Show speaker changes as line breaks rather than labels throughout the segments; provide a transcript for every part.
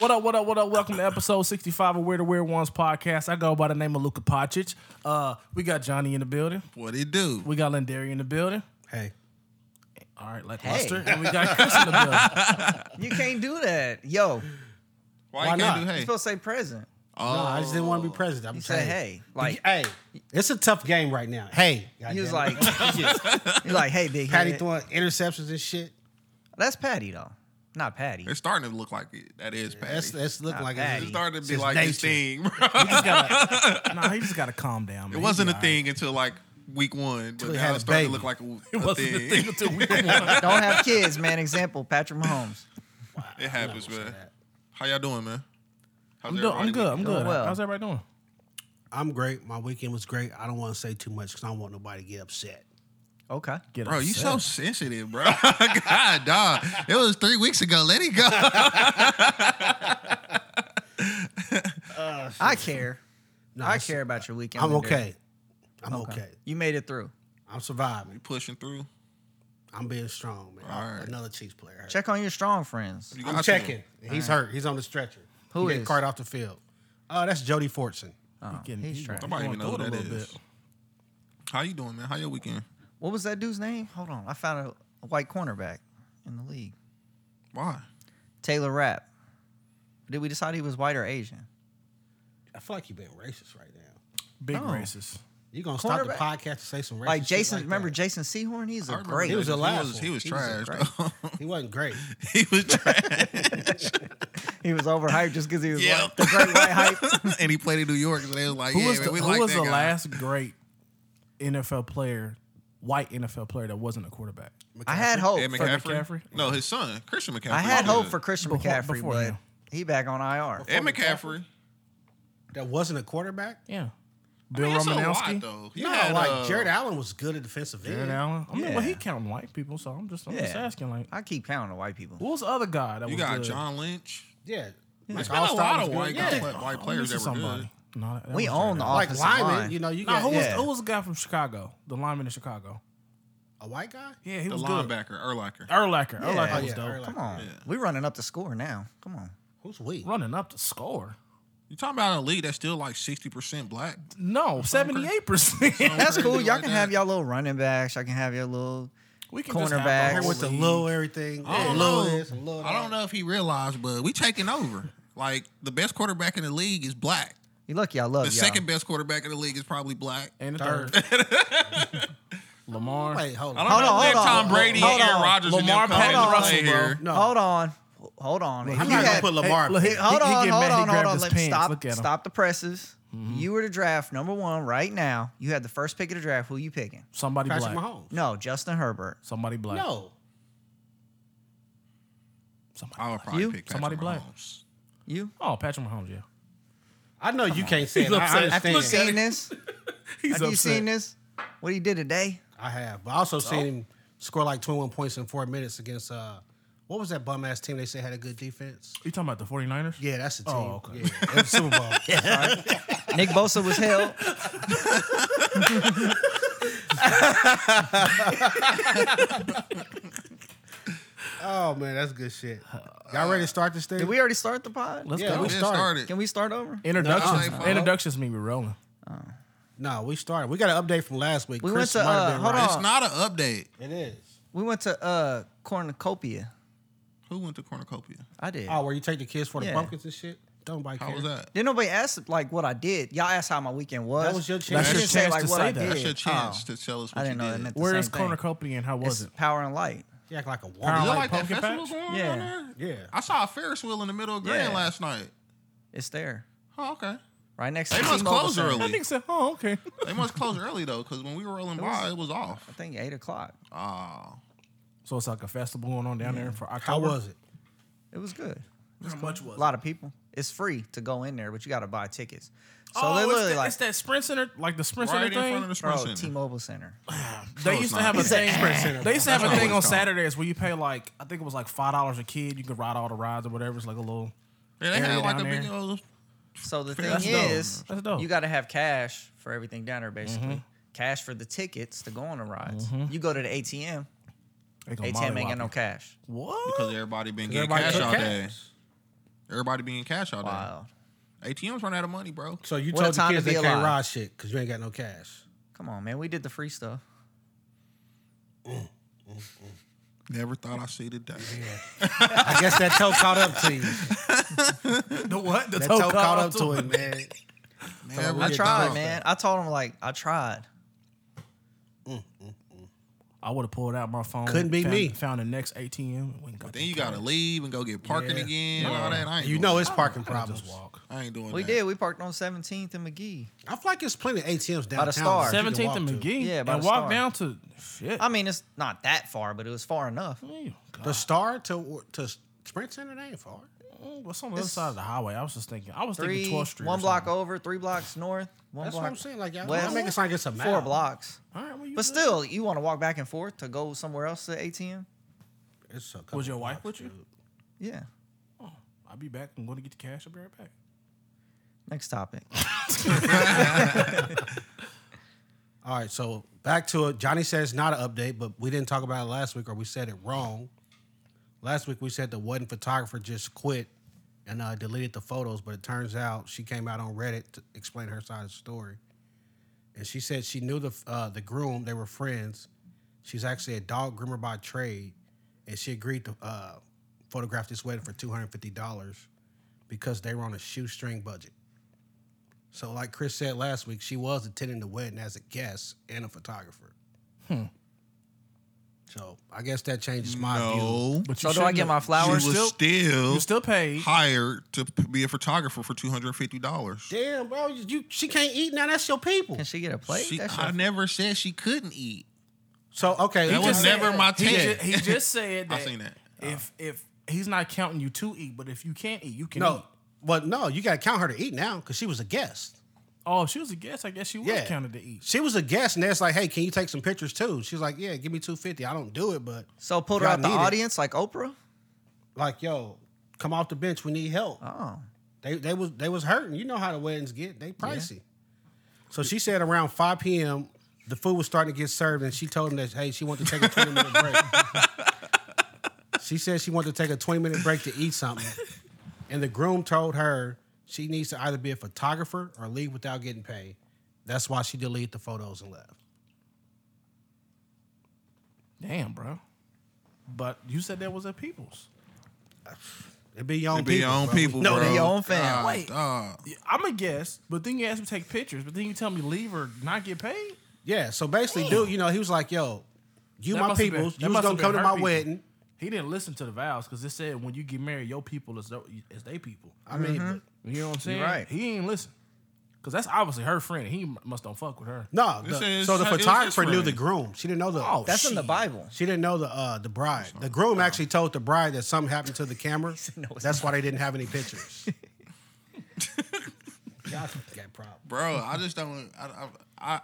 What up, what up, what up? Welcome to episode 65 of Where the Weird Ones podcast. I go by the name of Luca Pacic. Uh, we got Johnny in the building.
What he do?
We got Lindari in the building.
Hey.
All right, like Lester. And we got Chris in the building.
You can't do that. Yo,
Why,
Why
you
not?
can't do
you're
hey?
supposed to say present.
oh,
No, I just didn't want to be president. I'm
You say
saying,
hey. Like
hey, it's a tough game right now. Hey,
he was
goddammit.
like he's like, hey big
Patty
head.
throwing interceptions and shit.
That's Patty though. Not Patty.
it's starting to look like it. That is Patty.
That's that's looking
Not
like
Patty.
it's starting to be
it's
like his
nature.
thing, bro.
He just gotta, nah, he just got to calm down.
It
man.
wasn't
He
a
be all
thing until like week one, but
he
now
had
it's
a
starting to look
baby.
like a,
right. It
a
wasn't
thing.
a thing until week one.
Don't have kids, man. Example, Patrick Mahomes.
It happens, man.
that.
How y'all doing, man? How's
I'm, doing, I'm
everybody
good. I'm
looking?
good.
Doing well.
How's everybody doing?
I'm great. My weekend was great. I don't want to say too much because I don't want nobody to get upset.
Okay.
Get
Bro, you so
upset.
sensitive, bro. God, dog. It was three weeks ago. Let it go.
I care.
No,
I
it's-
care about your weekend.
I'm
Linder.
okay. I'm okay.
You made it through.
I'm surviving.
Pushing through.
I'm being strong, man.
All right.
Another Chiefs player. hurt.
Check on your strong friends.
You
I'm
got to.
checking. He's hurt. He's on the stretcher.
Who
he
is?
Get cart off the field. Oh, that's Jody Fortson.
Oh,
Getting-
he's
he-
trash.
he
Nobody
going
even know
through it
who
a
that
little
is. How you doing, man? How your weekend?
What was that dude's name? Hold on. I found a, a white cornerback in the league.
Why?
Taylor Rapp. Did we decide he was white or Asian?
I feel like you're being racist right now.
Big
No.
racist.
You're gonna stop the
Cornerback?
podcast and say some racist
Like
shit
Jason,
like that.
remember Jason Sehorn? He's
I
a
remember
great.
He was a
he
laugh
was,
one.
he was
He was a
trash, though.
He wasn't great.
he was trash.
He was overhyped just because he was
Yeah.
like the great white hype.
and he played in New York, so they was like,
Who
yeah,
was
man,
the,
we
who
like
was
that
the
guy.
last great NFL player, white NFL player that wasn't a quarterback?
I had hope.
Ed
Oh, for-
McCaffrey?
McCaffrey?
No, his son, Christian McCaffrey.
I had
Yeah.
hope for Christian
Before-
McCaffrey,
before
but
him.
he back on IR.
Ed McCaffrey.
That wasn't a quarterback.
Yeah.
I
Bill
mean, that's a lot,
Romanowski.
though. He
no,
had,
like
uh,
Jared Allen was good at defensive
Jared
end.
Allen. I mean, well, he
Yeah.
counting white people, so I'm just, I'm just
Yeah.
asking, like,
I keep counting the white people.
what was the other guy that
You
was
got
good?
John Lynch.
Yeah,
There's
like
been a
all-star
lot
was
of
good.
white
Yeah.
guy- white players that
missing
were good.
Oh, No, that- that
We
was Jared
own the
Allen.
Like
offensive
lineman,
line.
you know, you
Nah,
got
who was
yeah.
who was the guy from Chicago? The lineman in Chicago.
a white guy.
Yeah, he
The
was good.
linebacker,
Erlacher.
Erlacher.
Yeah.
Erlacher
Oh,
was
yeah,
dope.
Erlacher.
Come on,
Yeah.
we running up the score now. Come on,
Who's we?
Running up the score.
You talking about a league that's still like sixty percent black?
No, seventy eight percent.
that's
crazy
cool. Y'all
like
can
that.
have y'all little running backs. Y'all can have your little.
We can just have the
Cornerbacks.
Here
whole
with the
league.
low everything.
I don't
Yeah, low
know.
this and low
I don't
that.
know if he realized, but we taking over. Like the best quarterback in the league is black.
You lucky I love
The
y'all.
second best quarterback in the league is probably black.
and the
Third.
third. Lamar.
Wait, hold
I
on.
don't
Hold
know.
on,
if
hold
Tom
on,
Brady,
hold
and Aaron
on.
Rodgers,
Lamar,
and them come
Pat,
in
and
and
Russell,
play
bro.
here.
No,
Hold on, hold on. If
I'm
you
not gonna
had-
put Lamar.
look,
back.
he- he
hold
get
on,
mad,
hold
he
on, hold
grabbed
on.
his
Let me
pants.
stop,
Look at him. Mm-hmm.
stop the presses. You were to draft number one right now. You had the first pick of the draft. Who you picking?
Somebody
Patrick
black.
Mahomes.
No, Justin Herbert.
Somebody black.
no.
Somebody.
I would probably
You?
pick Patrick
Somebody black.
Mahomes.
You?
Oh, Patrick Mahomes. Yeah.
I know you can't say it.
Look,
I
look,
After you
understand.
seen this,
He's
after you
upset.
seen this, what he did today?
I have, but I also seen him score like 21 points in four minutes against uh, what was that bum ass team they said had a good defense?
You talking about the 49ers?
Yeah, that's the team.
Oh, okay.
Yeah, it was Super Bowl.
Nick Bosa was held.
Oh man, that's good shit. Y'all ready to start this thing?
Did we already start the pod?
Let's
Yeah,
go.
we
It
started.
started.
Can we start over?
Introductions.
No.
Introductions mean we rolling.
No, we started. We got an update from last week.
We
Chris
went to,
might have been
uh, hold
right.
It's not an update.
It is.
We went to uh Cornucopia.
Who went to Cornucopia?
I did.
Oh, where you take the kids for the
Yeah.
pumpkins and shit? Don't nobody
How
care.
was that?
Then nobody asked like what I did. Y'all asked how my weekend was.
That was your
You
chance.
didn't
That's your
say,
chance
like,
to
what
say
I
that.
did.
That's your chance
Oh,
to tell us what
I didn't
you
know that
did.
meant the
Where
same
is
thing.
Cornucopia and how was
It's
it?
Power and Light.
You act like a woman.
Power
Is it
Like
like that
pumpkin
festival
patch?
going on
Yeah.
there?
Yeah.
I saw a Ferris wheel in the middle of Grand
Yeah.
last night.
It's there,
Oh, okay.
right next
They
to
must
T-Mobile
close
Center.
early.
I think so. Oh, okay.
They must close early though, because when we were rolling by,
was-
it was off.
I think eight o'clock.
Oh,
So it's like a festival going on down there for October.
How was it?
It was good.
How much was
A lot of people. It's free to go in there, but you got to buy tickets. So
oh,
they
it's,
literally
that,
like,
it's that Sprint Center, like the Sprint
right in
Center
front
thing.
of the Sprint
bro,
Center.
T-Mobile Center.
they
it's
used to
not.
have a
It's
thing.
Center.
They used to have
That's
a thing
not what
on
it's called.
Saturdays where you pay like I think it was like five dollars a kid. You could ride all the rides or whatever. It's like a little.
yeah, they
area
had like a
down
big
there.
old.
So the
That's
thing
dope.
is,
That's dope.
you got to have cash for everything down there, basically. Cash for the tickets to go on the rides. You go to the ATM.
They gonna
ATM ain't
mollywop
got no
you.
cash.
What?
Because everybody been getting
Everybody
cash
took
all day.
cabs.
Everybody being cash all day.
Wild.
ATMs run out of money, bro.
So you
What a
told the
time to
kids they
be
can't
alive.
ride shit because you ain't got no cash.
Come on, man. We did the free stuff.
Never thought I'd see the day.
I guess that toe caught up to you.
The what? The
That
toe
toe caught up to it, man.
Never
I
thought
tried,
I'd-
man. I told him like I tried.
I would have pulled out my phone.
Couldn't be
found,
me.
Found the next ATM. and went and got
Then
the
you gotta
card.
leave and go get parking
Yeah.
again and all that. I ain't
You
doing
know
that.
it's parking
I
problems.
just walk.
I ain't doing
We
that.
did. We parked on 17th and McGee.
I feel like there's plenty of ATMs downtown.
the Star.
that you can
Seventeenth
walk
and
to.
McGee.
Yeah, by
and
the
walk
star.
down to shit.
I mean, it's not that far, but it was far enough.
mean,
The Star to to Sprint Center, they ain't far.
what's on the other side of the highway? I was just thinking. I was
Three,
thinking 12th Street. or
one block
something.
over, three blocks north, one
That's
block.
what I'm saying. Like, y'all
west,
make it sound like it's a mile.
four blocks.
All right, well, you
But
good.
still, you want to walk back and forth to go somewhere else to ATM?
It's a couple
was your wife
blocks,
with you?
dude.
Yeah.
I'll be back. I'm going to get the cash. I'll be right back.
Next topic.
All right, so back to it. Johnny said it's not an update, but we didn't talk about it last week, or we said it wrong. Last week we said the one photographer just quit and uh, deleted the photos, but it turns out she came out on Reddit to explain her side of the story, and she said she knew the uh, the groom; they were friends. She's actually a dog groomer by trade, and she agreed to uh, photograph this wedding for two hundred fifty dollars because they were on a shoestring budget. So, like Chris said last week, she was attending the wedding as a guest and a photographer. So, I guess that changes my view.
No,
But
So do I get my
she
flowers?
was
still-
still,
You still paid.
hired to p- be a photographer for two hundred fifty dollars.
Damn, bro, you she can't eat now. That's your people.
Can she get a plate? That shit-
I never said she couldn't eat.
So, okay,
That
you
was
just-
never my
He, ju-
take.
he just said
I
that. Uh-huh.
seen that.
If if he's not counting you to eat, but if you can't eat, you can eat.
no. Well, no, you got to count her to eat now because she was a guest.
Oh, if she was a guest. I guess she was
Yeah.
counted to eat.
She was a guest, and that's like, hey, can you take some pictures too? She's like, yeah, give me two fifty. I don't do it, but
so pulled her
Y'all
out the
need it.
audience like Oprah?
like, yo, come off the bench. We need help.
Oh.
They they was they was hurting. You know how the weddings get. They pricey. So she said around 5 p.m. the food was starting to get served, and she told him that hey, she wanted to take a 20 minute break. she said she wanted to take a 20 minute break to eat something, and the groom told her she needs to either be a photographer or leave without getting paid. That's why she deleted the photos and left.
Damn, bro. But you said that was at People's.
It'd be your own
It
people.
be your own
bro.
people,
No,
bro.
they your own fam.
Uh,
God,
Wait.
dog.
I'm a guest, but then you asked me to take pictures, but then you tell me leave or not get paid.
Yeah. So basically, dude, you know, he was like, "Yo, you
That
my
must have been-
peoples.
that
you was
must have
gonna
been
come to
her
my
people.
wedding."
He didn't listen to the vows because it said when you get married, your people is their, is they people.
I mean,
Mm-hmm.
but-
You know what I'm saying?
right.
He ain't listen because that's obviously her friend. and He m- must don't fuck with her.
No,
It
the-
says
so the
it's- it's
photographer
his
knew
friend.
the groom. She didn't know the. Oh,
That's in the Bible.
She didn't know the uh, the bride. The groom actually told the bride that something happened to the camera.
"No, it's
That's why they didn't have any pictures. Y'all got problems.
bro. I just don't. I, I, I-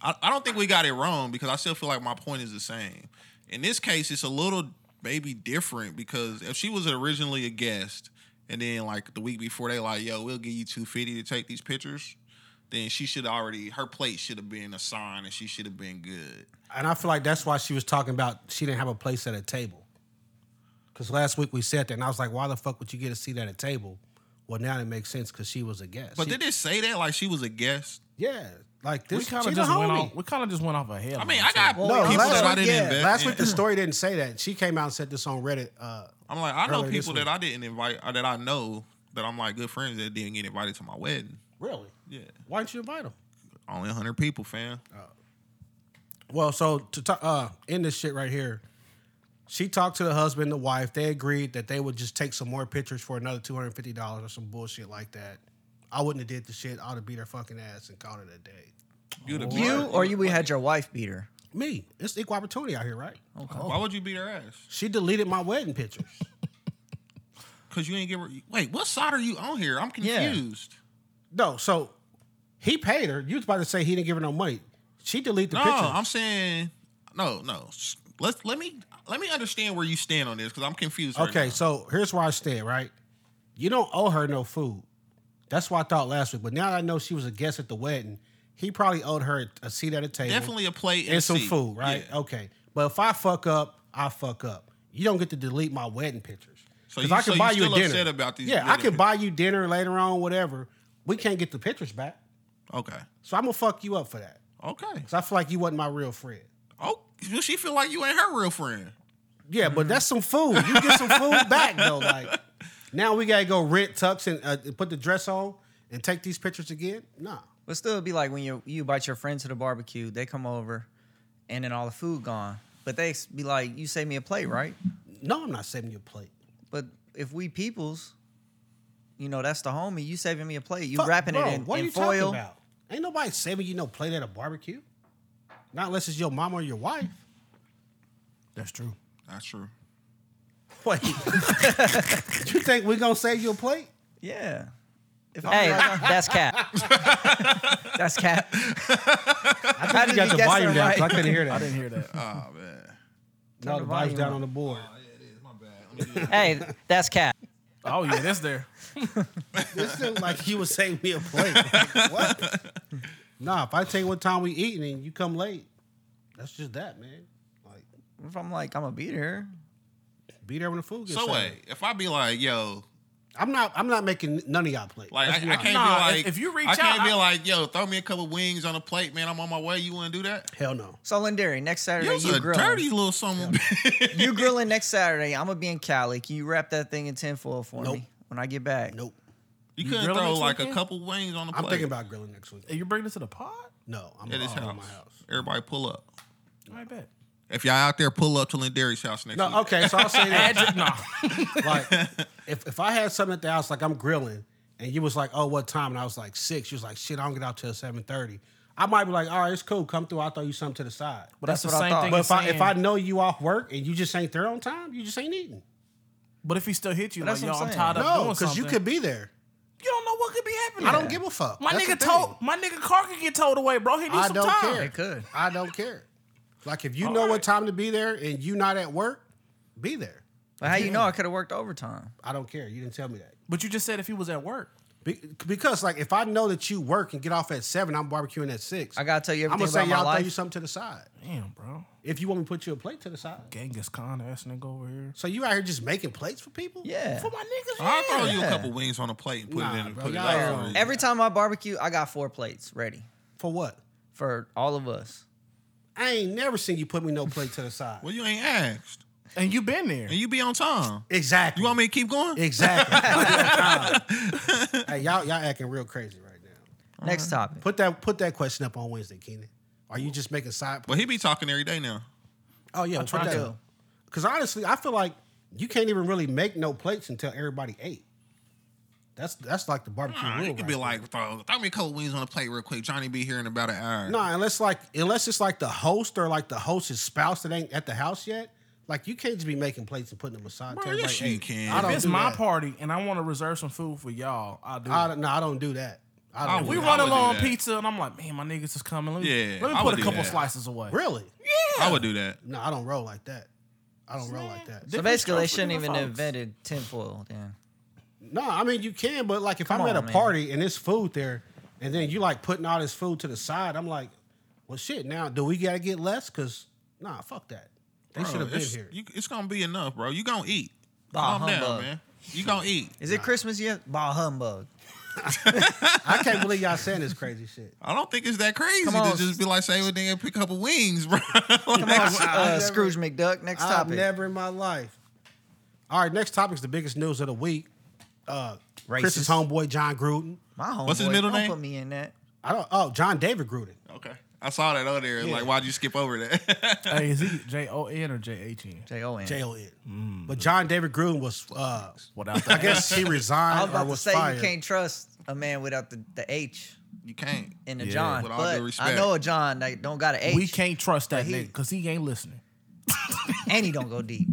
I, I don't think we got it wrong because I still feel like my point is the same. In this case, it's a little maybe different because if she was originally a guest and then like the week before they like, yo, we'll give you two fifty to take these pictures, then she should already her plate should have been assigned and she should have been good.
And I feel like that's why she was talking about she didn't have a place at a table. Because last week we said that, and I was like, why the fuck would you get a seat at a table? Well, now it makes sense because she was a guest.
But
She-
did it say that like she was a guest?
yeah, like this.
We kind of
she's
just
a
went
homie.
off. We kind of just went off a head.
I mean, I got
Well,
people
last
that I
week,
didn't
yeah.
invest.
Last
in.
week the story didn't say that. She came out and said this on Reddit. Uh,
I'm like, I know
Earlier this
people that
week.
I didn't invite or that I know that I'm like good friends that didn't get invited to my wedding.
really?
Yeah.
Why didn't you invite him?
Only 100 people, fam.
Well, so to ta- uh, end this shit right here, she talked to the husband, the wife. They agreed that they would just take some more pictures for another two hundred fifty dollars or some bullshit like that. I wouldn't have did the shit. I'd have beat her fucking ass and called it a day.
You, the
Oh,
You or you we had your wife beat her.
Me, it's equal opportunity out here, right?
Why would you beat her ass?
She deleted my wedding pictures.
Because you ain't give her. Wait, what side are you on here? I'm confused.
no, so he paid her. You was about to say he didn't give her no money. She deleted
No,
the pictures.
I'm saying no, no. S- Let's let me let me understand where you stand on this because I'm confused. right
Okay,
now.
so here's where I stand, right? You don't owe her no food. That's what I thought last week. But now that I know she was a guest at the wedding, he probably owed her a seat at a table.
definitely a plate and,
And some
seat.
food, right?
Yeah.
Okay. But if I fuck up, I fuck up. You don't get to delete my wedding pictures.
So
Because
you-
I could
so
buy
you
you a
still
dinner.
upset about these
yeah,
little
I could
pic-
buy you dinner later on, whatever. We can't get the pictures back,
Okay.
so I'm gonna fuck you up for that.
Okay.
Cause I feel like you wasn't my real friend.
Oh, well, she feel like you ain't her real friend.
Yeah, but that's some food. You get some food back though. Like now we gotta go rent tux and uh, put the dress on and take these pictures again. Nah,
But still, it'd be like when you you invite your friends to the barbecue, they come over, and then all the food gone. But they s- be like, "You saved me a plate, right?"
no, I'm not saving you a plate.
But if we peoples, you know, that's the homie. You saving me a plate. You
Fuck,
wrapping
bro,
it in,
What
in
are you
foil.
talking about? Ain't nobody saving you no plate at a barbecue. Not unless it's your mom or your wife.
That's true.
That's true.
Wait, you think we gonna save you a plate?
Yeah. If I'm
Hey,
not-
that's cap. that's cap.
how did you
got the
guess
volume
that
down.
right?
'cause I couldn't hear
I
that.
didn't hear that.
Oh man.
No, the volume's down on the board.
My bad. Let me do that.
Hey, that's cap.
Oh yeah, that's there.
This looked like you would save me a plate. Like, what? Nah, if I tell you what time we eating and you come late, that's just that, man. Like,
If I'm like, I'm gonna be there.
be there when the food gets
So
served.
wait, if I be like, yo,
I'm not. I'm not making none of y'all plate.
like I,
Let's be
I
honest.
can't
Nah,
be
if-
like,
if you reach
I can't
out,
be
I-
like, yo, throw me a couple wings on a plate, man. I'm on my way. You want to do that?
Hell no.
So Lindari, next Saturday
You're
you
a
grilling.
dirty little someone.
You grilling next Saturday. I'm gonna be in Cali. Can you wrap that thing in tinfoil for
Nope.
me when I get back?
Nope.
you couldn't
grilling
throw
next
like a
weekend?
couple wings on the plate.
I'm thinking about grilling next week.
Hey, You bringing this to the pod?
No, I'm
at his
all
house.
in my house.
Everybody pull up.
I bet.
If y'all out there, pull up to Lindari's house next week.
No, okay. So I'll say that.
Add- nah.
like if, if I had something at the house, like I'm grilling, and you was like, oh, what time? And I was like six. You was like, shit, I don't get out till seven thirty. I might be like, all right, it's cool. Come through. I'll throw you something to the side.
But that's,
That's
the
what I
same
thought.
thing.
But
as
if I if I
saying-
know you off work and you just ain't there on time, you just ain't eating.
but if he still hit you,
But
like
that's
yo,
what I'm
I'm
saying.
tired of
No,
doing
because
something.
you could be there.
You don't know what could be happening.
I don't give a fuck.
My
That's the
nigga
thing.
told my nigga car could get towed away, bro. He needs
I
some
don't
time.
care.
It could.
I don't care. Like if you know what
right.
time to be there and you not at work, be there.
But how you know I could have worked overtime?
I don't care. You didn't tell me that.
But you just said if he was at work.
Be- because like if I know that you work and get off at seven, I'm barbecuing at six.
I gotta tell you
I'm
everything
gonna say
about my
y'all throw
life.
you something to the side.
Damn, bro.
If you want me to put you a plate to the side.
Genghis Khan ass nigga over here.
So you out here just making plates for people?
Yeah.
For my niggas,
I'll throw
yeah.
you a
Yeah.
couple wings on a plate and put
Nah,
it in and
bro,
put it
y'all
out.
are-
for you.
Um, Every time I barbecue, I got four plates ready
For what?
for all of us.
I ain't never seen you put me no plate to the side.
Well, you ain't asked,
And you been there.
and you be on time.
exactly.
You want me to keep going?
Exactly. hey, y'all, y'all acting real crazy right now.
Next topic.
Put that put that question up on Wednesday, Keenan. Are you just making side?
But he be talking every day now.
Oh yeah, put
try
that
to.
up. Because honestly, I feel like you can't even really make no plates until everybody ate. That's that's like the barbecue
Nah,
rule.
you could
right
be
there.
like, throw, throw me a couple wings on a plate real quick. Johnny be here in about an hour.
No, unless like unless it's like the host or like the host's spouse that ain't at the house yet. Like you can't just be making plates and putting them aside.
Bro,
till everybody
yes, you
ate.
can.
I
If
don't
If it's
do
my
that.
party and I want to reserve some food for y'all, I'll do
I
it.
don't, no, I don't do that. I don't.
I
do
We
would-
that.
run
I would do
along
that.
pizza and I'm like, man, my niggas is coming. Let me,
Yeah,
let me
I
put
would
a
do
couple
that.
slices away.
really?
I would do that.
No, I don't roll like that. I don't roll like that.
So
Different
basically, they
strokes for
shouldn't even
different
have
folks.
invented tinfoil. Then
No, I mean you can, but like if I'm
on,
at a
man.
party and there's food there, and then you like putting all this food to the side, I'm like, well, shit. Now do we gotta get less? Cause nah, fuck that. They
Bro,
should have been
it's,
here.
you- it's gonna be enough, bro. You gonna eat.
Bah,
Calm down,
humbug.
man. You gonna eat.
is it Christmas yet? Bah humbug.
I can't believe y'all saying this crazy shit.
I don't think it's that crazy
Come on.
to just be like, say everything and pick up a wings, bro.
Come on, uh,
never-
Scrooge McDuck. Next
I've
topic.
never in my life. All right, next topic's the biggest news of the week. Uh, Chris's
Racist.
homeboy John Gruden.
My homeboy.
What's his middle
don't
name?
Put me in that.
I don't. Oh, John David Gruden.
okay. I saw that on there. Like, why'd you skip over that?
Hey, is he J O N or J H N?
J O N.
J O N. But John David Gruden was. Uh,
Without
I
that,
guess he
Mm. I
resigned
was
or
about to
was
say
fired.
you can't trust a man without the, the H
you can't.
in the
Yeah.
John.
With all due
But I
respect.
know a John that don't got an H.
we can't trust that
But he-
nigga because he ain't listening.
and he don't go deep.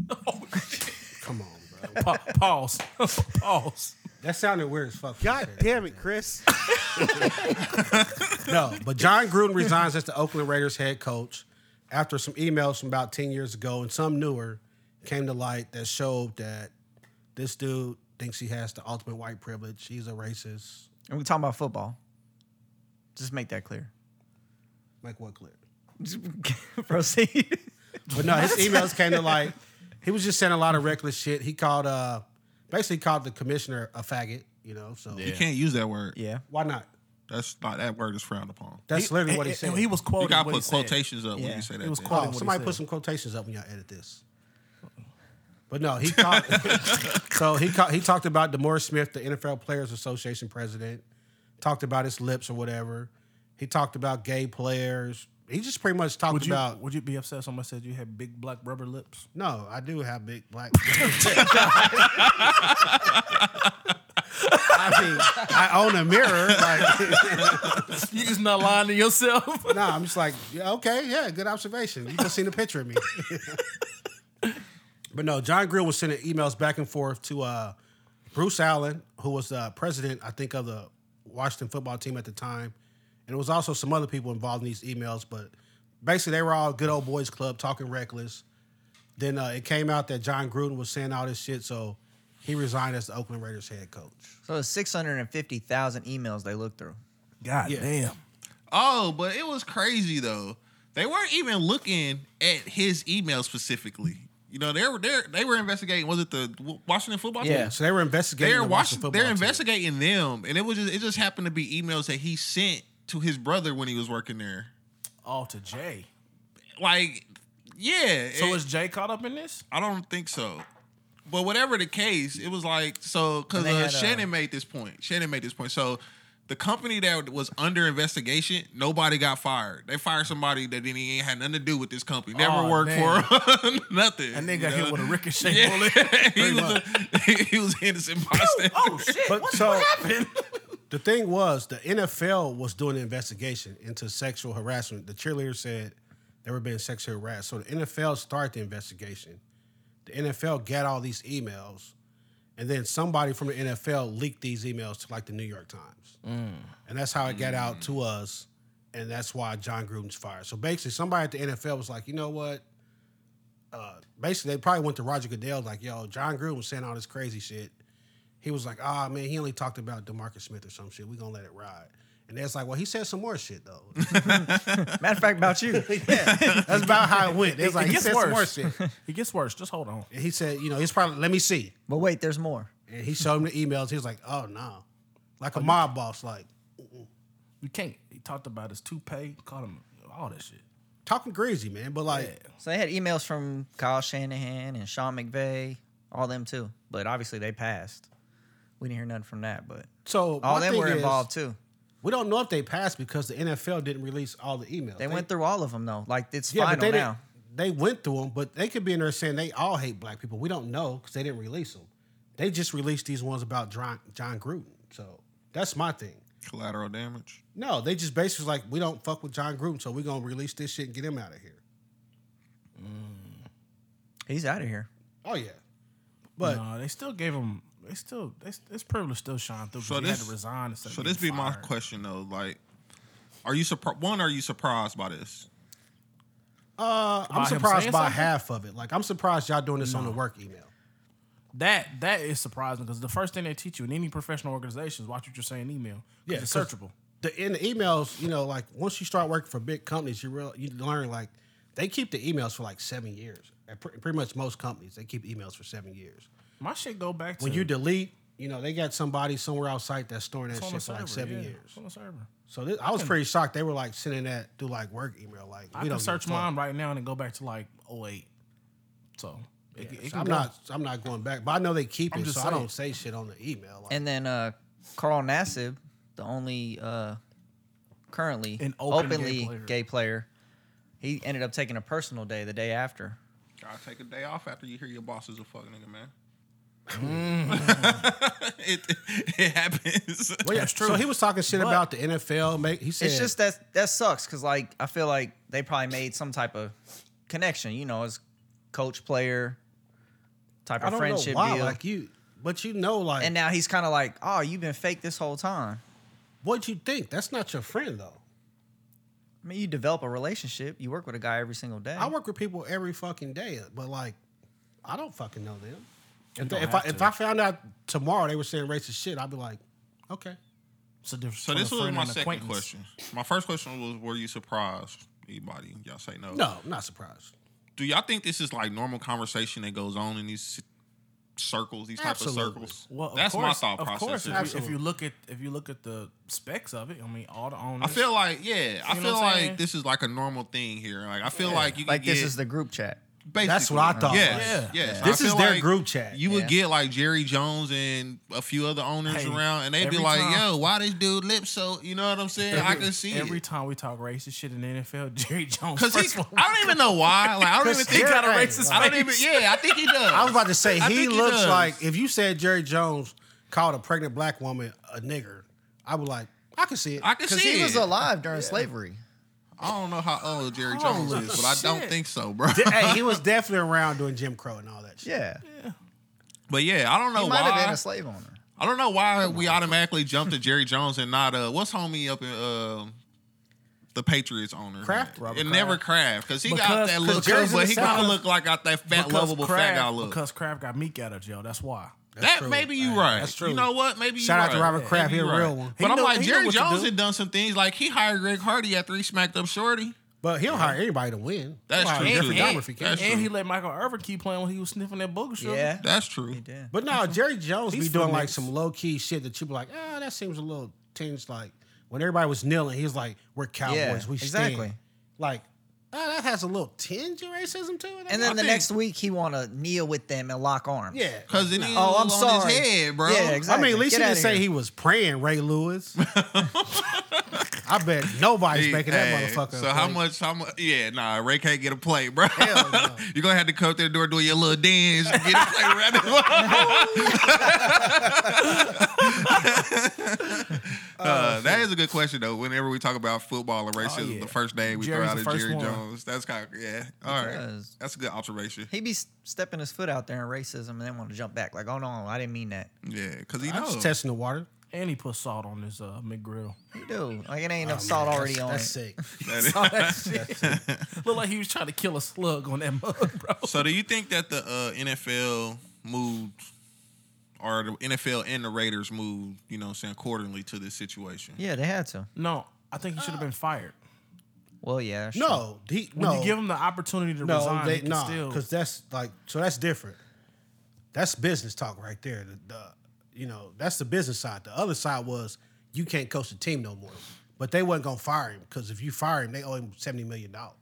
Come on, bro.
Pa- pause. pause.
That sounded weird as fuck.
God damn it, Chris.
No, but John Gruden resigns as the Oakland Raiders head coach after some emails from about 10 years ago and some newer came to light that showed that this dude thinks he has the ultimate white privilege. He's a racist.
And we talking about football. Just make that clear.
Make what clear?
Just Proceed.
But no, his emails came to light. He was just saying a lot of reckless shit. He called uh basically called the commissioner a faggot. You know, so
You can't use that word.
Yeah.
why not?
That's not that word is frowned upon.
That's literally what he
and-
said.
And he was
You
quoting
gotta
what
put
he
quotations up when
Yeah.
you say that.
was
thing.
quote-
Oh,
what he
somebody put
said.
some quotations up when y'all edit this. But no, he talked. so he ca- he talked about Demore Smith, the NFL Players Association president. Talked about his lips or whatever. He talked about gay players. He just pretty much talked
Would you,
about.
would you be upset if someone said you had big black rubber lips?
No, I do have big black. I mean, I own a mirror. Like,
you just not lying to yourself.
no, I'm just like, yeah, okay, yeah, good observation. You just seen a picture of me. but no, John Grill was sending emails back and forth to uh, Bruce Allen, who was the president, I think, of the Washington football team at the time. And it was also some other people involved in these emails, but basically they were all good old boys club talking reckless. Then uh, it came out that John Gruden was saying all this shit, so he resigned as the Oakland Raiders head coach.
So it's 650,000 emails they looked through.
God damn.
Oh, but it was crazy though. They weren't even looking at his email specifically. You know, they were they they were investigating. Was it the W- Washington football team?
Yeah.
So they were investigating.
They're
the
watching.
Washington
They're
football team.
investigating them, and it was just it just happened to be emails that he sent to his brother when he was working there.
All to Jay.
Like, yeah.
So
it-
is Jay caught up in this?
I don't think so. But whatever the case, it was like so because
And they
uh,
had, uh,
Shannon made this point. Shannon made this point. So the company that was under investigation, nobody got fired. They fired somebody that didn't even had nothing to do with this company. Never
Aw,
worked
man.
for 'em, nothing.
And they got
you know?
hit with a ricochet bullet.
Yeah. he, was a, he was innocent bystander.
Oh shit!
But
what,
so-
what happened?
The thing was, the NFL was doing an investigation into sexual harassment. The cheerleader said they were being sexually harassed. So the NFL started the investigation. The NFL got all these emails, and then somebody from the NFL leaked these emails to like the New York Times. And that's how it got out to us, and that's why John Gruden's fired. So basically, somebody at the NFL was like, you know what? Uh, basically, they probably went to Roger Goodell, like, yo, John Gruden was saying all this crazy shit he was like, ah, man, he only talked about Demarcus Smith or some shit. We're going to let it ride. And that's like, well, he said some more shit, though.
Matter of fact, about you.
yeah, that's about how it went. It's like, he
gets
said some more
worse.
shit.
It gets worse. Just hold on.
And he said, you know, he's probably, let me see.
But wait, there's more.
And he showed him the emails. He was like, oh, no. Like a mob boss, like,
You can't. He talked about his toupee. Called him all that shit.
talking crazy, man. But like,
So they had emails from Kyle Shanahan and Sean McVay, all them too. But obviously they passed. We didn't hear nothing from that, but
so
all
my
them
thing
were
is,
involved too.
We don't know if they passed because the NFL didn't release all the emails.
They went through all of them though. Like it's
but
final
they
now.
didn't- They went through them, but they could be in there saying they all hate black people. We don't know because they didn't release them. They just released these ones about John, John Gruden. So that's my thing.
Collateral damage.
No, they just basically like we don't fuck with John Gruden, so we're gonna release this shit and get him out of here.
He's out of here.
Oh yeah, but uh,
no, they still gave him. They still. They, this privilege still shine through.
So
So he
this-
had to resign. Instead
So
of
this be
getting
my
fired.
question though. Like, are you surprised? One, are you surprised by this?
uh, I'm
By him
surprised
saying
by
something?
half of it. Like I'm surprised y'all doing this on the work email.
That that is surprising because the first thing they teach you in any professional organization is watch what you're saying in email. Yeah, it's
'cause
searchable.
The in the emails, you know, like once you start working for big companies, you real you learn like they keep the emails for like seven years. At pre- pretty much most companies, they keep emails for seven years.
My shit go back to
When you delete, you know, they got somebody somewhere outside that's storing that
it's on the
shit for
server.
like seven
yeah,
years.
it's on the server.
So this, I was pretty shocked. They were like sending that through like work email. Like
I
we
can
don't
search
give a fuck.
mine right now and then go back to like 08. So it, it
So
can
I'm
go.
not. I'm not going back. But I know they keep it, so
just
I
saying.
don't say shit on the email. Like,
And then uh Carl Nassib, the only uh currently
An open gay
openly
player.
gay player, he ended up taking a personal day the day after.
Gotta take a day off after you hear your boss is a fuck nigga, man.
Mm-hmm.
it, it happens.
Well, yeah,
That's true.
So he was talking shit
But-
about the NFL. Make he said
It's just that that sucks because like I feel like they probably made some type of connection, you know, as coach player type
I
of
don't
friendship
know why.
deal.
Like you, but you know, like
and now he's kind of like, oh, you've been fake this whole time.
what you think? That's not your friend though.
I mean, you develop a relationship. You work with a guy every single day.
I work with people every fucking day, but like I don't fucking know them. If, they,
don't
if I
have
if
to.
I found out tomorrow they were saying racist shit, I'd be like, okay.
It's a difference
So
between
this
a
was
friend
my
and
second
acquaintance.
question. My first question was, were you surprised? Anybody? Y'all say no.
No, I'm not surprised.
Do y'all think this is like normal conversation that goes on in these circles, these type
Absolutely.
of circles.
Well, of
that's
course,
my thought
of
process.
course, if
is-
you- if,
Absolutely.
you look at if you look at the specs of it, I mean, all the owners.
I feel like yeah, I
know
feel
what I'm saying?
like this is like a normal thing here. Like I feel like you can
Like
get
this is the group chat.
basically,
That's what I thought.
Yeah.
Yeah, yeah.
Yeah.
So I
This
feel
is their
like
group chat.
You would
Yeah.
get like Jerry Jones and a few other owners
Hey,
around, and they'd
every
be like,
time-
"Yo, why this dude lips so?" You know what I'm saying? I can see
every
it.
time we talk racist shit in the NFL, Jerry Jones.
Cause
first
he,
one.
I don't even know why. Like I don't even
he
think
got a
Jerry-
racist.
I don't
face.
even. Yeah, I think he does.
I was about to say
I
he
think
looks
does.
like if you said Jerry Jones called a pregnant black woman a nigger, I would like I can see it.
I can
Because
see
he was
it.
alive during slavery.
I don't know how old Jerry Jones
Holy
is, but I don't
shit.
think so, bro.
hey, he was definitely around doing Jim Crow and all that shit.
Yeah.
But yeah, I don't know
He might
why.
have been a slave owner.
I don't know why we automatically jumped to Jerry Jones and not uh what's homie up in uh the Patriots owner
Kraft?
and never Kraft because he got
Because-
that
because
look,
Jerry's in
but
the
he kind
South.
of look like got that fat lovable fat
Kraft-
guy look.
Because Kraft got Meek out of jail. That's why.
that
true.
maybe you
Hey,
right.
that's true.
You know what? Maybe you
Shout out to
right.
Robert Kraft,
Maybe
he
you
a real
right.
one.
But
He
I'm
know-
like
he know
Jerry
what to
Jones
do.
had done some things like he hired Greg Hardy after he smacked up Shorty.
But he don't hire anybody to win.
That's
He'll hire
true,
Jeffrey
too.
Dahmer if he can.
That's
And
true.
he let Michael Irvin keep playing when he was sniffing that booger sugar.
Yeah.
That's true.
Yeah.
But no, Jerry Jones
He's
be doing
from
like
Memphis.
some low key shit that you be like, ah, that seems a little tinge. Like when everybody was kneeling, he was like, "We're cowboys,
Yeah,
we
exactly.
stand." Like, ah, that has a little tinge of racism to it.
And then
I
the
think-
next week he want to kneel with them and lock arms.
yeah,
Because it is
Oh,
on
I'm sorry.
his head, bro.
Yeah, exactly.
I mean, at least
Get
he
outta
didn't say
here.
he was praying Ray Lewis. I bet nobody's making that
Hey,
motherfucker.
So how much? How much? Yeah, nah. Ray can't get a plate, bro. You're gonna have to come through the door doing your little dance, and get a plate around Uh, that is a good question though. Whenever we talk about football and racism,
Oh, yeah.
the first name we
Jerry's the
throw out
first
is Jerry
one.
Jones. That's kind of yeah. All right,
Because-
that's a good obserration.
He be s- stepping his foot out there in racism and then want to jump back. Like, oh no, I didn't mean that.
Yeah, because he
I'm
knows.
just testing the water.
And he put salt on his uh, McGrill.
You do. Like it ain't no salt already
Oh, that's,
on
That's
it.
sick.
Looked like he was trying to kill a slug on that mug, bro.
So do you think that the uh, NFL moved, or the NFL and the Raiders moved, you know, what I'm saying quarterly to this situation?
Yeah, they had to.
No, I think he should have been fired.
Well, yeah. sure.
No, he
When
no
you give him the opportunity to
no
resign,
they,
he can
nah
still.
because that's like so that's different. That's business talk right there. The, the- you know that's the business side. The other side was you can't coach the team no more. But they wasn't gonna fire him because if you fire him, they owe him seventy million dollars.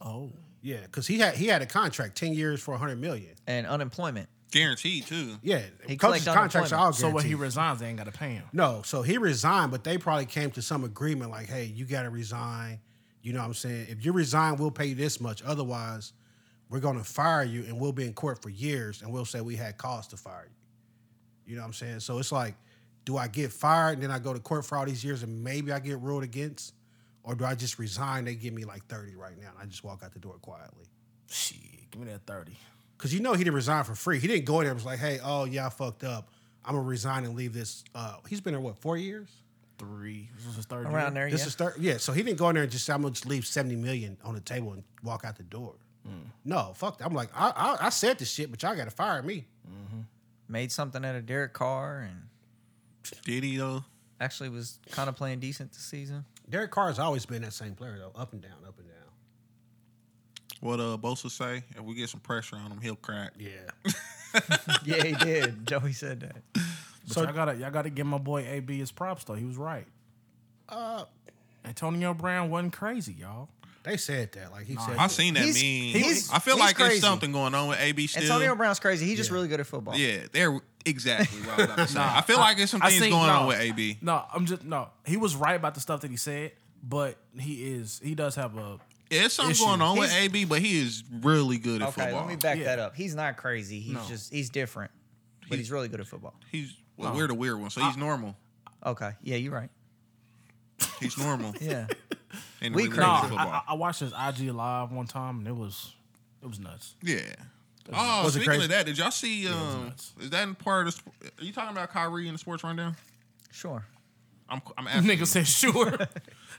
Oh,
Yeah, because he had he had a contract ten years for hundred million.
And unemployment.
Guaranteed too.
Yeah,
He
coaches'
collect
contracts are all
so when he
guaranteed.
resigns, they ain't got to pay him.
No, so he resigned, but they probably came to some agreement like, hey, you got to resign. You know what I'm saying? If you resign, we'll pay you this much. Otherwise, we're going to fire you and we'll be in court for years and we'll say we had cause to fire you. You know what I'm saying? So it's like, do I get fired and then I go to court for all these years and maybe I get ruled against? Or do I just resign? They give me like 30 right now and I just walk out the door quietly.
Shit, give me that thirty.
Because you know he didn't resign for free. He didn't go in there and was like, hey, oh, yeah, I fucked up. I'm going to resign and leave this. Uh, he's been there, what, four years?
Three. This was his third year.
Around there.
This
yeah.
is third. Yeah, so he didn't go in there and just say, "I'm gonna just leave seventy million on the table and walk out the door."
Hmm.
No, fuck. that. I'm like, I, I, I said this shit, but y'all got to fire me.
Made something out of Derek Carr and
Did he though?
actually was kind of playing decent this season.
Derek Carr's always been that same player though, up and down, up and down.
What uh Bosa say? If we get some pressure on him, he'll crack.
Yeah.
yeah, he did. Joey said that.
But
So-
y'all gotta y'all gotta give my boy AB his props though. He was right.
uh,
Antonio Brown wasn't crazy, y'all.
they said that. Like he said,
I seen that
He's-
meme.
he's-
I feel
he's
like
crazy.
there's something going on with AB still.
Antonio Brown's crazy. He's just
Yeah.
really good at football.
yeah, there exactly. What I, was about to say. I feel like there's some
I
things
seen-
going on
no.
with AB.
No, I'm just no. He was right about the stuff that he said, but he is he does have a
Yeah, There's something
Issue.
going on with
He's-
AB, but he is really good at
Okay,
football.
let me back
Yeah.
that up. He's not crazy. He's
No.
just he's different, but he's really good at football.
He's well,
Oh.
we're the weird one, so
Uh,
he's normal.
Okay, yeah, you're right.
He's normal.
Yeah,
and
We
really good
crazy.
no.
at
I,
football.
I, I watched his IG live one time and it was it was nuts.
Yeah. Oh,
Was it
speaking
crazy?
of that, did y'all see?
it was
Um,
nuts.
is that in part of? the sp- Are you talking about Kyrie in the sports rundown?
sure.
I'm I'm asking. you.
Nigga said sure.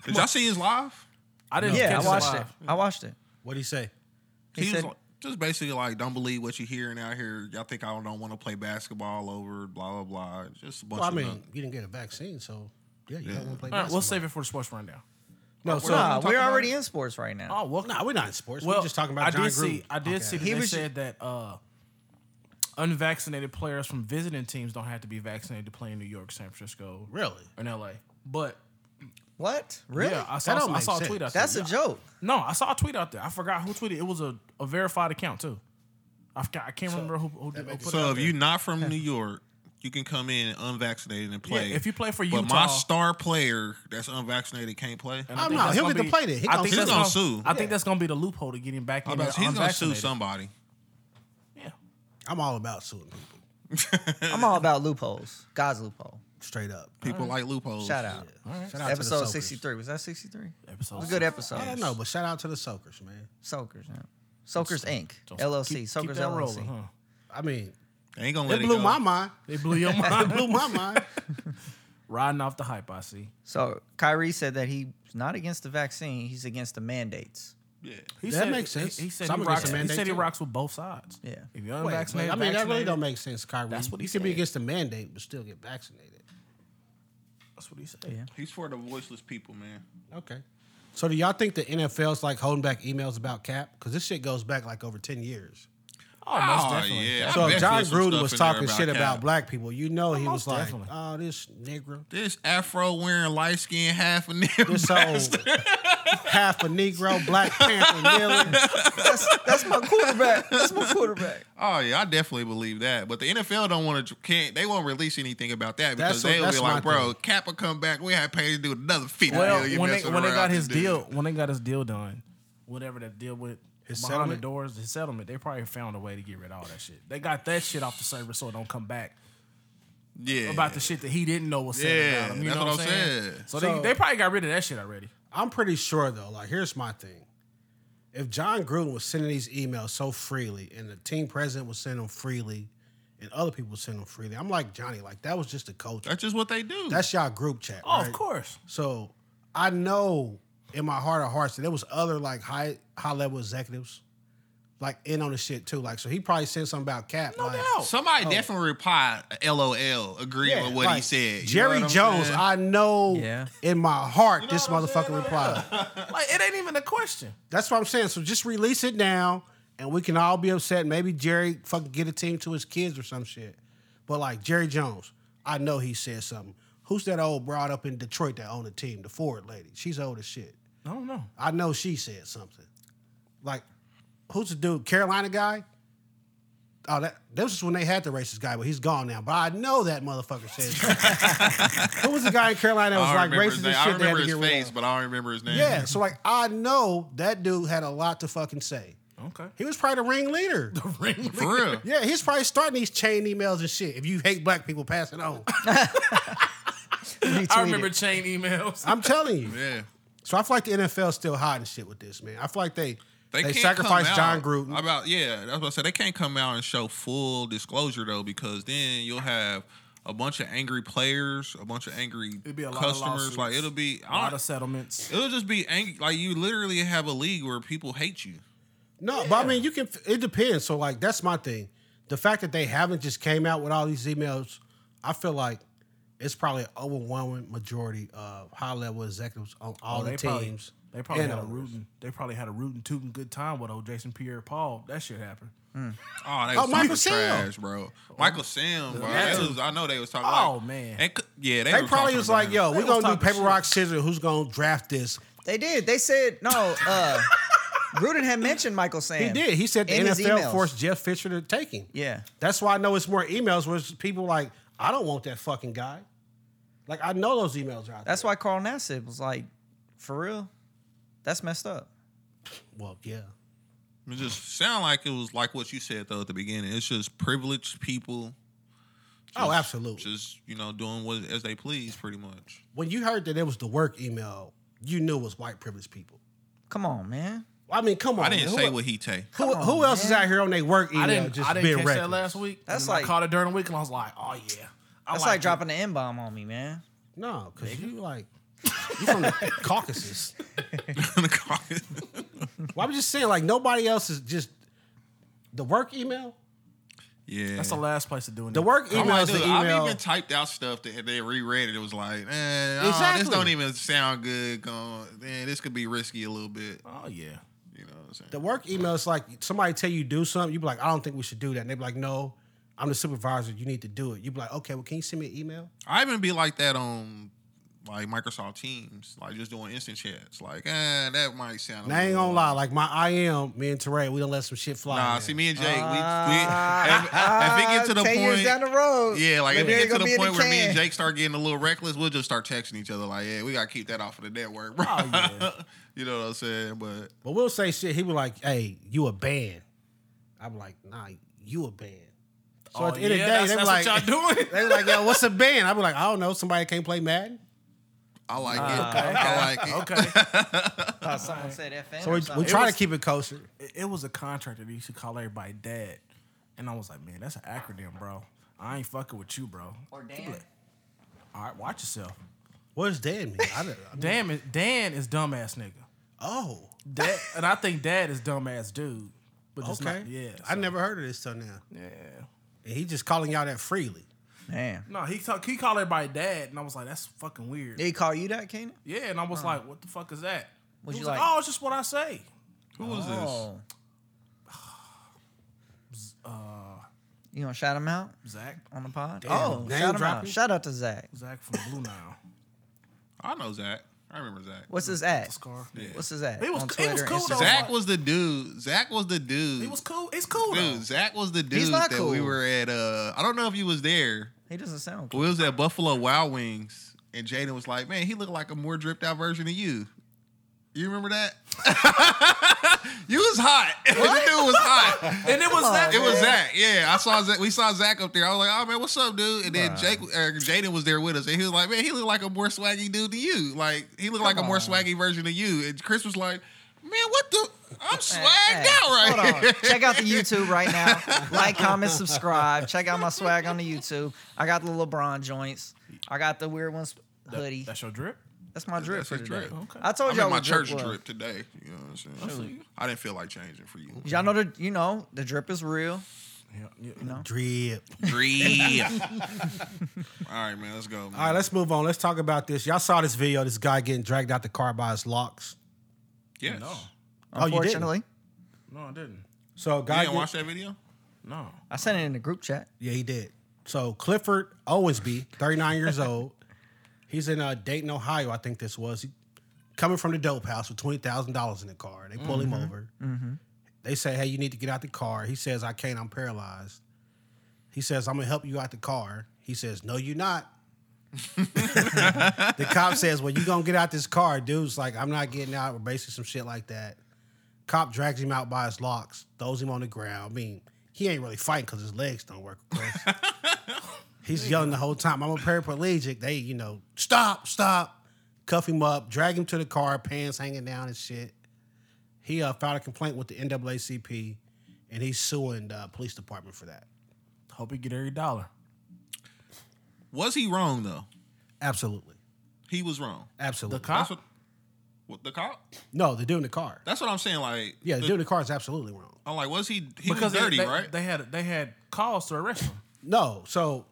did y'all see his live?
I didn't
Yeah,
catch
I watched
live.
it. I watched it.
"What do you say?"
He
He, was
said-
like, just basically like, don't believe what you're hearing out here. Y'all think I don't want to play basketball over blah blah blah. Just a bunch
Well, I
of
mean,
nothing.
you didn't get a vaccine, so yeah, you don't want to play.
All right, we'll
basketball.
save it for the sports rundown.
No, so
nah,
talk
we're
about
already in sports right now.
Oh well,
nah, we're not in sports.
well,
we're just talking about
I
John
did
Gruden.
see I did see that
He
they
was ju-
said that uh unvaccinated players from visiting teams don't have to be vaccinated to play in New York, San Francisco,
Really?
or in LA. But
What? Really?
yeah, I saw,
don't
I
make
saw a
sense.
tweet out there.
That's a joke.
No, I saw a tweet out there. I forgot who tweeted. It was a, a verified account too. I, forgot, I can't remember who, who, did, who put it
So
out
if
there.
you're not from New York, you can come in unvaccinated and play.
if you play for
but my
Utah-
star player that's unvaccinated can't play.
And I
I'm
think
not.
that's
He'll
gonna
get to
be-
play there. He
I
gonna
think
sue.
that's
He's gonna
gonna-
sue.
I think that's gonna be the loophole to getting back
I'm
in.
about to say, he's gonna sue
unvaccinated.
somebody.
Yeah.
I'm all about suing people,
I'm all about loopholes. God's loophole.
straight up.
People like loopholes.
Shout out.
Shout out to
Episode
the Soakers.
63. Was that 63?
Episode
It was a good
six.
episode.
I don't know, but shout out to the Soakers, man.
Soakers, yeah. Soakers Inc.
Don't-
LLC.
keep- keep
Soakers
that
LLC.
rolling, huh?
I mean,
They ain't gonna let
it
it,
blew
go.
my mind.
They blew your
It
mind.
blew my mind.
Riding off the hype, I see.
So Kyrie said that he's not against the vaccine, he's against the mandates.
Yeah.
He
That
said,
makes
he-
sense.
He, said,
Some
he
against
rocks,
the
he
mandate,
said he
too.
rocks with both sides.
Yeah.
If you're
Wait, wait,
unvaccinated,
I mean, that really
vaccinated,
don't make sense, Kyrie.
That's what he
you can be
said.
against the mandate, but still get vaccinated.
That's what he said.
Yeah.
He's for the voiceless people, man.
Okay. So do y'all think the NFL's like holding back emails about cap? Because this shit goes back like over ten years.
Oh, most definitely.
yeah.
So
I
if
bet
John
there's some
Gruden
stuff
was
in there
talking shit
Cap.
about black people, you know he
Most
was like,
definitely.
"Oh, this nigga,
this Afro wearing light skinned half and nigga.
this old half a Negro, Black Panther, yelling."
That's, that's my quarterback. That's my quarterback.
Oh yeah, I definitely believe that. But the NFL don't want to can't they won't release anything about that
That's
because
what-
they'll
that's
be
my
like, bro,
thing.
Cap will come back. We had paid to do another fifty
Well,
million.
when they
messing
when they
around
got
to
his
do
deal,
this.
when they got his deal done, whatever that deal with
His
behind the
settlement?
doors, his settlement, they probably found a way to get rid of all that shit. They got that shit off the service so it don't come back
yeah,
about the shit that he didn't know was said
Yeah,
about him. You
that's
know
what
what I'm
I'm
saying?
saying.
So,
So-
they, they probably got rid of that shit already.
I'm pretty sure though. Like, here's my thing: if John Gruden was sending these emails so freely, and the team president was sending them freely, and other people sending them freely, I'm like Johnny, like that was just the culture.
That's just what they do.
That's y'all group chat.
Oh,
right?
of course.
So I know in my heart of hearts that there was other like high high level executives like in on the shit too. Like so he probably said something about Cap.
No
like,
doubt.
Somebody definitely replied, "LOL," agreeing with what he
oh. like,
said. You
Jerry
know what I'm
Jones,
saying?
I know
Yeah.
in my heart this
what I'm saying?
motherfucker replied.
like it ain't even a question.
That's what I'm saying. So just release it now and we can all be upset. Maybe Jerry fucking get a team to his kids or some shit. But like Jerry Jones, I know he said something. Who's that old broad up in Detroit that owned the team? The Ford lady. She's old as shit.
I don't know.
I know she said something. Like, who's the dude? Carolina guy? Oh, that that was just when they had the racist guy, but he's gone now. But I know that motherfucker said. something. Who was the guy in Carolina
I
that was
don't
like
remember his
racist
name.
as
I
shit? They had
remember
to
his
get rid
face,
of.
but I don't remember his name.
Yeah, so like I know that dude had a lot to fucking say.
Okay.
He was probably the ringleader.
Ring
for real.
Yeah, he's probably starting these chain emails and shit. If you hate black people, pass it on.
I remember chain emails.
I'm telling you.
Yeah.
So I feel like the NFL still hiding shit with this, man. I feel like they they,
can't
sacrificed
come
John
out
Gruden.
About yeah, that's what I said. They can't come out and show full disclosure though, because then you'll have a bunch of angry players, a bunch of angry
It'd be a lot
customers.
of
like
lawsuits,
it'll be
a lot of settlements.
it'll just be angry. Like you literally have a league where people hate you.
No, but I mean, you can. It depends. So, like, that's my thing. The fact that they haven't just came out with all these emails, I feel like it's probably an overwhelming majority of high level executives on all
Oh,
the
they
teams.
probably they probably
and
had a
owners.
rootin' they probably had a rootin' tootin' good time with old Jason Pierre Paul. That shit happened.
Oh, they
Oh,
was
Michael
Michael
Sam.
trash, bro. Michael Sam, bro. That was, I know they was talking.
Oh,
like-
man.
and, c- yeah, they,
They
were
probably
talking
was
about
like,
him.
"Yo,
They
we
was
gonna do
talking
paper
shit.
rock scissors. Who's gonna draft this?"
They did. They said no. Uh, Gruden had mentioned Michael Sam.
He did. He said the
in his
NFL
emails.
forced Jeff Fisher to take him.
Yeah.
That's why I know it's more emails where it's people like, "I don't want that fucking guy." Like I know those emails are out.
That's
there.
why Carl Nassib was like, for real, that's messed up.
Well, yeah.
It just sound like it was like what you said though at the beginning. It's just privileged people.
Oh,
just-
absolutely.
Just you know doing what as they please, pretty much.
when you heard that it was the work email, you knew it was white privileged people.
Come on, man.
I mean, come on.
I didn't
man.
say
who,
what he take.
who, who else is out here on their work email
I didn't
just
I
being
didn't catch
reckless?
that last week.
That's
And then
like-
I caught it during the week and I was like, oh yeah. I
That's like,
it.
dropping an N bomb on me, man.
No, because you like you from the Caucasus. Well, I'm just saying, like nobody else is just the work email.
yeah,
That's the last place to do it.
The work
I'm
email
like,
is
dude,
the
I've
email.
even typed out stuff that and they reread it. It was like, eh, oh,
Exactly.
this don't even sound good. Going, man, this could be risky a little bit.
Oh yeah.
You know what I'm saying?
the work email is like somebody tell you do something, you be like, I don't think we should do that, and they be like, No, I'm the supervisor. You need to do it. You'd be like, okay, well, can you send me an email?
I even be like that on like Microsoft Teams, like just doing instant chats. Like, eh, that might sound. a
And I ain't
little-
gonna lie, like my I am, me and Teray, we don't let some shit fly.
Nah,
man.
see me and Jake, we, we
Ah.
if, if it get to the
Ah. Ten years down the
point,
road.
yeah, like if
maybe
it
they
get to
gonna be
the
in
point where me
can.
and Jake start getting a little reckless, we'll just start texting each other like, yeah, we gotta keep that off of the network, bro.
Oh, yeah.
you know what I'm saying? But
But we'll say shit. He was like, "Hey, you a band?" I'm like, "Nah, you a band." So
Oh,
at the end
yeah,
of
that's-
the day, they were
that's
like,
what y'all doing?
"They were like, yo, what's a band?" I be like, "I don't know. Somebody can't play Madden."
I like it. I like it.
okay.
Thought someone
Alright.
said FN.
So
or
we, we
something.
try
was-
to keep it kosher.
it, it was a contract that he should call everybody dad. And I was like, man, that's an acronym, bro. I ain't fucking with you, bro.
Or Dan.
He be like, All right, watch yourself.
What does Dan mean? I, don't- I-
Damn it, Dan is dumbass nigga.
oh,
Dad, and I think dad is dumbass dude. But it's
okay.
not, yeah.
I
so-
never heard of this till now.
Yeah.
And he just calling y'all that freely.
Man,
No, he talk, he called everybody dad, and I was like, that's fucking weird.
did he call you that, Keenan?
Yeah, and I was like, what the fuck is that? He
Was
was
you
like,
like-
oh, it's just what I say.
Who was this?
Oh. Oh. you gonna shout him out
Zach.
on the pod?
Damn,
oh,
name
shout him out.
dropping?
Shout out to Zach.
Zach from Blue Nile.
I know Zach. I remember Zach.
What's his at?
Scar.
What's his at?
He was-
on
he
Twitter,
was cool, though.
Instagram.
Zach was the dude. Zach was the dude.
He was cool. He's cool, though.
Dude, Zach was the dude
He's not
that
cool.
we were at. Uh, I don't know if you was there.
He doesn't sound
We
cool.
was at Buffalo Wild Wings, and Jaden was like, "Man, he looked like a more dripped out version of you." You remember that? you was hot. the dude was hot.
And it was Zach.
It was Zach. Yeah, I saw Zach. We saw Zach up there. I was like, "Oh man, what's up, dude?" And then Jake, uh, Jaden was there with us, and he was like, "Man, he looked like a more swaggy dude than you. Like he looked like a more swaggy version of you." And Chris was like, "Man, what the? I'm swagged
hey,
out right
Hold on.
here."
Check out the YouTube right now. Like, comment, subscribe. Check out my swag on the YouTube. I got the LeBron joints. I got the weird ones hoodie.
That's your drip?
That's my drip
That's
for
his
today.
drip.
Okay.
I told
I'm
y'all
in my
what
church
was.
drip today. You know what I'm saying? I didn't feel like changing for you.
Y'all know the you know the drip is real.
Yeah, yeah.
Drip.
Drip. All right, man, let's go. Man.
All right, let's move on. Let's talk about this. Y'all saw this video. This guy getting dragged out the car by his locks.
Yes.
No.
Oh, you didn't?
Unfortunately,
No, I didn't.
So a
You
guy
didn't
get-
watch that video?
No.
I sent it in the group chat.
Yeah, he did. So Clifford Owensby, 39 years old. He's in uh, Dayton, Ohio, I think this was. He, coming from the dope house with $20,000 in the car. They pull him over. They say, hey, you need to get out the car. He says, I can't. I'm paralyzed. He says, I'm going to help you out the car. He says, no, you're not. the cop says, well, you going to get out this car. Dude's like, I'm not getting out. Or basically some shit like that. Cop drags him out by his locks, throws him on the ground. I mean, he ain't really fighting because his legs don't work. Of course. He's yelling the whole time. I'm a paraplegic. They, you know, stop, stop. Cuff him up, drag him to the car, pants hanging down and shit. He uh, filed a complaint with the NAACP, and he's suing the police department for that.
Hope he get every dollar.
Was he wrong though?
Absolutely,
He was wrong.
absolutely.
The cop?
That's what, what the cop?
No, the dude in the car.
That's what I'm saying. Like,
Yeah, the
the-
dude in the car is absolutely wrong.
I'm like, was he? He
because
was dirty,
they, they,
right?
They had they had calls to arrest him.
No, so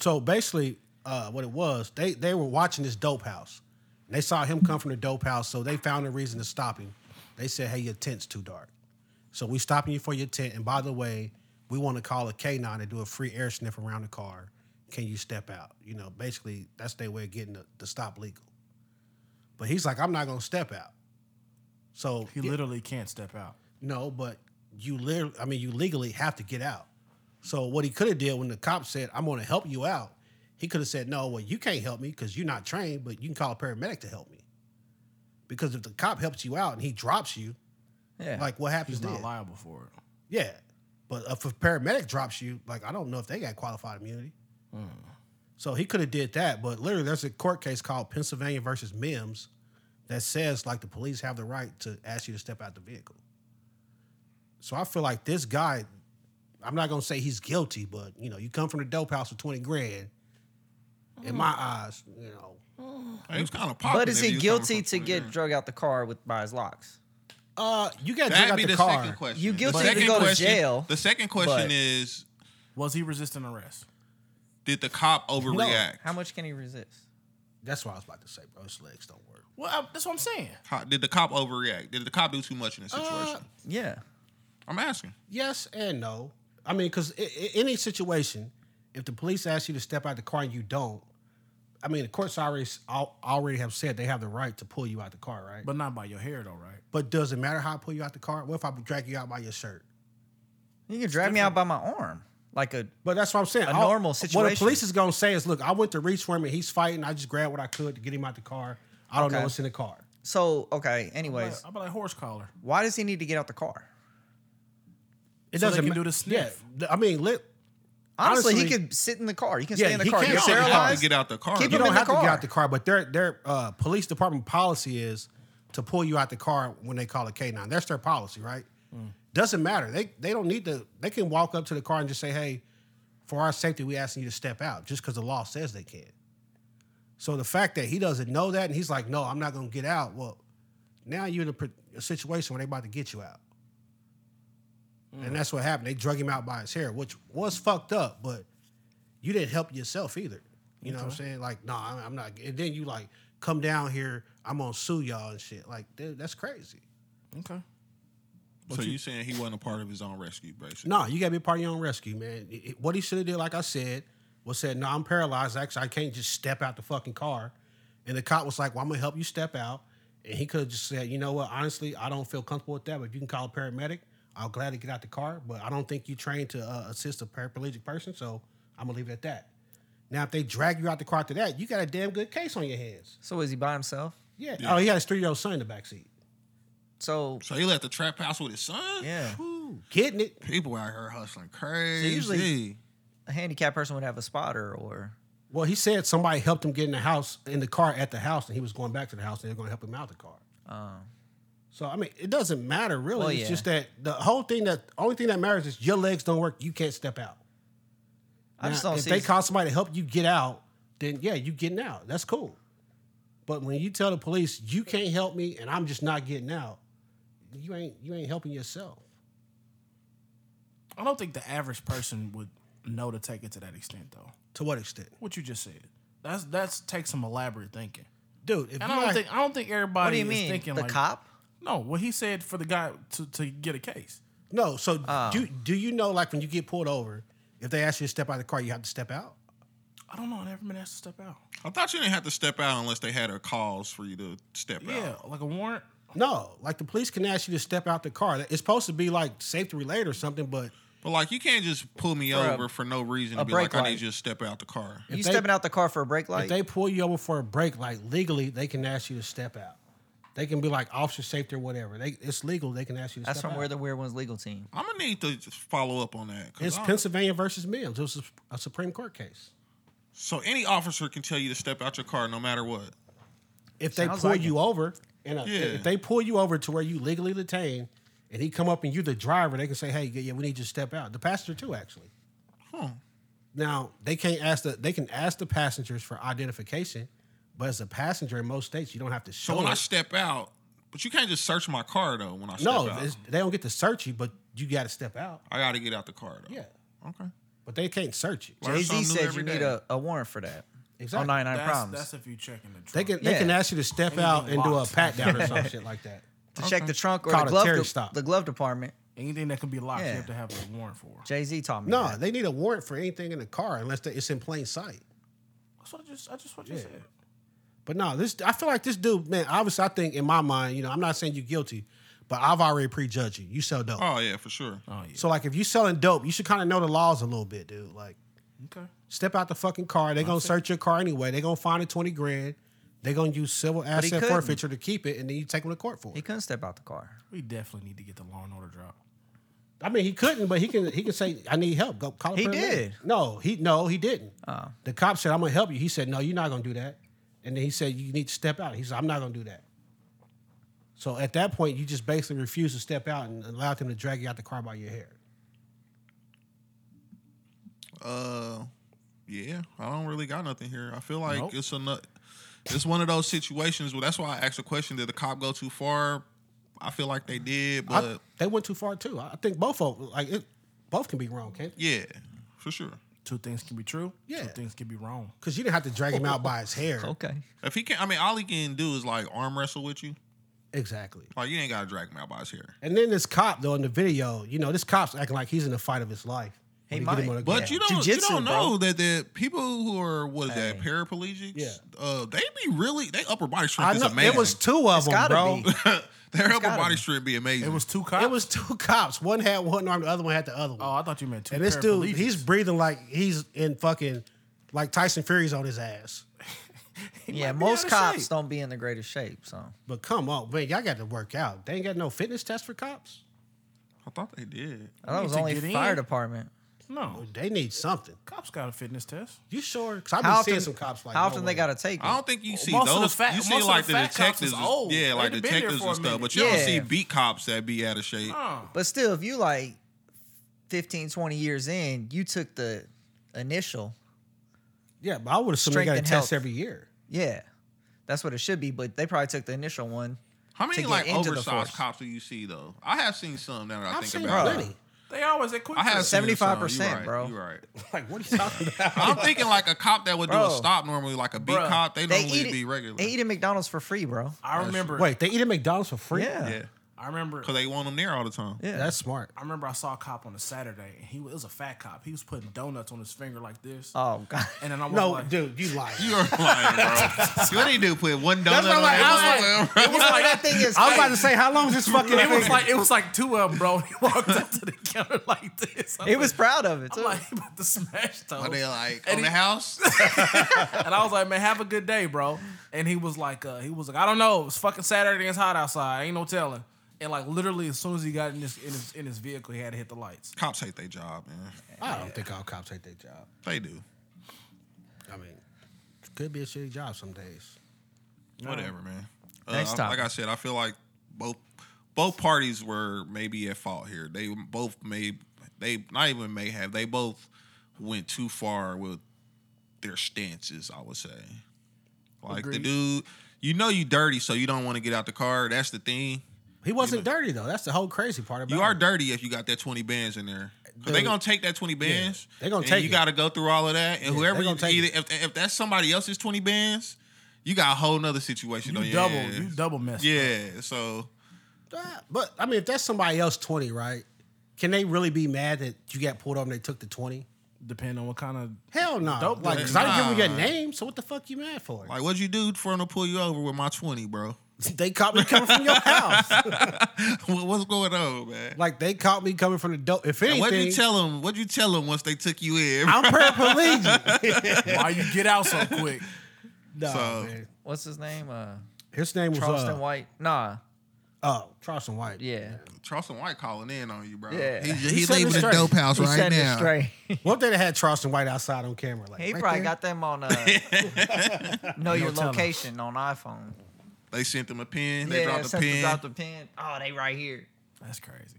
so basically, uh, what it was, they they were watching this dope house. And they saw him come from the dope house, so they found a reason to stop him. They said, "Hey, your tent's too dark, so we stopping you for your tent. And by the way, we want to call a canine and do a free air sniff around the car. Can you step out? You know, basically, that's their way of getting the, the stop legal. But he's like, I'm not gonna step out. So
He literally can't step out.
no, but you literally, I mean, you legally have to get out. So what he could have did when the cop said, "I'm going to help you out," he could have said, "No, well, you can't help me because you're not trained, but you can call a paramedic to help me." Because if the cop helps you out and he drops you,
Yeah,
like what happens
He's not
then?
liable for it.
Yeah, but if a paramedic drops you, like I don't know if they got qualified immunity. So he could have did that, but literally, there's a court case called Pennsylvania versus Mims that says like the police have the right to ask you to step out the vehicle. So I feel like this guy, I'm not gonna say he's guilty, but you know, you come from the dope house with 20 grand. In my eyes, you know,
he was kind of popular.
but is he guilty to get drug out the car with by his locks?
uh, you got to
That'd
out
be
the,
the,
car.
second question.
You
The
guilty to
second
go to
question-
jail,
The second question
but-
is,
Was he resisting arrest?
did the cop overreact?
How much can he resist?
That's what I was about to say, bro. His legs don't work.
Well, I, that's what I'm saying.
How- did the cop
Uh,
overreact? Did the cop do too much in this situation?
Yeah,
I'm asking.
Yes and no. I mean, because any situation, if the police ask you to step out the car and you don't, I mean, the courts already s- al- already have said they have the right to pull you out the car, right? But,
but not by your hair though, right?
does it matter how I pull you out the car? What if I drag you out by your shirt?
You can drag me out by my arm, like a
But that's what I'm saying.
A
All-
normal
What the
situation.
police is gonna say is, look, I went to reach for him and he's fighting. I just grabbed what I could to get him out the car. I don't know
Okay.
what's in the car.
so. Okay.
Like,
Anyways,
I'm like horse collar.
why does he need to get out the car?
It
So they
doesn't
can
ma-
do the sniff.
Yeah, I mean, lit.
Honestly,
Honestly-
he could sit in the car. He can
Yeah,
stay in the
he
car.
can
You're
sit in the car.
paralyzed.
Get out the car.
Keep
you
him
don't
in the
have to
car.
get out the car, but their their uh, police department policy is to pull you out the car when they call a K nine. That's their policy, right?
Mm.
Doesn't matter. They they don't need to. They can walk up to the car and just say, "Hey, for our safety, we asking you to step out," just because the law says they can. So the fact that he doesn't know that and he's like, "No, I'm not going to get out." Well, now you're in a, pr- a situation where they about to get you out,
Mm.
and that's what happened. They drug him out by his hair, which was fucked up, but you didn't help yourself either. You know what I'm saying? Like, no, nah, I'm- I'm not. And then you like come down here. I'm gonna sue y'all and shit. Like, dude, that's crazy.
Okay.
So you saying he wasn't a part of his own rescue, basically?
No, you gotta be part of your own rescue, man. It- it- what he should have did, like I said, was said, no, I'm paralyzed. Actually, I can't just step out the fucking car. And the cop was like, well, I'm gonna help you step out. And he could have just said, you know what? Honestly, I don't feel comfortable with that. But if you can call a paramedic, I'll gladly get out the car. But I don't think you trained to uh, assist a paraplegic person, so I'm gonna leave it at that. Now, if they drag you out the car after that, you got a damn good case on your hands.
So is he by himself?
Yeah. Oh, he had his three year old son in the back seat.
So
So he left the trap house with his son?
yeah,
Getting it.
People out here hustling crazy.
usually- a handicapped person would have a spotter or
Well, he said somebody helped him get in the house, in the car at the house, and he was going back to the house, and they're going to help him out the car.
um,
So I mean, it doesn't matter really.
Well,
it's
yeah.
just that the whole thing that only thing that matters is your legs don't work. You can't step out.
I just
Now,
don't
if
see.
they
his-
call somebody to help you get out, then yeah, you getting out. That's cool. But when you tell the police you can't help me and I'm just not getting out, you ain't you ain't helping yourself.
I don't think the average person would know to take it to that extent though.
To what extent,
What you just said. That's that's takes some elaborate thinking.
dude? If
And
you
I don't
like-
think I don't think everybody
what do you
is
mean?
thinking
The
like
cop?
No, what he said for the guy to, to get a case.
no, so
Oh.
do do you know like when you get pulled over, if they ask you to step out of the car, you have to step out.
I don't know. I never been asked to step out.
I thought you didn't have to step out unless they had a cause for you to step
Yeah,
out.
like a warrant.
No, like the police can ask you to step out the car. It's supposed to be like safety related or something, but
But like you can't just pull me
a-
over for no reason and be
brake
like, I
light.
need you to step out the car.
You
they-
stepping out the car for a brake light?
if they pull you over for a break, like legally, they can ask you to step out. They can be like officer safety or whatever. They it's legal. They can ask you to
That's
step
from
out.
where the weird one's legal team.
I'm gonna need to just follow up on that. 'cause
it's
I-
Pennsylvania versus Mims. It was a, a Supreme Court case.
so any officer can tell you to step out your car no matter what.
If they
Sounds
pull
like
you over and uh,
Yeah.
if they pull you over to where you legally detained, and he come up and you the driver, they can say, "Hey, yeah, yeah, we need you to step out." The passenger too, actually.
Huh.
Now they can't ask the they can ask the passengers for identification, but as a passenger in most states, you don't have to show.
So when
it.
I step out, but you can't just search my car though when I step
no,
out.
it's- they don't get to search you, but you got to step out.
I gotta get out the car though.
Yeah,
Okay.
but they can't search you.
Learn
Jay Z
something new
said
every
you need
day.
a, a warrant for that.
Exactly.
On 99
That's,
Problems.
that's if you checking the truck.
They can they can
Oh, Yeah.
ask you to step out and do a
locked.
pat down or some shit like that.
to check the trunk or
Called
the
a
glove,
Terry
de-
stop.
the glove department.
anything that can be locked, you
Yeah.
have to have a warrant for.
Jay Z taught me.
No,
that.
they need a warrant for anything in the car unless they, it's in plain sight.
That's what I just I just what you said.
But no, this I feel like this dude, man. Obviously, I think in my mind, you know, I'm not saying you guilty, but I've already prejudged you. You sell dope,
Oh yeah, for sure.
Oh yeah.
so like if you selling dope, you should kind of know the laws a little bit, dude. Like
Okay.
step out the fucking car. They're gonna search your car anyway. They're gonna find the twenty grand. They're gonna use civil asset
couldn't.
forfeiture to keep it, and then you take them to court for
he
it.
couldn't step out the car.
We definitely need to get the law and order drop.
I mean, he couldn't, but he can. He can say, "I need help. Go call." A
He
paramedic."
did. Oh.
No, he no, he didn't. The cop said, "I'm gonna help you." He said, "No, you're not gonna do that." And then he said, "You need to step out." He said, "I'm not gonna do that." So at that point, you just basically refused to step out and allowed them to drag you out the car by your hair.
Uh, yeah, I don't really got nothing here. I feel like
Nope.
it's enough. It's one of those situations where that's why I asked the question: Did the cop go too far? I feel like they did,
I-
but
they went too far too. I I think both of like it, both can be wrong, can't?
yeah, for sure.
Two things can be true.
Yeah.
Two things can be wrong.
Because you didn't have to drag him out by his hair.
Okay.
If he can, I mean, all he can do is like arm wrestle with you.
Exactly.
Like you ain't gotta drag me out by his hair.
And then this cop though in the video, you know, this cop's acting like he's in the fight of his life.
He
When you get him
might.
on the
But
ground.
you don't you
Jujitsu,
don't
bro.
know that the people who are what is that
Hey.
paraplegics?
Yeah.
Uh, they be really they upper body
I
strength is
know
amazing.
it was two of them,
gotta
bro.
be.
Their upper
gotta
body
be.
strength be amazing.
It was two cops.
It was two cops. One had one arm, the other one had the other one.
Oh, I thought you meant two.
and this dude,
paraplegics.
he's breathing like he's in fucking like Tyson Fury's on his ass.
Yeah,
might be out
most
of
cops
shape.
don't be in the greatest shape. So
But come on, man, y'all got to work out. They ain't got no fitness test for cops.
I thought they did.
I thought it
need
was
to
only
get in.
fire department.
no
They need something.
cops got a fitness test.
You sure? Because I've been
How
seeing
often?
some cops like
how
no
often they
way.
gotta take it?
I don't think you see
most of the
those.
fat-
you see
most of
like
the
the,
fat cops
detectives,
is old.
yeah, like
They've been there
detectives
for a
and stuff.
minute.
But you don't see
Yeah.
beat cops that be out of shape.
Oh.
But still, if you like 15, 20 years in, you took the initial.
Yeah, but I would assume they
Strength
got a
and
test
health.
every year.
Yeah, that's what it should be. But they probably took the initial one.
How many
get
like
into the
oversized
force.
cops do you see though? I have seen some now that I
I've
think
seen
about it.
plenty.
They always at quick.
I have
Trip.
seen some. You
75%,
right,
bro.
You right.
Like, what are you talking about?
I'm thinking like a cop that would do a
Bro.
stop normally, like a beat
Bruh.
cop. They,
They
normally
eat it.
be regular.
They eat at McDonald's for free, bro.
I remember.
Wait, they eat at McDonald's for free?
Yeah.
yeah,
I remember.
because they want them there all the time.
Yeah.
That's smart.
I remember I saw a cop on a Saturday, and he was, it was a fat cop. He was putting donuts on his finger like this,
Oh God.
and then I was
Uh, No,
like,
dude, you lying.
You are lying, bro. you only do put one donut on
what I'm like,
that motherfucker, bro.
it was like
that thing is.
I was about to say, how long is this fucking
it was
thing?
like it was like two of them, bro. He walked up to the counter like this. I'm
he was proud of it
like, I'm
too.
like "You about to smash those.
Are they like
And
on
he-
the house?
And I was like, man, have a good day, bro. And he was like, uh, he was like, I don't know. It's fucking Saturday. It's hot outside. Ain't no telling. And like literally, as soon as he got in his in his, in his vehicle, he had to hit the lights.
Cops hate their job, man.
I don't think all cops hate their job.
They do.
I mean, it could be a shitty job some days.
Whatever, man. Uh,
Next
I-
topic.
Like I said, I feel like both both parties were maybe at fault here. They both may they not even may have. They both went too far with their stances. I would say, like the
Agreed.
dude, you know, you dirty, so you don't want to get out the car. That's the thing.
He wasn't dirty though. That's the whole crazy part about
You are
it.
dirty if you got that twenty bands in there. Cause they
Dude.
gonna take that twenty bands.
They gonna
and
take
You
it.
got to go through all of that, and
Yeah,
whoever
they
you
gonna take
either
it.
if, if that's somebody else's twenty bands, you got a whole nother situation.
You
on your
double,
hands.
you double messed. up.
Yeah, so
Uh, But I mean, if that's somebody else twenty, right? Can they really be mad that you got pulled over and they took the twenty?
Depending on what kind of
Hell no.
Dope
like,
dealer.
cause I didn't give
Nah.
you your name. So what the fuck you mad for?
like, what'd you do for them to pull you over with my twenty, bro?
they caught me coming from your house.
What- What's going on, man?
like they caught me coming from the dope. If anything,
what'd you tell them? What'd you tell them once they took you in?
I'm paraplegic.
why you get out so quick.
no,
So-
man.
What's his name? Uh,
His name was
Charleston
uh,
White. Nah.
Oh, Charleston White.
Yeah.
Charleston White calling in on you, bro.
Yeah.
He,
He
he,
setting
leaving
it
the
straight.
dope house
He
right
setting it
now.
straight.
What if they had Charleston White outside on camera? Like,
He
right
probably
there?
got them on uh, know your
telling.
location on iPhone.
They sent them a pin. They
yeah,
dropped a
since they
pin.
dropped the pin. Oh, they right here.
That's crazy.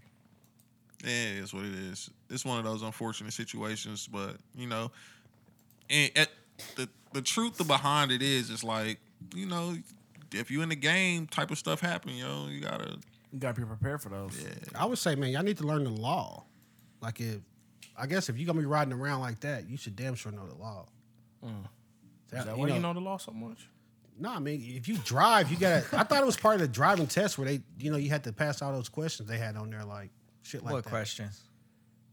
Yeah, it's what it is. It's one of those unfortunate situations, but you know, and at the the truth behind it is, it's like you know, if you in the game, type of stuff happen. You know, you gotta.
You gotta be prepared for those.
I would say, man, y'all need to learn the law. Like if, I guess if you're gonna be riding around like that, you should damn sure know the law.
Mm. Is that why you know the law so much?
No, I mean, if you drive, you gotta. I thought it was part of the driving test where they, you know, you had to pass all those questions they had on there, like shit like
what
that.
questions?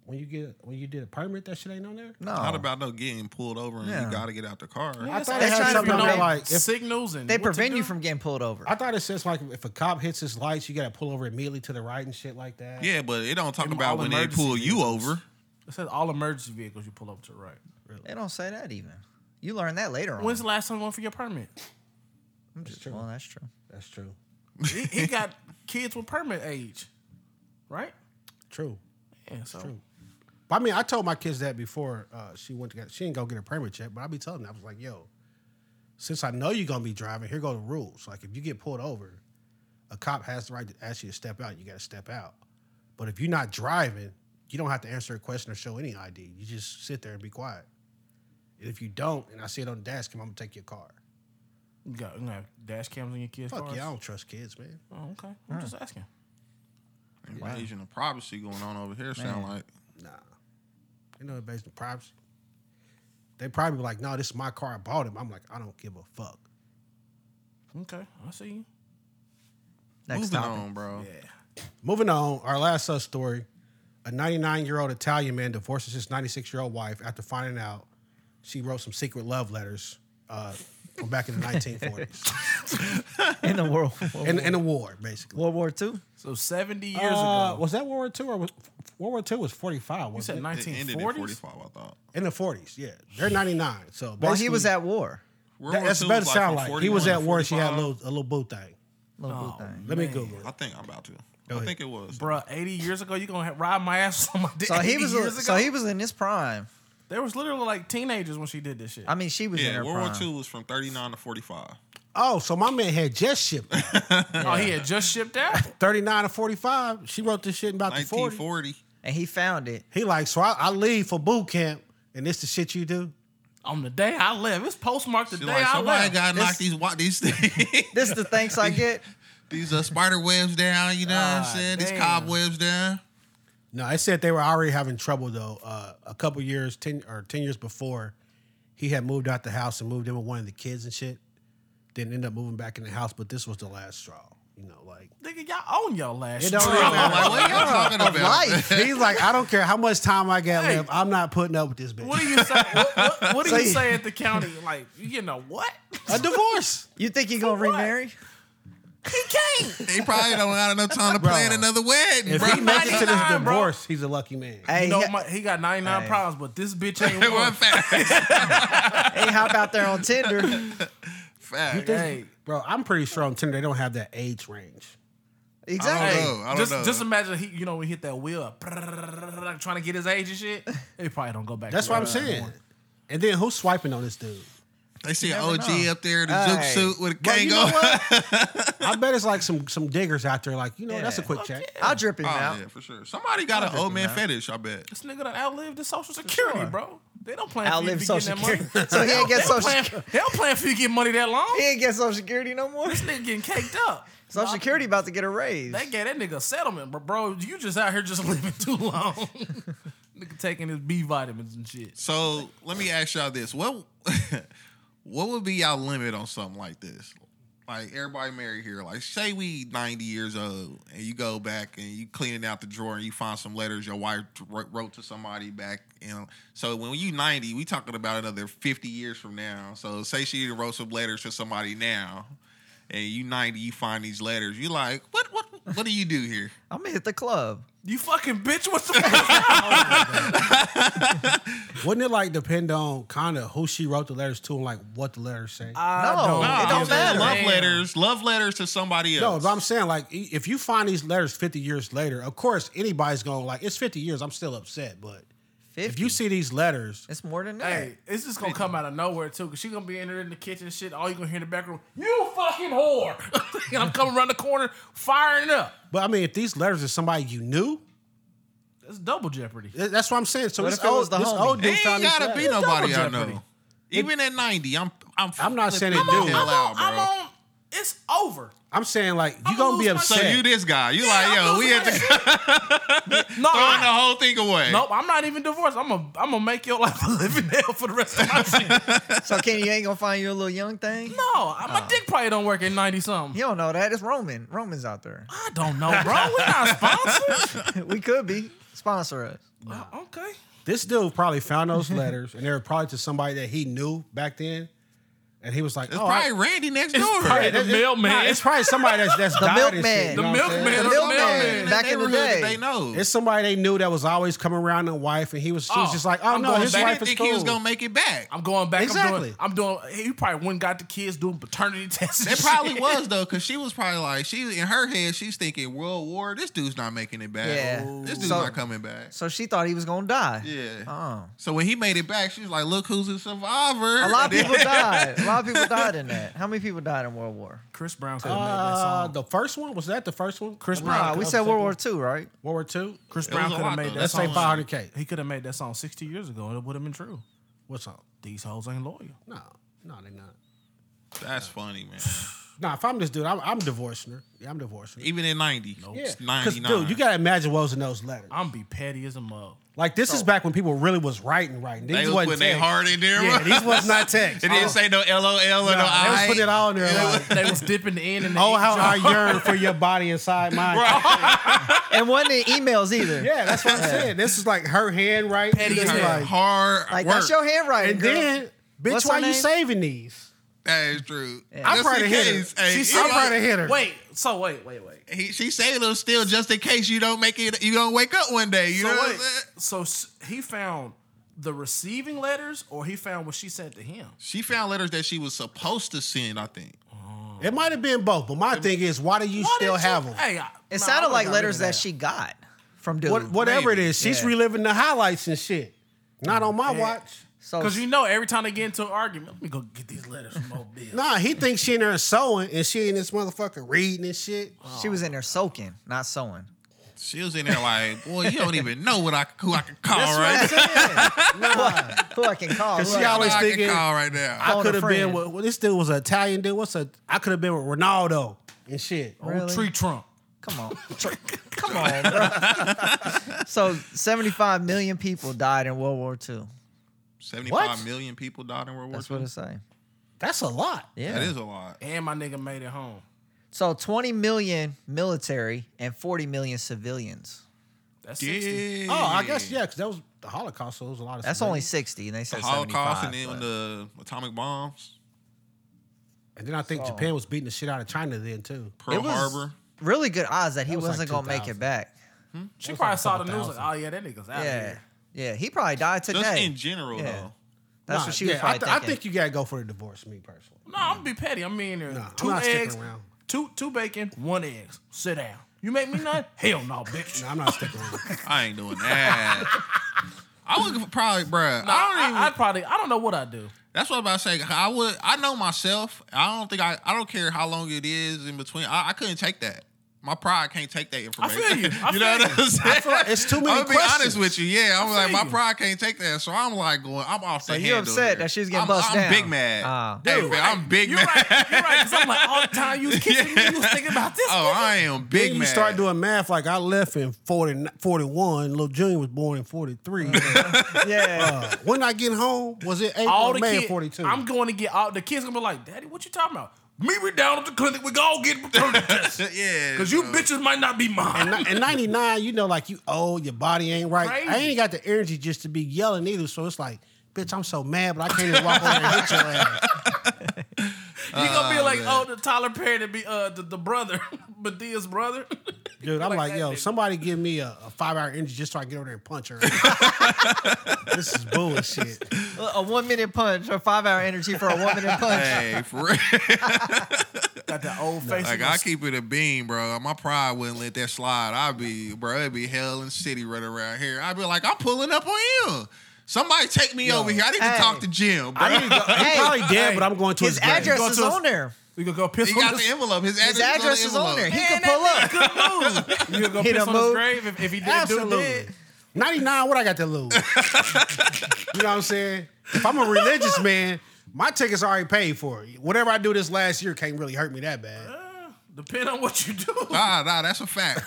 When you get when you did a permit, that shit ain't on there.
No.
Not about no getting pulled over and
Yeah.
you gotta get out the car.
I thought
They
it
that's
trying
had
to
something on
know
there
prevent
like if,
signals and
they
what to
prevent you
do.
from getting pulled over.
I thought it says like if a cop hits his lights, you gotta pull over immediately to the right and shit like that.
Yeah, but it don't talk
Them all
about when they
emergency
pull you
vehicles.
over.
It says all emergency vehicles you pull up to right.
They don't say that even. You learn that later on.
When's the last time you went for your permit?
I'm just, well, that's true.
that's true.
he, he got kids with permit age, right?
True.
Yeah, so
True. But I mean, I told my kids that before uh, she went to get. She didn't go get her permit yet, but I be telling them I was like, "Yo, since I know you're gonna be driving, here go the rules. Like, if you get pulled over, a cop has the right to ask you to step out. You got to step out. But if you're not driving, you don't have to answer a question or show any ID. You just sit there and be quiet. And if you don't, and I see it on the dash cam, I'm gonna take your car.
you got, you got dash cams in your kids'
Fuck
cars.
yeah, I don't trust kids, man.
Oh, okay. I'm just asking.
Invasion of privacy going on over here. Sound like
Nah, you know, based on privacy. They probably be like, "No, this is my car. I bought him." I'm like, I don't give a fuck.
Okay, I see you.
Next
Moving
topic.
on, bro.
Moving on, our last sub story. A 99 year old Italian man divorces his 96 year old wife after finding out she wrote some secret love letters uh, from back in the 1940s.
in the world.
Oh.
in, in a war, basically.
World War II.
So seventy years
Uh,
ago,
was that World War Two or was World War Two was 45?
you
Was
said
it?
It
nineteen
ended in
forties.
45, I thought.
In the 40s, yeah. They're 99. So
While he was
basically-
at war.
World
That-
War
that's
II
better
was, like,
sound
from
like he was
41
at
to
war. She had a
45.
little a little boo thing.
Little boo thing.
Let me Google it.
I think I'm about to.
Go
I
ahead.
think it was.
Oh, Bruh, eighty years ago, you gonna ha- ride my ass on my dick.
So he
80
was
years ago.
so he was in his prime.
There was literally like teenagers when she did this shit.
I mean, she was in
Yeah,
her
World
prime.
War II was from 39 to 45.
Oh, so my man had just shipped it.
Oh, he had just shipped out.
39 to 45. She wrote this shit in about the 40.
1940.
And he found it.
He like, so I, I leave for boot camp, and this the shit you do.
On the day I left, it's postmarked the
She
day
like,
I
somebody
left.
got to knock these wa- these things,
This is the thanks I get.
these uh, spider webs down. You know what
God
I'm saying? These
damn.
cobwebs down.
No, I said they were already having trouble though. Uh, a couple years, ten or ten years before, he had moved out the house and moved in with one of the kids and shit. Didn't end up moving back in the house, but this was the last straw. You know, like
Nigga, y'all own y'all last.
it
shit.
don't really
Bro, like,
matter.
what y'all talking about?
Life.
He's like, I don't care how much time I got
Hey.
left. I'm not putting up with this bitch.
What do you say? What, what, what do you
Say-
say at the county? Like, you getting a what?
a divorce.
You think he gonna
what?
remarry?
They probably don't have enough time to plan another wedding,
If
bro.
he makes it to this
99, bro.
divorce, he's a lucky man.
Hey,
You know,
he-
my, he got 99
Hey.
problems, but this bitch ain't
Well,
one.
fact,
hey, hop out there on Tinder.
fact.
This-
hey.
Bro, I'm pretty sure on Tinder they don't have that age range.
Exactly.
Hey,
know. I don't
just,
know.
just imagine he, you know, when he hit that wheel, up, trying to get his age and shit. He probably don't go back.
That's
to
what I'm
that
saying.
anymore.
And then who's swiping on this dude?
They see an
never
OG
know.
up there in a zoot
Hey.
suit with a
Bro, you
kango.
know what? I bet it's like some some diggers out there. Like you know, that's a
Yeah.
quick check.
I'll drip him
Oh,
out.
yeah, for sure. Somebody got an old man fetish, I bet.
This nigga done outlived the social security,
sure.
bro. They don't plan for you
Outlive
to be
Social
getting that money.
Security. so he ain't get
They don't,
Social
plan,
Security.
they don't plan for you to get money that long.
He ain't get Social Security no more.
This nigga getting caked up.
Social Security about to get a raise.
They gave that nigga a settlement, but bro, you just out here just living too long. nigga taking his B vitamins and shit.
So let me ask y'all this: what what would be y'all limit on something like this? Like everybody married here, like say we ninety years old, and you go back and you cleaning out the drawer and you find some letters your wife wr- wrote to somebody back. You know, so when you ninety, we talking about another fifty years from now. So say she wrote some letters to somebody now, and you ninety, you find these letters. You like what? What? What do you do here?
I'm gonna hit the club.
You fucking bitch, what's the fuck?
Wouldn't it like depend on kind of who she wrote the letters to and like what the letters say?
I
No,
don't
it
give
don't
a
matter.
Love
damn.
letters, love letters to somebody
no,
else.
but I'm saying like i- if you find these letters 50 years later, of course anybody's going to like it's 50 years. I'm still upset, but
50.
if you see these letters,
it's more than that.
Hey, it's just gonna come out of nowhere too, cause she gonna be in there in the kitchen and shit. All you gonna hear in the back room, you fucking whore, and I'm coming around the corner firing up.
but I mean if these letters are somebody you knew,
That's double jeopardy.
th- that's what I'm saying. So
What
this
if it was
old,
the
this
homie?
old
It
dude
ain't
found these
gotta be
letters.
nobody I
Jeopardy.
know. Even at ninety, I'm I'm.
I'm not saying
flipping
it
the
do.
hell
I'm on,
out,
I'm
bro.
on. It's over.
I'm saying like you
I'ma
going to be
lose my-
So
upset.
you this guy? You like
Yeah, I'm
yo? We
losing
had to
my
throw
No,
the
I,
whole thing away.
nope. I'm not even divorced. I'm gonna I'm gonna make your life a living hell for the rest of my shit.
So Kenny, you ain't gonna find you a little young thing?
No, I- my dick probably don't work at ninety something.
You don't know that. It's Roman. Roman's out there.
I don't know, bro. We're not sponsored.
we could be. Sponsor us.
Uh, okay.
This dude probably found those letters, and they were probably to somebody that he knew back then, and he was like,
It's
"Oh, I-
probably Randy next
It's
door.
probably the
it- it-
milkman.
nah, it's probably somebody that's that's died and shit,
milkman.
you
The
know what I'm saying?
milkman.
The
It's
milkman.
milkman.
Back in the
neighborhood that
day.
They know.
It's somebody they knew that was always coming around their wife, and he was she was
Oh,
just like, "Oh
I'm
no,
going
his
they
back.
wife
didn't
is
think
cool."
he was gonna make it back.
I'm going back.
Exactly.
I'm doing. I'm doing. He probably went and got the kids doing paternity tests. and
It probably
shit.
was though, because she was probably like she in her head. She's thinking World War. This dude's not making it back.
Yeah.
This dude's
So-
not coming back.
So she thought he was gonna die.
Yeah.
Oh.
So when he made it back, she's like, "Look who's a survivor."
A lot of people died. A lot of people died in that. How many people died in World War?
Chris Brown could have made that
Uh,
song.
the first one was that the first one? Chris
Nah, we said World War II, right?
World War Two.
Chris
was
Brown
a
could
lot,
have made
though.
that
Let's say
song.
That's
five hundred k.
He could have made that song 60 years ago, and it would have been true.
What's up?
These hoes ain't loyal.
No, no, they're not.
That's funny, man.
Nah, if I'm this dude, I'm, I'm divorcing her. Yeah, I'm divorcing her.
Even in ninety,
yeah,
it's
'Cause,
ninety nine.
dude, you gotta imagine what was in those letters.
I'm be petty as a mug.
Like this is back when people really was writing, writing. These
they was
wasn't
putting their
text.
heart in there.
Yeah,
bro.
these was not text.
it didn't say no LOL or no
Nah, they was
I.
putting it all in there. like,
they was dipping the end and the
oh,
ink
how I
jar.
yearn for your body inside mine.
And wasn't in emails either.
Yeah, that's what I'm saying. This is like her handwriting.
Petty
This
as
is
hell.
like,
hard
Like
work.
that's your handwriting.
and
girl.
then, bitch,
What's her
why you
name?
saving these?
that is true.
I'm
Just
proud
in
of her.
case, hey,
She
he
said- I'm
like-
proud of her.
Wait, so wait, wait, wait.
he, she saved them still just in case you don't make it. You don't wake up one day. You
So
know what I'm
wait,
saying?
so s- he found the receiving letters, or he found what she sent to him.
She found letters that she was supposed to send. I think.
It might have been both, but my thing is, why do you
Why
still
did you-
have them?
Hey, I- nah,
It
I
sounded
would've
like
got rid
letters
of
that.
that.
she got from dude.
What, whatever
maybe.
it is, she's
Yeah.
reliving the highlights and shit. Not on my watch.
so
Because you know, every time they get into an argument, let me go get these letters from old Bill.
Nah, he thinks she in there sewing and she in this motherfucker reading and shit.
she was in there soaking, not sewing.
She was in there like, boy, you don't even know what I who I can call right.
That's what I'm saying. Nah.
Who I can call?
'Cause
who
she
I-
Who
always
I
thinking-
can call right now.
I
Phone a
could have been
friend.
with well, this dude was an Italian dude. What's a I could have been with Ronaldo and shit.
Old
Really?
tree trunk.
Come on. Come on, bro. so 75 million people died in World War II.
Seventy-five million
What?
people died in World War
That's
II.
what it say.
That's a lot.
Yeah.
That is a lot.
And my nigga made it home.
So 20 million military and 40 million civilians.
That's 60.
Oh, I guess yeah, because that was the Holocaust, so it was a lot of.
That's
civilians.
only 60, and they
The
said
Holocaust
75.
and then
but-
when the atomic bombs,
And then I think Japan was beating the shit out of China then too.
Pearl
It was
Harbor.
Really good odds that he
That was like
wasn't going to make
2000.
it back.
She probably saw the
couple
news like,
thousand.
oh yeah, that nigga's out
Yeah.
here.
Yeah. He probably died today.
Just in general
Yeah.
though.
That's
Nah,
what she was
yeah, I,
probably
th- I
thinking.
think you gotta go for the divorce, me personally.
No, I'm gonna be petty. I'm mean there.
Nah, I'm
two
not sticking
eggs,
around.
two two bacon, one egg. Sit down. You make me none? Hell no, Oh, bitch.
No, I'm not sticking around.
I ain't doing that. I would probably, bruh.
Nah,
I don't even.
I, would probably. I don't know what I would do.
that's what I'm about to say. I would. I know myself. I don't think I. I don't care how long it is in between. I, I couldn't take that. My pride can't take that information.
feel you. I
know
feel
what I'm saying?
feel like it's too many
I'm gonna be
questions.
honest with you. Yeah, I'm
I
like
feel
my
you.
pride can't take that. So I'm like going. I'm off the
So you
handle.
upset
here.
that she's getting
I'm,
bust
I'm
down.
big mad.
Ah.
hey,
Dude,
man, I'm big
you're
mad.
Right, you're right. Cause I'm like all the time you was kissing me, you was thinking about this.
Oh, I am big
Then you
mad.
start doing math like I left in 40, 41. Little Junior was born in 43.
yeah.
Uh, when I get home, was it April,
all the
May of
kids.
42?
I'm going to get all the kids gonna be like, Daddy, what you talking about? Meet me down at the clinic. We all get paternity tests.
Yeah,
Cause you
bro.
bitches might not be mine.
Uh, And in 99, you know, like you old, your body ain't right. I
Crazy.
ain't got the energy just to be yelling either. So it's like, bitch, I'm so mad, but I can't even walk over and hit your ass.
You gonna
Ah,
be like,
man.
oh, the Tyler Perry to be uh the, the brother, Medea's brother.
Dude, I'm
Like
like,
that
yo,
nigga.
somebody give me a, a five hour energy just so I can get over there and punch her. this is bullshit.
A one minute punch or five hour energy for a one minute punch.
Hey, for real.
Got that old face.
Like
with
I
the-
keep it a beam, bro. My pride wouldn't let that slide. I'd be, bro, it'd be hell and city right around here. I'd be like, I'm pulling up on you. Somebody take me over here. I need
hey.
to talk to Jim, bro.
I need to go, he
Hey,
probably dead,
hey,
but I'm going to his,
His
grave.
address
Go
is
to his-
on there.
we gonna go piss
he
on
got
this.
the envelope. His address,
His address is on there. He
envelope.
could
Man,
pull
that
up.
nigga could move. You gonna go
He
piss
done
on his
moved.
grave if, if he didn't do it.
Absolutely. 99, what I got to lose? you know what I'm saying? If I'm a religious man, my ticket's already paid for. Whatever I do this last year can't really hurt me that
Uh,
bad.
Depend on what you do.
Nah, nah, that's a fact.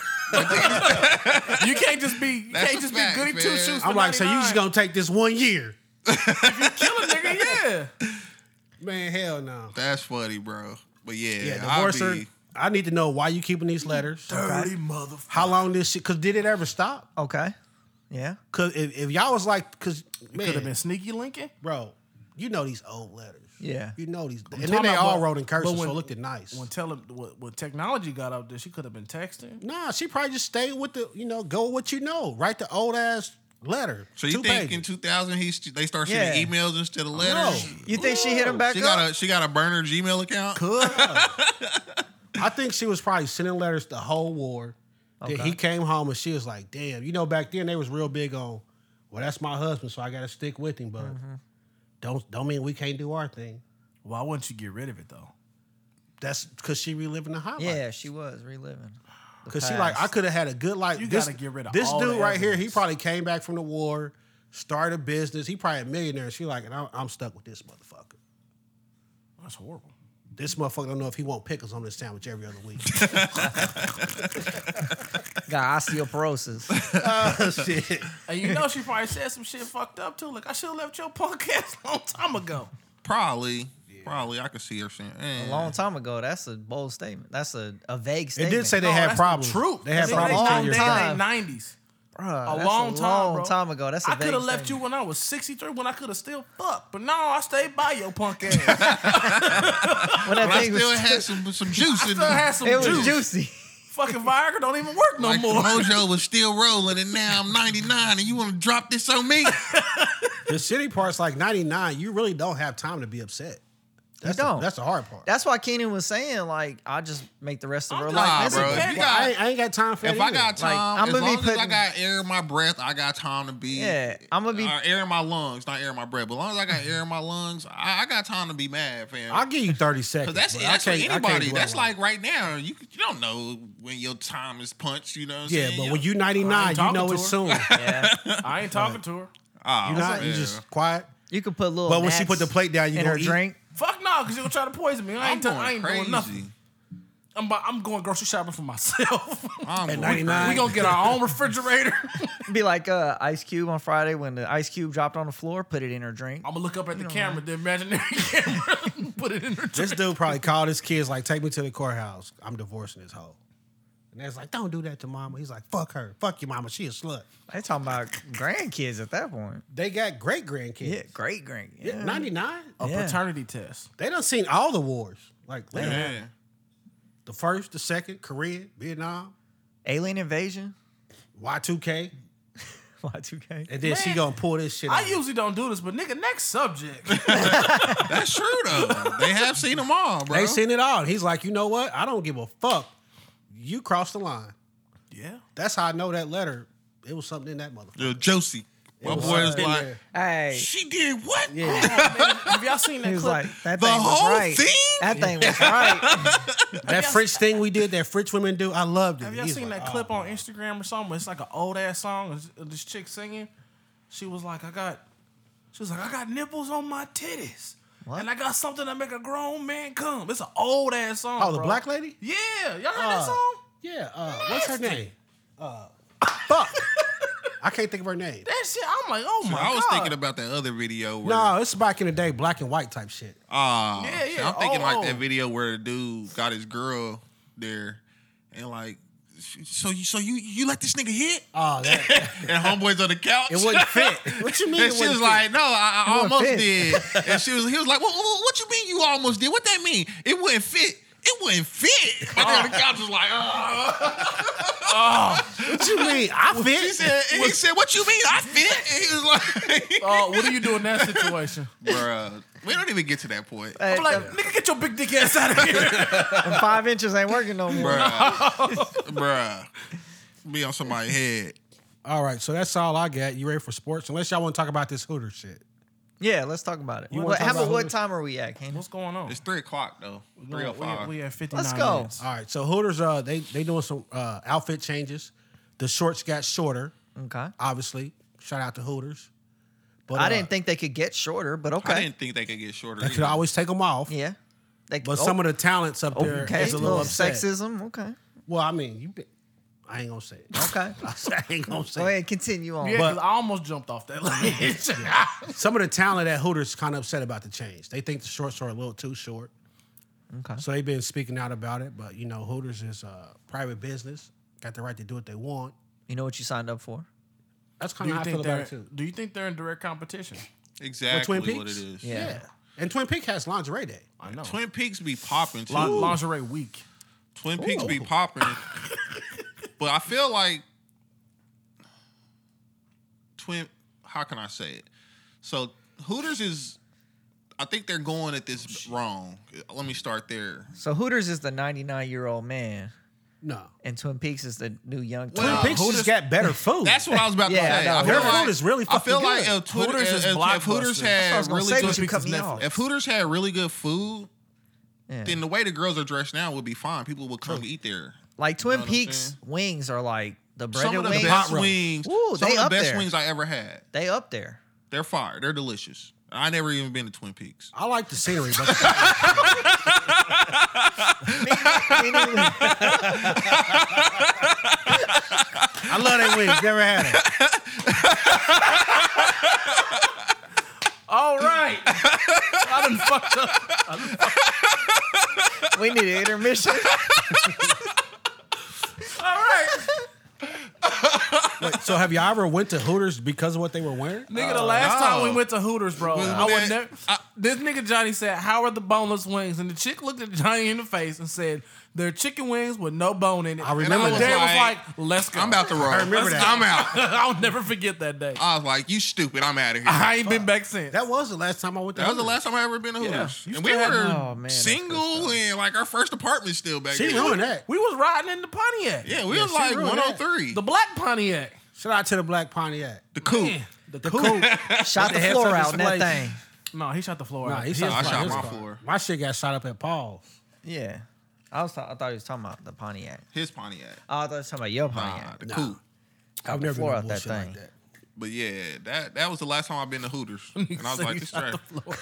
You can't just be you
That's
can't
a
just
fact,
be goody two
man.
shoes.
I'm like, so you just gonna take this one year?
kill a nigga? Yeah.
Man, hell no.
That's funny, bro. But yeah,
Yeah,
I'd
divorcer.
be.
I need to know why you keeping these letters.
Dirty motherfucker.
How long this shit? Cause did it ever stop?
Okay. Yeah.
Cause if, if y'all was like, cause
Could have
man,
been sneaky Lincoln.
bro, you know these old letters.
Yeah.
You know these, and then
talking
they
about
all
what-
wrote in cursive,
but when-
so it looked nice.
When tele when, when technology got out there, she could have been texting.
Nah, she probably just stayed with the, you know, go with what you know. Write the old ass letter.
So you
Two
think in
pages.
2000 he st- they start sending
Yeah.
emails instead of letters?
No.
You think she hit him back
She
up?
got a she got a burner Gmail account.
I think she was probably sending letters the whole war. Then he came home and she was like, "Damn, you know back then they was real big on, well that's my husband, so I got to stick with him, but don't don't mean we can't do our thing.
Why wouldn't you get rid of it though?
That's because she reliving the highlight.
yeah, she was reliving. the
Because she like, I
past.
could have had a good life.
You
this,
gotta get rid of
this
all
dude
the
right here. He
evidence.
probably came back from the war, started a business. He probably a millionaire. And she like, and I'm, I'm stuck with this motherfucker.
That's horrible.
This motherfucker don't know if he won't pickles on this sandwich every other week.
Got osteoporosis.
oh shit!
And you know she probably said some shit fucked up too. Like I should have left your punk ass a long time ago.
Probably, probably I could see her saying eh.
A long time ago. That's a bold statement. That's a, a vague
It
statement.
did say they
No,
had
that's the
problems.
truth.
They had
They-
problems.
they-
ten
long
years
they-
ago.
time.
they nineties.
Bruh,
a
that's
long time,
long
bro.
time ago. That's a
I could have
vague
left you
statement.
when I was 63 when I could have still fucked. But no, I stayed by your punk ass.
When that
But I
thing
still
was,
had some some juice
I
in
still
there.
had some
it
juice.
was juicy.
Fucking Viagra don't even work no
like the
more.
mojo was still rolling, and now I'm 99, and you want to drop this on me?
The city part's like 99. You really don't have time to be upset. That's The,
don't.
that's the hard part.
That's why Keenan was saying, like, I just make the rest of
I'm
her
not,
life
Nah,
miserable.
bro. If, you got-
I, ain't, I ain't got time for
if
that
I
either.
got
Like,
time,
I'm
as
gonna be
long as I
putting-
got air in my breath, I got time to be.
Yeah, I'm gonna be-
or air in my lungs, not air in my breath. But as long as I got air in my lungs, I, I got time to be mad, fam.
I'll give you 30
Cause
seconds.
that's
but I
that's for
can't- I can't
anybody.
dwell
That's
on it.
like right now. You you don't know when your time is punched. You know. What I'm
Yeah,
saying?
but when you're 99, you
talking
know
to
it's
her.
soon. You're
Yeah.
I ain't talking to her.
oh,
not. You
man.
just quiet.
You could put little.
But when she
gnats
put the plate down, you
in
gonna
her
eat?
drink.
Fuck no, because you're going to try to poison me. I
I'm
ain't,
going
I ain't
crazy.
doing nothing. I'm, about, I'm going grocery shopping for myself.
I'm
At
going
99.
we going to get our own refrigerator.
Be like uh, Ice Cube on Friday when the Ice Cube dropped on the floor. Put it in her drink.
I'm going to look up at the camera, the imaginary camera, and put it in her
This
drink.
dude probably called his kids like, "Take me to the courthouse. I'm divorcing this hoe." And they was like, "Don't do that to mama." He's like, "Fuck her. Fuck your mama. She a slut."
They talking about grandkids at that point.
They got great grandkids.
Yeah, great grand. Yeah.
Ninety nine.
A
Yeah.
paternity test.
They done seen all the wars. Like they done
crazy.
had
Yeah.
the first, the second, Korea, Vietnam,
Alien invasion.
Y two K,
Y2K.
and then she
Man,
gonna pull this shit.
I
out.
usually don't do this, but nigga, next subject.
That's true though. they have seen them all, bro.
they seen it all. He's like, you know what? I don't give a fuck. You crossed the line.
yeah.
That's how I know that letter. It was something in that motherfucker.
Yo, Josie. My
was
boy is
something
like,
there.
Hey,
she did what?
Yeah.
Have y'all seen that
he was
clip?
like, that
The
thing was
whole
right.
thing?
That thing was right.
That French thing we did, that French women do, I loved it.
Have y'all
He's
seen
like,
that
"Oh,
clip on Instagram or something? It's like an old ass song of this chick singing. She was like, I got, she was like, I got nipples on my titties. And I got something to make a grown man come. It's an old ass song.
Oh, the
bro.
black lady?
Yeah, y'all heard that
Uh,
song?
Yeah. Uh, what's her name? Uh, fuck. I can't think of her name.
That shit. I'm like, oh my
I was
god.
thinking about that other video where
No, it's back in the day, black and white type shit.
Ah,
Yeah,
shit,
yeah.
I'm thinking
Oh,
like
oh.
that video where the dude got his girl there, and like, so you, so you, you let this nigga hit,
Oh, that,
and homeboys on the couch.
it wouldn't fit. What you mean?
And
it
she was
wouldn't fit?
like, "No, I, I
wouldn't
almost
fit.
did." And she was, he was like, well, well, "What you mean you almost did? What that mean? It wouldn't fit. It wouldn't fit." My nigga on the couch was like, "Oh."
"What you mean? I
He
fit."
said, and he said, "What you mean? I fit?" And he was like,
Uh, what do you do in that situation?
"Bruh, we don't even get to that point,
Hey,
I'm like, nigga, get your big dick ass out of here.
them five inches ain't working no more.
bruh, bruh." Be on somebody's head.
All right, so that's all I got. You ready for sports? Unless y'all want to talk about this Hooter shit.
Yeah, let's talk about it.
You wanna
What,
talk
how about
about
what
who?
time are we at, Keenan?
What's going on? Oh,
It's three o'clock though. Three o
we,
five.
we at 59
Let's go.
minutes.
All right, so Hooters, uh, they they doing some uh, outfit changes. The shorts got shorter,
Okay.
obviously. Shout out to Hooters. But
I
uh,
didn't think they could get shorter, but okay.
I didn't think they could get shorter.
They could
either.
always take them off.
Yeah. Oh. They,
But some of the talents up there is
okay.
a little upset.
sexism. Okay.
Well, I mean, you. Be, I ain't gonna say it.
Okay.
I ain't gonna
Go
say it.
ahead, continue on.
Yeah,
But-
'cause I almost jumped off that ledge.
Some of the talent at Hooters kind of upset about the change. They think the shorts are a little too short,
Okay.
so they've been speaking out about it. But you know, Hooters is a private business, got the right to do what they want.
You know what you signed up for?
That's
do
kind
you
of how I feel
think
about
they're
it too.
do you think they're in direct competition?
exactly
Twin
what it
Peaks?
is.
Yeah.
and Twin Peak has lingerie day.
I know.
Twin Peaks be popping too.
Lin- lingerie week.
Twin Peaks be popping. but I feel like Twin how can I say it? So Hooters is I think they're going at this wrong. Let me start there.
So Hooters is the 99 year old man,
No,
and Twin Peaks is the new young.
Well,
twin.
Twin Peaks
Hooters-
just got better food.
That's what I was about to
Yeah, I
say.
know.
I feel
Their
like,
food is really
I feel
fucking
like
good.
if, Twitter,
Hooters is
if, if Hooters
blockbuster.
That's what I
had
was gonna
really
say, but you
good
cut me
Netflix.
off.
if Hooters had really good food,
Yeah.
then the way the girls are dressed now would be fine. People would come eat there.
Like Twin
know what I'm
Peaks wings are like the breaded
Some of the
wings.
best
roast.
wings,
Ooh,
some
they
of the
up
best
there.
wings I ever had.
They up there.
They're fire. They're delicious. I never even been to Twin Peaks.
I like the scenery, but I love their wings. Never had it.
All right. I done fucked up.
we need an intermission.
All right.
Wait, so have y'all ever went to Hooters because of what they were wearing?
Nigga, the last time
no.
we went to Hooters, bro,
Was-
I
was
would
that-
never. This nigga Johnny said, "How are the boneless wings?" And the chick looked at Johnny in the face and said, "They're chicken wings with no bone in it."
I remember
And
that.
Derek was like,
Like,
"Let's go."
I'm about to roll. I
remember that.
I'm out.
I'll never forget that day.
I was like, you stupid. I'm out of here.
I ain't been back since.
That was the last time I went. To
That was the
Hooters.
last time I ever been to Hooters.
You
and we
still had-
were
Oh, man, that's good
single and like our first apartment still back
She
then.
ruined that.
we was riding in the Pontiac,
Yeah, we
Yeah,
was
she
like
ruined that.
103.
the black Pontiac.
Shout out to the Black Pontiac.
The coupe.
Man, the
The
coupe.
coupe.
Shot the
heads
floor
up
out in that
display.
thing.
No, he shot the floor.
Nah,
out.
he
His
shot
I
car-
shot
his
my
car.
floor.
My shit got shot up at Paul's.
Yeah. I was. Ta- I thought he was talking about the Pontiac.
His Pontiac.
Oh, I thought he was talking about your
Nah,
Pontiac.
the coupe.
I've never
floor
been
out
to
that
bullshit like
thing.
that.
But yeah, that that was the last time I've been to Hooters. And I was
So
like,
he
this
shot
trash.
the floor.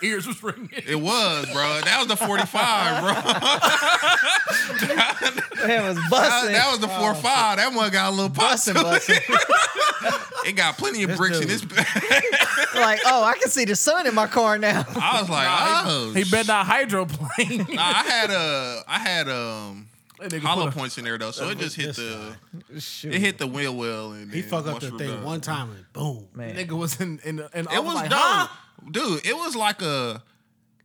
His ears was ringing.
It was, bro. That was the 45, bro.
It was
That,
busting.
that was the 4 5. That one got a little pop.
busting, busting.
It got plenty of
This
bricks in this.
dude.
like, oh, I can see the sun in my car now.
I was like, oh.
He bet that hydroplane.
Nah, I had a, I had um,
That nigga
hollow
put a-
points in there though, so it just hit
this
the,
Shoot.
it hit the wheel well and
He
then
fucked up
once
the
we
thing
done-
one time and boom.
Man.
Nigga was in in, in
It was
like,
dope,
huh?
dude. It was like a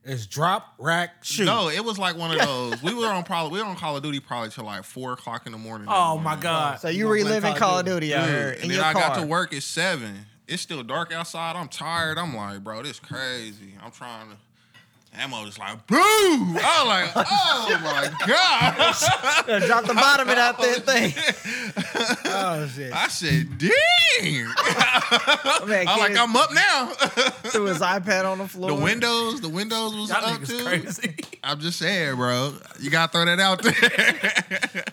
It's drop, rack, shoot.
no. It was like one of those. we were on probably we were on Call of Duty probably till like four o'clock in the morning. that
Oh
morning.
my god.
So you
gonna play
reliving Call of Duty out
Dude,
here
and
in
then
your
I
car.
got to work at seven. It's still dark outside. I'm tired. I'm like, bro, this crazy. I'm trying to. Ammo is like, boo! I was like, oh my god!
Drop the bottom of that thin thing.
Oh, shit.
I said, dang! I
Man, kid
like, I'm up now.
threw his iPad on the floor.
The windows, the windows was
Y'all
up too.
niggas crazy.
I'm just saying, bro. You gotta throw that out there.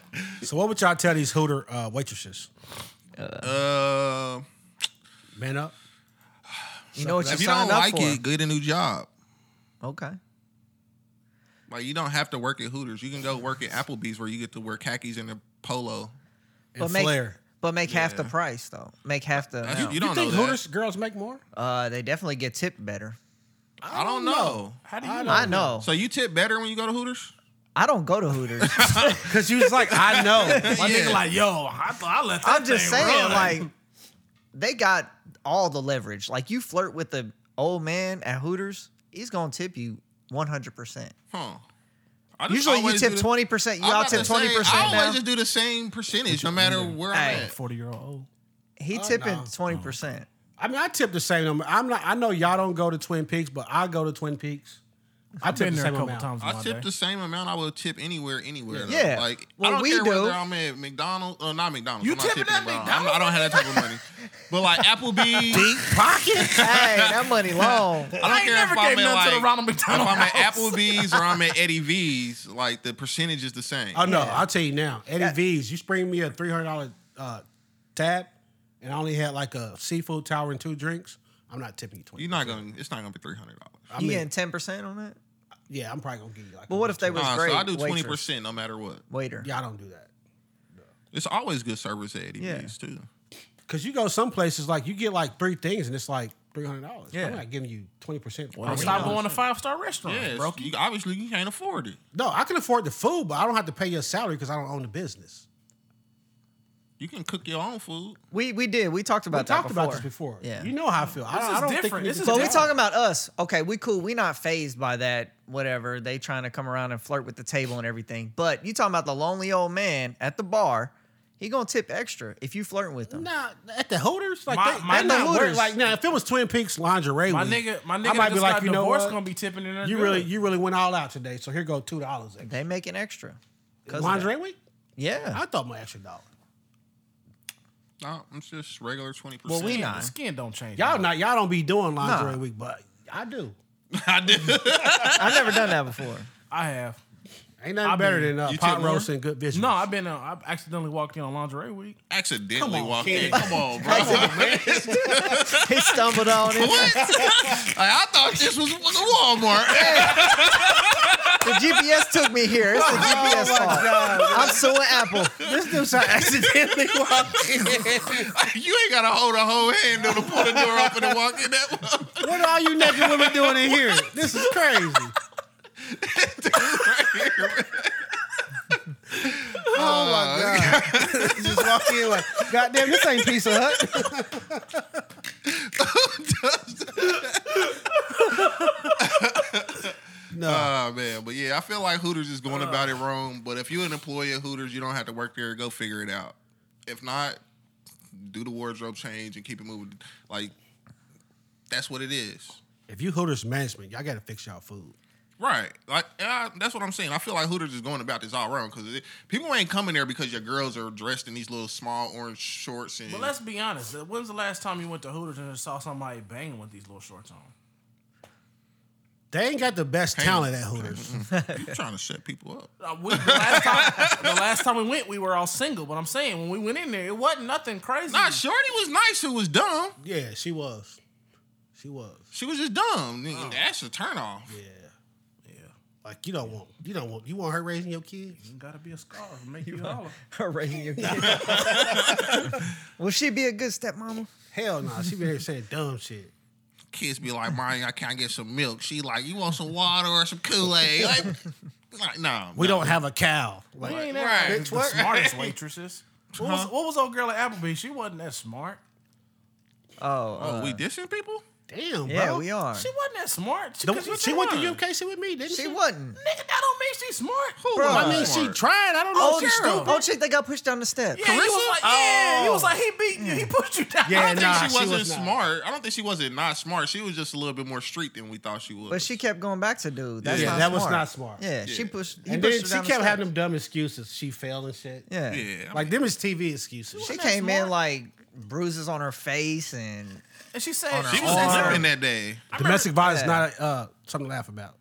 So what would y'all tell these Hooter uh, waitresses?
uh,
Man up.
You know what you
if you
signed
don't
up
like
for.
it, get a new job.
Okay.
Like you don't have to work at Hooters. You can go work at Applebee's where you get to wear khakis and a polo.
And
make,
flair.
But make half the price though. Make half the
That's-
amount.
You don't
think
know that.
Hooters girls make more?
Uh, they definitely get tipped better.
I don't know.
How do
I
you
don't
know?
I know.
So you tip better when you go to Hooters?
I don't go to Hooters.
Because you was like, I know.
My
Yeah.
nigga like, yo, I, I let that
I'm just
thing
saying,
run.
like, they got all the leverage. Like, you flirt with the old man at Hooters, he's gonna tip you 100. percent
Huh. I just
Usually, you
always
tip
do the-
20. percent You
I'm
all
about
tip
to say,
20 percent
I always
now.
just do the same percentage no matter where I'm
Hey.
at.
40 year old.
He tipping
Oh, no.
20 percent.
I mean, I tip the same number. I'm not. I know y'all don't go to Twin Peaks, but I go to Twin Peaks. I tip
Been
the
there a
same
couple
amount.
times. in
I
my
tip
day.
the same amount I would tip anywhere, anywhere. though.
Yeah.
Like
Well,
I don't
we
care
do.
whether I'm at McDonald's or not McDonald's.
You
I'm not
tipping at
them, bro. I'm not- I don't have that type of money. But like Applebee's,
hey, that money long.
I don't
ain't
care
never
if I'm
gave
at,
nothing to the
like-
Ronald McDonald
If I'm at
House.
Applebee's or I'm at Eddie V's, like the percentage is the same.
Oh no, I'll tell you now. Eddie V's, you spring me a three hundred dollar uh, tab, and I only had like a seafood tower and two drinks. I'm not tipping you twenty.
You're not gonna. It's not gonna be three hundred dollars.
I
You
mean,
getting 10 percent on that?
yeah, I'm probably gonna give you like.
But what if they was
Nah,
great?
so I do
waitress,
twenty percent no matter what.
Waiter.
Yeah, I don't do that.
It's always good service at Eddie
Yeah.
V's too.
Cause you go some places like you get like three things and it's like three hundred dollars.
Yeah.
I'm not giving you twenty percent.
I stopped going to five star restaurants,
Yeah,
bro.
bro. You, obviously you can't afford it.
No, I can afford the food, but I don't have to pay your salary because I don't own the business.
You can cook your own food.
We we did. We talked
We
about that
talked
before.
about this before.
Yeah.
You know how I feel. I,
This
don't-
is
I don't
different.
think
This is
But
So
we
Yeah.
talking about us. Okay, we cool. We not phased by that. Whatever they trying to come around and flirt with the table and everything. But you talking about the lonely old man at the bar? He gonna tip extra if you flirting with him.
Nah, at the Hooters, like
My-
they,
my
they're not
nigga-
wearing-
Hooters.
Like now, if it was Twin Peaks lingerie,
My
week,
nigga, my
I
nigga
might
that
be
just
like,
got
you know
divorced
what?
gonna be tipping in there.
you really, you really went all out today. So here go two dollars.
They making extra. 'cause of that.
Lingerie week?
Yeah.
I thought my extra dollar.
No, I'm just regular twenty
Well,
percent.
we
the
not.
skin don't change.
Y'all not, y'all don't be doing lingerie
Nah.
week, but I do.
I do.
I never done that before.
I have.
Ain't nothing
I
better
mean,
than uh,
you
pot
took more?
roast and good visuals.
No, I've been. Uh, I accidentally walked in on lingerie week.
Accidentally
on,
walked
kid.
in. Come on, bro. what?
he stumbled on it.
I thought this was Walmart.
The GPS took me here. It's the GPS fault. I'm suing Apple.
Oh this dude's not accidentally walked in.
you ain't gotta hold a whole handle to pull the door open and walk in that one.
What are all you naked women doing in here? This is crazy. Oh my god! Just walk in like, goddamn, this ain't Pizza Hut. no,
Oh man, but yeah, I feel like Hooters is going about it wrong. But if you're an employee at Hooters, you don't have to work there. Go figure it out. If not, do the wardrobe change and keep it moving. Like that's what it is,
if you Hooters management, y'all gotta fix y'all food.
right? Like and I, that's what I'm saying. I feel like Hooters is going about this all wrong because people ain't coming there because your girls are dressed in these little small orange shorts and
But let's be honest. uh, When's the last time you went to Hooters and saw somebody banging with these little shorts on?
They ain't got the best talent at Hooters.
you trying to shut people up.
Uh, we, the, last time, the last time we went, we were all single. But I'm saying when we went in there, it wasn't nothing crazy.
Nah, Shorty was nice. Who was dumb?
yeah, she was. She was.
She was just dumb. That's a turnoff.
Yeah.
yeah,
Like you don't want you don't want you want her raising your kids.
you gotta be a scarf, make you holler.
Raising your kid. Will she be a good stepmama?
Hell no, she been here saying dumb shit.
kids be like, "Mommy, I can't get some milk." She like, "You want some water or some Kool Aid?" Like, like, no,
We
no.
don't have a cow. Like,
We ain't
Right.
that
Bitch,
the smartest waitresses. What was, what was old girl at Applebee's? She wasn't that smart.
Oh,
Oh,
uh,
we dissing people?
damn, bro.
yeah, we are.
She wasn't that smart. She,
The-
'cause what
she
they
went
run?
to UKC with me, didn't she?
She wasn't.
Nigga, that don't mean she's smart.
Bro,
I mean, she tried. I don't know.
Oh,
if she
the
Cheryl.
stupid. Oh, chick, they got pushed down the steps.
Yeah, you was
Carissa?
like, yeah, you was
Oh.
like, he beat you, he pushed you down.
Yeah,
I don't think
nah,
she
she was
wasn't
not.
smart. I don't think she wasn't not smart. She was just a little bit more street than we thought she was.
But she kept going back to dude. That's
Yeah,
not
that
smart.
was not smart.
Yeah, she
Yeah.
pushed. He
and
pushed
then
her
she
down
kept
the
having them
steps.
dumb excuses. She failed and shit.
yeah,
Yeah.
I
Like
mean,
them is TV excuses.
She
Wasn't that
came in
smart?
like bruises on her face and
And she said
she was
I
tripping
remember-
that day.
Domestic violence
yeah.
not uh, something to laugh about.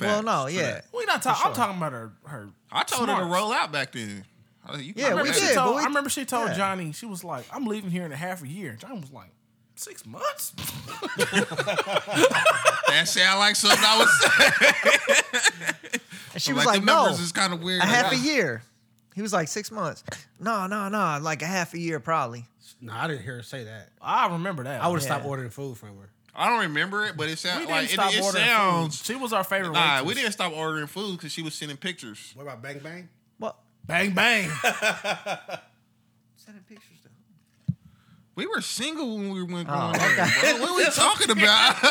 well, no,
Facts.
yeah,
We not talking. I'm talking about her. Her.
I told her to
smarts.
roll out back then. I said, you
Yeah,
remember
we
Remember
that?
she
did.
told-
but we-
I remember she told
yeah.
Johnny. She was like, "I'm leaving here in a half a year." Johnny was like, six months."
That sound like something I was saying.
and she was
like,
like,
the
"No,
numbers is kind of weird.
a half a year." He was like six months. No, no, no, like a half a year probably.
No, I didn't hear her say that.
I remember that.
I would have
Yeah.
stopped ordering food from her.
I don't remember it, but it
We
sounds
didn't
like it,
stop
it
ordering. food.
sounds.
She was our favorite.
Nah, we
waitress.
didn't stop ordering food because she was sending pictures.
What about Bang Bang?
Well,
Bang bang.
sending pictures though.
We were single when we
Oh,
went growing up. bro. What are we talking about?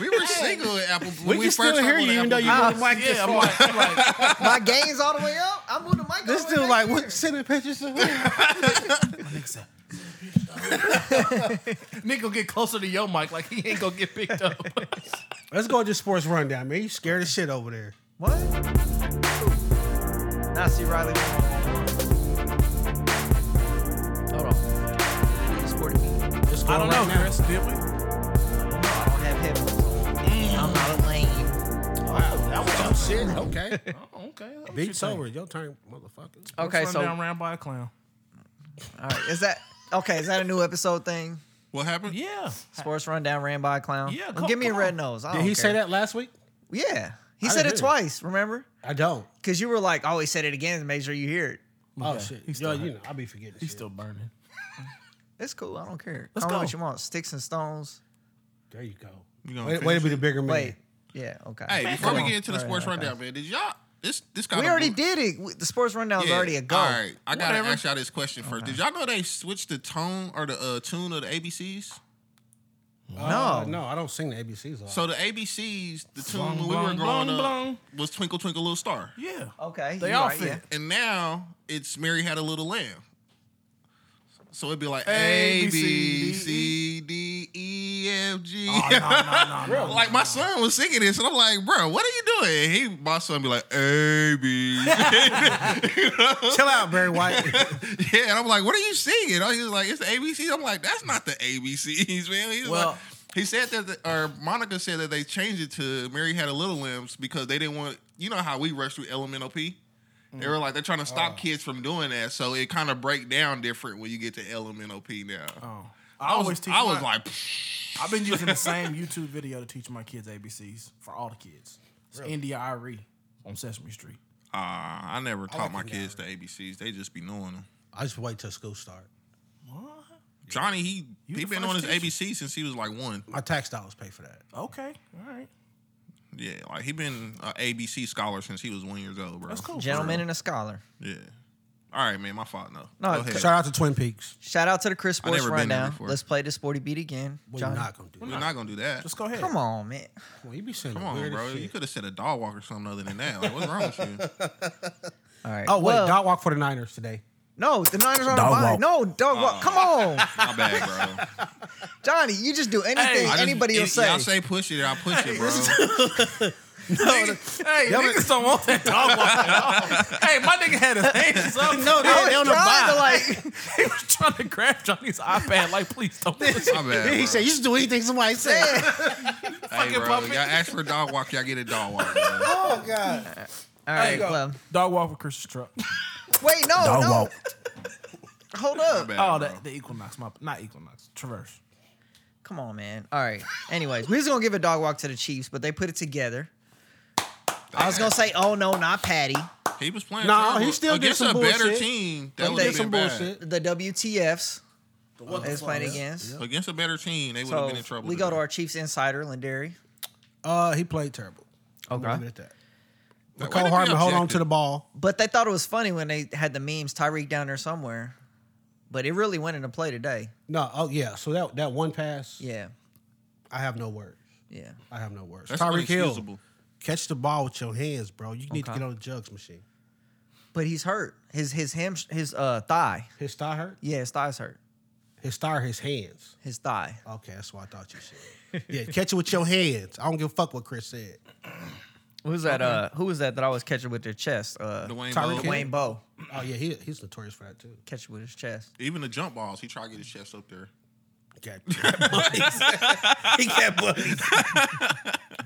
we were single at Apple.
We
when
can still
started
hear
going
you,
to
even though you
Applebee's.
didn't like this.
yeah, I'm like, I'm like,
My gain's all the way up. I moved the mic.
This
all the way
dude
back
like what sending pictures of her?
Nick gonna get closer to your mic, like he ain't gonna get picked up.
Let's go to the sports rundown, man. You scared as shit over there.
What? Now see Riley. Hold on. Sporting. No,
Let's go
I don't know,
right now.
Chris. Did we?
I don't have headphones. on. I'm not a lame.
Wow, that was some shit. Okay.
Oh, okay. that's what you
Big
think.
sober. Your turn, motherfucker.
Okay,
Let's
so
run
all
down ran by a clown.
right, is that okay? Is that a new episode thing?
What happened?
Yeah.
Sports rundown ran by a clown.
Yeah,
Well,
come-
give me a
come
red
on.
nose. I
Did
don't
he say
care.
that last week?
Yeah, he
I
said
didn't hear it.
it twice. Remember?
I don't.
Because you were like, "Oh, he said it again." to Make sure you hear it.
Oh
Yeah,
shit.
he's
Yo,
still
you know, I'll be forgetting.
He's
shit.
still burning.
It's cool. I don't care.
Let's
I don't know
go.
what you want. Sticks and stones.
There you go.
You gonna
way, way to
finish
be the bigger man.
Wait. Yeah. Okay.
Hey, before
come
we
on.
get into the
All right,
sports
okay.
rundown, man, did y'all this this kind
We already did it. We- The sports rundown is already a go.
All right, I gotta
Whatever.
ask y'all this question first. Did y'all know they switched the tone or the uh, tune of the ABCs?
Uh,
No.
no, I don't sing the ABCs. All.
So the ABCs, the tune when we
Blong,
were
blong,
growing
blong,
up
blong.
was Twinkle Twinkle Little Star,
Yeah.
Okay.
They
you
all
right,
fit.
yeah.
and now it's Mary Had a Little Lamb. So it'd be like
A,
A
B, C,
B C D E F G.
Oh, no, no, no, no.
Like my son was singing this, and I'm like, bro, what are you doing? He, my son, be like, A B. E,
Chill out, Barry White.
yeah, and I'm like, what are you singing? Oh, he was like, it's the ABCs. I'm like, that's not the ABCs, man. He's
Well,
like, He said that, the, or Monica said that they changed it to Mary Had a Little Limbs because they didn't want, you know how we rush through Elemental P? They were like, they're trying to stop
Oh.
kids from doing that. So it kind of break down different when you get to Elemental P now.
Oh.
I, was,
always teach
I was
my-
like,
I've been using the same YouTube video to teach my kids ABCs for all the kids. It's India Irie E on Sesame Street.
uh, I never taught my
the
kids the ABCs. They just be knowing them.
I just wait till school start.
What?
Johnny, he,
You
he
the
been on his
first teacher.
ABC since he was like one.
My tax dollars pay for that.
Okay, all right,
Yeah, like he been an ABC scholar since he was one years old, bro.
that's cool.
Gentleman and a scholar.
Yeah. All right, man. My fault. No.
No,
Go ahead.
Shout out to Twin Peaks.
Shout out to the Chris Sports
never been there
Rundown.
before.
Let's play the sporty beat again.
We're
Johnny.
not gonna do that.
We're not gonna do that.
Just go ahead.
Come on, man.
Well, you be saying
Come on, bro. You could have said a dog walk or something other than that. Like, what's wrong with you?
All right.
Oh wait,
well,
dog walk for the Niners today.
No, the Niners are on a
Dog
bye.
walk.
No, dog walk. Come on,
My bad, bro.
Johnny. You just do anything
I just-
anybody
if
will say.
Y'all say push it, I'll push it, bro.
Hey, niggas don't want that dog walk at all. Hey, my nigga had his hands up. No,
I was trying to, like-
he was trying to grab Johnny's iPad. Like, please don't. do this.
My bad. Bro.
you should do anything somebody said.
hey, bro. Y'all ask for a dog walk, y'all get a dog walk. Bro.
oh god.
All right.
go.
Well,
Dog walk with Chris's truck.
wait. No,
Oh,
Dog
no.
walk.
Hold
My
up.
bad,
Oh,
bro.
the, the Equinox, my not Equinox, Traverse.
Come on, man. All right. Anyways, we was gonna give a dog walk to the Chiefs, but they put it together. I was gonna say, oh no, not Patty.
He was playing.
Nah,
terrible.
he still did
against
some
a better
bullshit.
team.
But
That would
they-
have
did
been
some
bad.
bullshit.
The WTFs
What
they was playing against.
Against a better team, they would have
So
been in trouble.
we go to
today.
our Chiefs insider, Lindari.
Uh, he played terrible. I'm
Okay.
gonna leave it at that.
why
McCole
did we
Hardman hold on
object
to the
it?
ball.
But they thought it was funny when they had the memes, Tyreek down there somewhere. But it really went into play today.
No, oh yeah. So that that one pass,
Yeah.
I have no words.
Yeah.
I have no words.
That's
Tyreek Hill,
inexcusable.
catch the ball with your hands, bro. You need
Okay.
to get on the jugs machine.
But he's hurt. His his ham his uh thigh.
His thigh hurt.
Yeah, his thigh's hurt.
His thigh, hurt his hands.
His thigh.
Okay, that's what I thought you said. yeah, catch it with your hands. I don't give a fuck what Chris said.
Who's that uh who was that that I was catching with their chest? Uh
Dwayne
Tyreek
Bowe.
Hill.
Dwayne Bowe.
Oh yeah, he, he's notorious for that too.
Catch it with his chest.
Even the jump balls, he tried to get his chest up there.
Got buddies. he got buddies.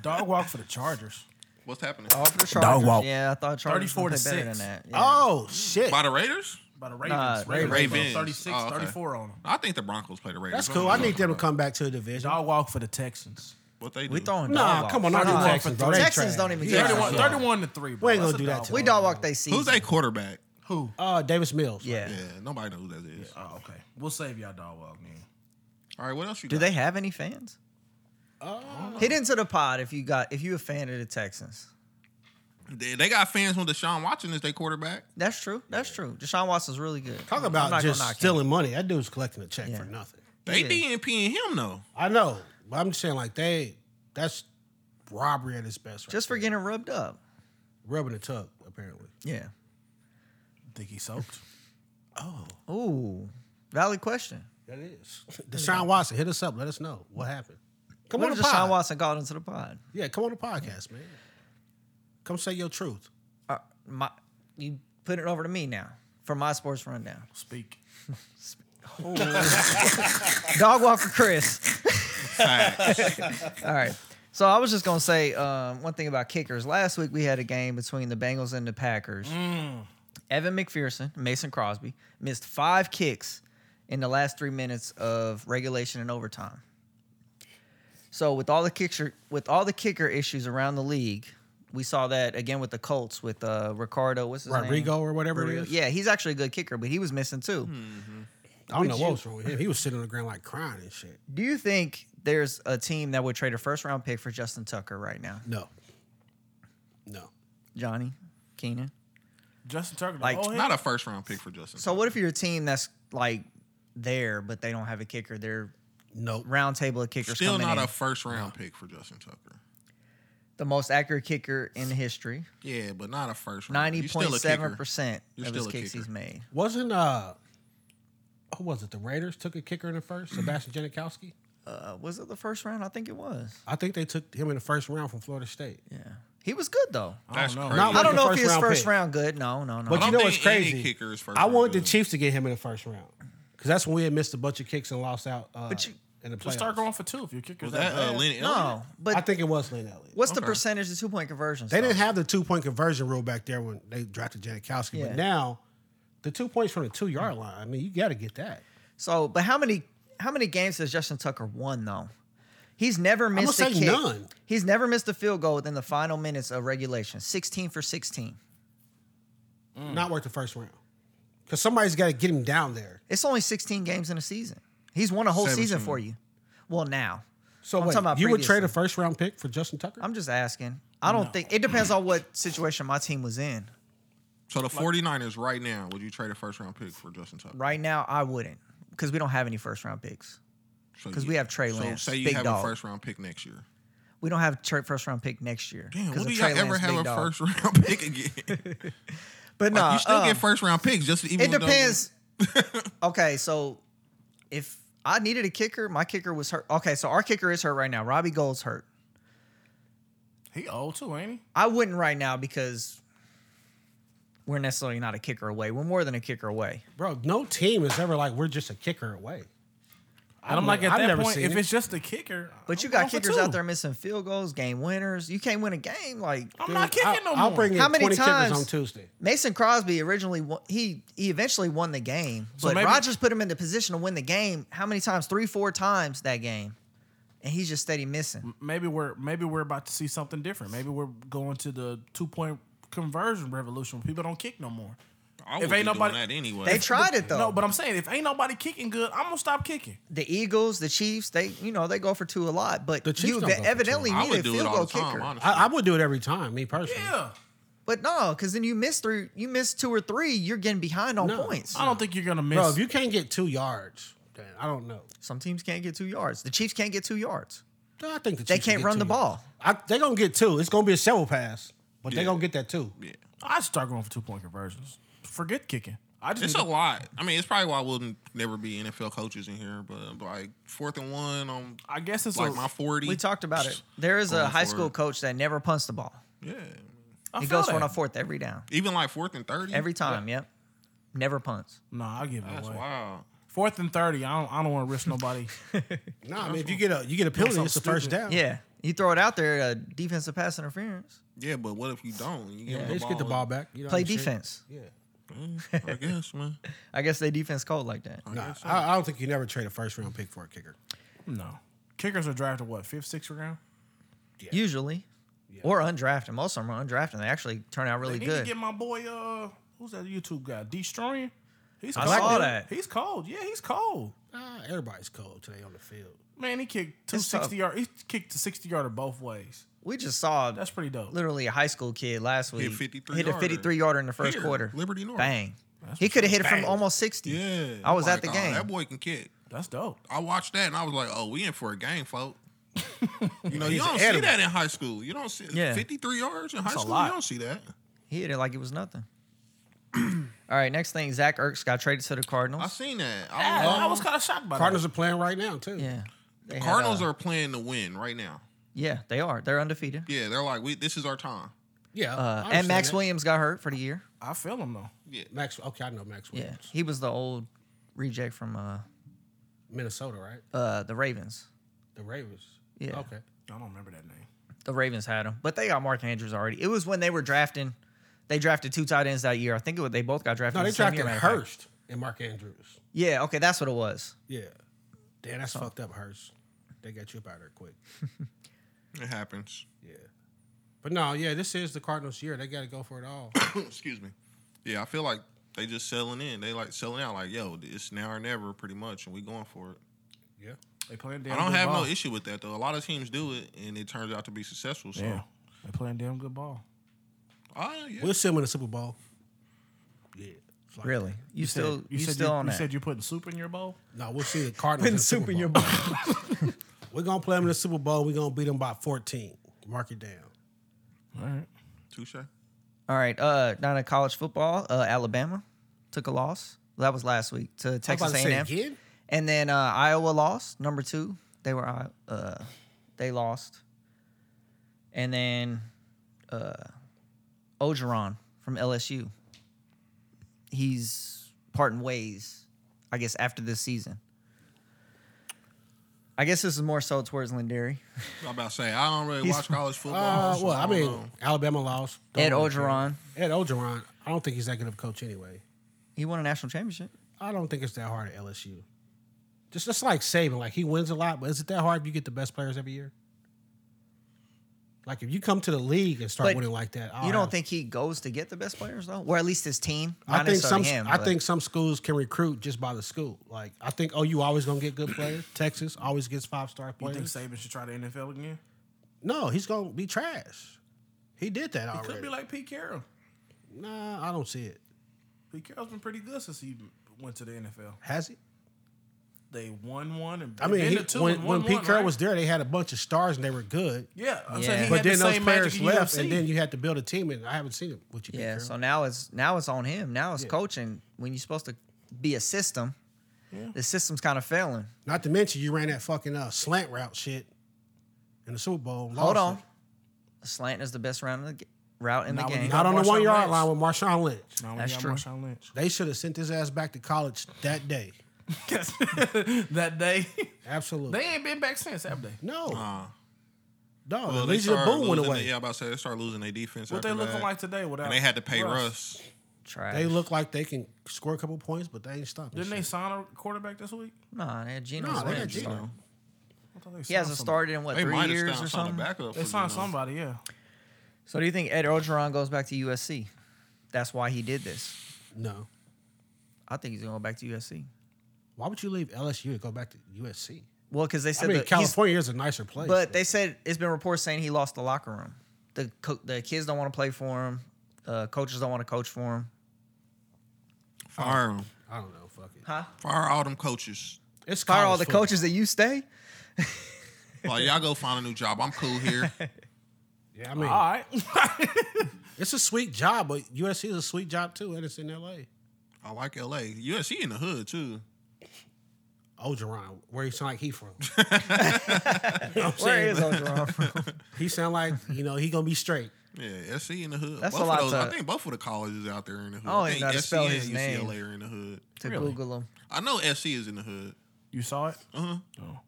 Dog walk for the Chargers.
What's happening?
All for the
Dog
Chargers.
walk.
Yeah, I thought Chargers
34
would
to
play better than
six.
that. Yeah.
Oh shit.
By the Raiders?
By the Ravens.
Nah,
Ravens.
Ravens.
36,
Oh, okay.
34 on them.
I think the Broncos play the Raiders.
That's cool. I need them to come back to the division.
Dog walk for the Texans.
What they do?
We throwing dog
Nah,
walk.
come on, not
Nah,
the Texans, bro. They
Texans
trash.
don't even
Yeah.
get
31,
Yeah.
31 to 3, bro.
We ain't gonna
That's a
do that
dog
to
We
walk.
dog walk they see.
Who's a quarterback?
Who?
Uh, Davis Mills. right?
Yeah.
Yeah, nobody knows who that is.
Oh, okay. We'll save y'all dog walk, man.
All right, what else you
Do
got?
they have any fans?
Oh.
Hit into the pod if you got if you a fan of the Texans.
They, they got fans when Deshaun Watson is their quarterback.
That's true. That's true. Deshaun Watson's really good.
Talk
I'm
about
not gonna
just
knock him.
stealing money. That dude's collecting a check
Yeah.
for nothing.
They
Yeah.
DNPing him though.
I know, but I'm just saying, like they, that's robbery at its best. Right
Just for
there.
getting rubbed up.
rubbing the tub, apparently.
Yeah.
Think he soaked?
Ooh. Valid question.
That is Deshaun Watson. Hit us up. Let us know what happened. Come
What
on
if
the
Deshaun
pod.
Watson called into the pod?
Yeah, come on the podcast, man. Come say your truth.
Uh, my, you put it over to me now for my sports rundown.
Speak.
Dog walk for Chris.
Facts.
All right. So I was just gonna say um, one thing about kickers. Last week we had a game between the Bengals and the Packers. Evan McPherson, Mason Crosby missed five kicks in the last three minutes of regulation and overtime. So with all the kicker with all the kicker issues around the league, we saw that again with the Colts with uh, Ricardo. What's his
Rodrigo
name?
or whatever it is.
Yeah, he's actually a good kicker, but he was missing too.
I don't know what was wrong with him. He was sitting on the ground like crying and shit.
Do you think there's a team that would trade a first round pick for Justin Tucker right now,
No. No.
Johnny, Keenan?
Justin Tucker.
Like,
Like, oh,
Not a first round pick for Justin.
So what if you're a team that's like there, but they don't have a kicker? They're
No.
round table of kickers.
Still
coming
not
in.
a first round pick for Justin Tucker.
the most accurate kicker in history.
Yeah, but not a first round.
Ninety
You still a
point seven percent
You're
of his
still a
kicks
kicker.
he's made.
Wasn't uh who was it? The Raiders took a kicker in the first, Sebastian Janikowski.
Uh, was it the first round? I think it was.
I think they took him in the first round from Florida State.
Yeah, he was good though.
kicker. That's
don't know.
crazy.
Not
I
like
don't
a
know if he was
first-round
first
pick.
round good. No, no, no.
But
I
you
don't
know what's
think any
crazy?
kicker is first
I
round
want the
good.
Chiefs to get him in the first round because that's when we had missed a bunch of kicks and lost out. Uh,
But you-
in in the playoffs.
Just start going for two if your kicker's
Was
that,
that uh,
bad.
Lenny Elliott?
No, but
I think it was Lane Elliott.
what's the
okay.
percentage of two point conversions?
They
though?
didn't have the two point conversion rule back there when they drafted Janikowski,
Yeah. Mm.
but now the two points from the two yard line. I mean, you got to get that.
So, but how many how many games has Justin Tucker won though? He's never
gonna
missed a
say
kick.
none.
He's never missed a field goal within the final minutes of regulation. Sixteen for sixteen. Mm.
Not worth the first round because somebody's got to get him down there.
It's only sixteen games in a season. He's won a whole season
17.
for you. Well, now.
So
I'm
wait,
talking about
you would trade a
previously.
first round pick for Justin Tucker?
I'm just asking. I don't think it depends on what situation my team was in.
So the 49ers right now, would you trade a first round pick for Justin Tucker?
Right now, I wouldn't because we don't have any first round picks.
Because
'Cause we have Trey Lance,
So say you
big
have
dog.
a first round pick next year.
We don't have tra- first round pick next year.
Damn,
'cause
when
of
do
Trey
y'all ever
Lance,
have
big
a
dog.
first round pick again?
But um, no,
Like, you still get first round picks. Just even
uh, It
though-
depends. okay, so if I needed a kicker, my kicker was hurt. Okay, so our kicker is hurt right now. Robbie Gold's hurt.
He old too, ain't he?
I wouldn't right now because we're necessarily not a kicker away. We're more than a kicker away.
Bro, no team is ever like we're just a kicker away.
And I'm like, at
I've
that
never
point,
seen
if
it.
it's just the kicker,
But
I'm
you
going
got
for
kickers
two.
out there missing field goals, game winners. You can't win a game like
I'm not
Dude,
kicking
I'll,
no more.
I'll bring in
How many
20
times-
kickers on Tuesday.
Mason Crosby originally won, he he eventually won the game,
So
but
maybe-
Rogers put him in the position to win the game. How many times? Three, four times that game, and he's just steady missing.
maybe we're maybe we're about to see something different. Maybe we're going to the two point conversion revolution. where People don't kick no more.
I
If ain't
if ain't nobody
nobody-
doing that anyway.
They tried it though.
No, but I'm saying if ain't nobody kicking good, I'm gonna stop kicking.
the Eagles, the Chiefs, they you know they go for two a lot, but
The Chiefs
you
don't go for two.
evidently
I
need a
would do it
field
all
goal
the time.
kicker.
Honestly,
I, I would do it every time, me personally.
Yeah,
But no, because then you miss three, you miss two or three, you're getting behind on
No.
points.
I don't think you're gonna miss.
Bro, if you can't get two yards, then I don't know.
Some teams can't get two yards. The Chiefs can't get two yards.
I think the
They
Chiefs
can't
will get
run
two
the ball.
yards. I, they gonna get two. It's gonna be a shovel pass, but they
Yeah.
gonna get that two.
yeah.
I just start going for two point conversions. Forget kicking. I just
It's
need
a
to-
lot. I mean, it's probably why I wouldn't never be NFL coaches in here. But like fourth and one on
I guess it's
like
a,
my forty.
We talked about it. There is a
Going
high
for
school
it.
coach that never punts the ball.
Yeah,
I
He
feel
goes
that.
for a fourth every down,
even like fourth and thirty.
every time. Yep, never punts.
No, I'll give it
That's
away.
wild.
Fourth and thirty. I don't. I don't want to risk nobody.
Nah, I mean, if you get a you get a penalty,
something
it's the first
stupid.
down.
Yeah, you throw it out there, uh, defensive pass interference,
Yeah, but what if you don't? You give
Yeah,
him
just get the ball back. You know
play
what I'm saying?
defense.
I guess, man.
I guess they defense code like that.
Yeah, nah, I, I don't think you never trade a first round pick for a kicker.
No, kickers are drafted what fifth, sixth round.
usually, or undrafted. Most of them are undrafted. They actually turn out really
Need to
good.
get my boy. Uh, who's that YouTube guy? Destroying. He's
I
cold.
saw
dude.
that.
He's cold. Yeah, he's cold.
Ah, everybody's cold today on the field.
Man, he kicked two
It's tough.
sixty yard. He kicked the sixty yarder both ways.
we just saw
That's pretty dope.
literally a high school kid last week
53
hit a
yarder.
53 yarder in the first
Here,
quarter.
Liberty North.
Bang. He could have hit it from
Bang.
almost 60.
Yeah,
I was
I'm
at the
like, "Oh,
game.
That boy can kick.
That's dope.
I watched that and I was like, oh, we in for a game, folk. You know, you
He's
don't see
adamant.
that in high school. You don't see
Yeah.
53 yards in high
a
school.
lot.
You don't see that.
He hit it like it was nothing. All right, next thing, Zach Ertz got traded to the Cardinals.
I seen that.
I,
I
I
was,
was kind of shocked by
Cardinals are playing right now too.
yeah. They had,
Cardinals
uh,
are playing to win right now.
Yeah, they are. They're undefeated.
Yeah, they're like, we, this is our time.
yeah. I
Uh,
understand
and Max
that.
Williams got hurt for the year.
that. I feel him though.
Max. Okay, I know Max
Yeah.
Williams.
He was the old reject from uh,
Minnesota, right?
uh, the Ravens.
The Ravens.
Yeah.
Okay.
I don't remember that name.
The Ravens had him, but they got Mark Andrews already. It was when they were drafting. They drafted two tight ends that year. I think it was, they both got drafted.
No, they
the same
drafted
year, matter of fact.
Hurst and Mark Andrews.
Yeah, okay, that's what it was.
Yeah. Damn, that's fucked up, Hurst. They got you up out of there quick.
It happens.
Yeah. But no, yeah, this is the Cardinals' year. They got to go for it all.
Excuse me. Yeah, I feel like they just selling in. They like selling out. Like, yo, it's now or never, pretty much, and we going for it.
yeah.
They playing damn.
I don't
good
have
ball.
no issue with that though. A lot of teams do it, and it turns out to be successful. So,
Yeah, they playing damn good ball.
Ah, yeah.
We'll see them in the Super Bowl. Yeah. It's like-
Really? You,
said-
still you,
said
still
you,
on
you
that?
said you putting soup in your bowl.
No, we'll see the Cardinals. in the Super Bowl. We're going to play them in the Super Bowl. We're going to beat them by 14. Mark it down.
All right.
touche.
All right, uh, down in college football, uh, Alabama took a loss. That was last week to
I was about
Texas
to
A&M,
say again?
and then uh, Iowa lost number two. They were I- uh, they lost, and then uh, Ogeron from LSU. He's parting ways, I guess, after this season. I guess this is more so towards Lindari.
I'm about to say I don't really
He's-
watch college football.
Uh,
so
well, I
don't
mean,
know.
Alabama lost. Don't
Ed
really care.
Ogeron.
Ed Ogeron. I don't think he's that good of a coach anyway.
He won a national championship.
I don't think it's that hard at LSU. Just, just like Saban, like he wins a lot, but is it that hard if you get the best players every year? Like if you come to the league and start
But
winning like that,
You
all
don't
right.
think he goes to get the best players though, or at least his team? Not
I think some.
necessarily him,
I
but-
think some schools can recruit just by the school. Like I think OU always gonna get good players. Texas always gets five star
You think
players.
Saban should try the NFL again?
No, he's gonna be trash. He did that
He
already.
could be like Pete Carroll.
nah, I don't see it.
Pete Carroll's been pretty good since he went to the NFL.
Has he?
They won one and
I mean,
been
he,
to two
when,
and won
when Pete
one,
Carroll
right?
was there, they had a bunch of stars and they were good.
yeah, I'm
Yeah.
saying he
But
had
then
the
those
same
players
magic
left,
UFC.
and then you had to build a team. And I haven't seen it with you. Pete
Yeah.
Carroll.
So now it's now it's on him. Now it's coaching. When you're supposed to be a system, the system's kind of failing.
Not to mention you ran that fucking uh, slant route shit in the Super Bowl. and
Hold
lost
on. Slant is the best round in the, g- route in
Not when
the
it.
game.
you-
Not on the
Marshawn
one yard
Lynch.
line with Marshawn Lynch.
No, we
That's
got
true.
Marshawn Lynch.
They should have sent his ass back to college that day.
that day,
Absolutely.
they ain't been back since, have they?
no.
Uh,
no.
well, they
Legion
started
Boone went
losing
away.
their- yeah, I'm about to say they started losing their defense.
What they
after
looking
that.
like today without?
And they had to pay
Russ?
Russ.
Trash.
They look like they can score a couple points, but they ain't stopping.
Didn't they
shit.
sign a quarterback this week?
Nah, they had Geno.
No, they
Smith
had
to
Geno.
start.
I thought they
He
signed
hasn't
some-
started in what
They
three
might
years
have
or
signed- signed a
something.
backup.
They
for
signed
Geno.
somebody, yeah.
So do you think Ed Orgeron goes back to USC? That's why he did this.
No.
I think he's gonna go back to USC.
Why would you leave LSU to go back to USC?
Well, because they
I
said
mean,
the, he's-
California is a nicer place.
But they said it's been reports saying he lost the locker room. The co- the kids don't want to play for him. Uh, coaches don't want to coach for him.
Fire 'em.
I don't know. Fuck it.
Huh?
Fire all them coaches.
It's
Fire all
college
the
football.
coaches that you stay.
Like y'all go find a new job. I'm cool here.
Yeah, I mean,
All right.
it's a sweet job, but USC is a sweet job too, and it's in LA.
I like LA. USC in the hood too.
Ogeron, where he sound like he from. You know what I'm
Where
saying?
is Orgeron from?
He sound like you know he gonna be straight.
Yeah, SC in the hood.
That's
both
a lot
of those, I
to-
think both of the colleges out there are in the hood.
I don't
I
even
think
know how to spell
SC
his
and
name.
UCLA are in the hood.
to
Really?
Google him.
I know SC is in the hood.
you saw it?
Uh huh.
Oh.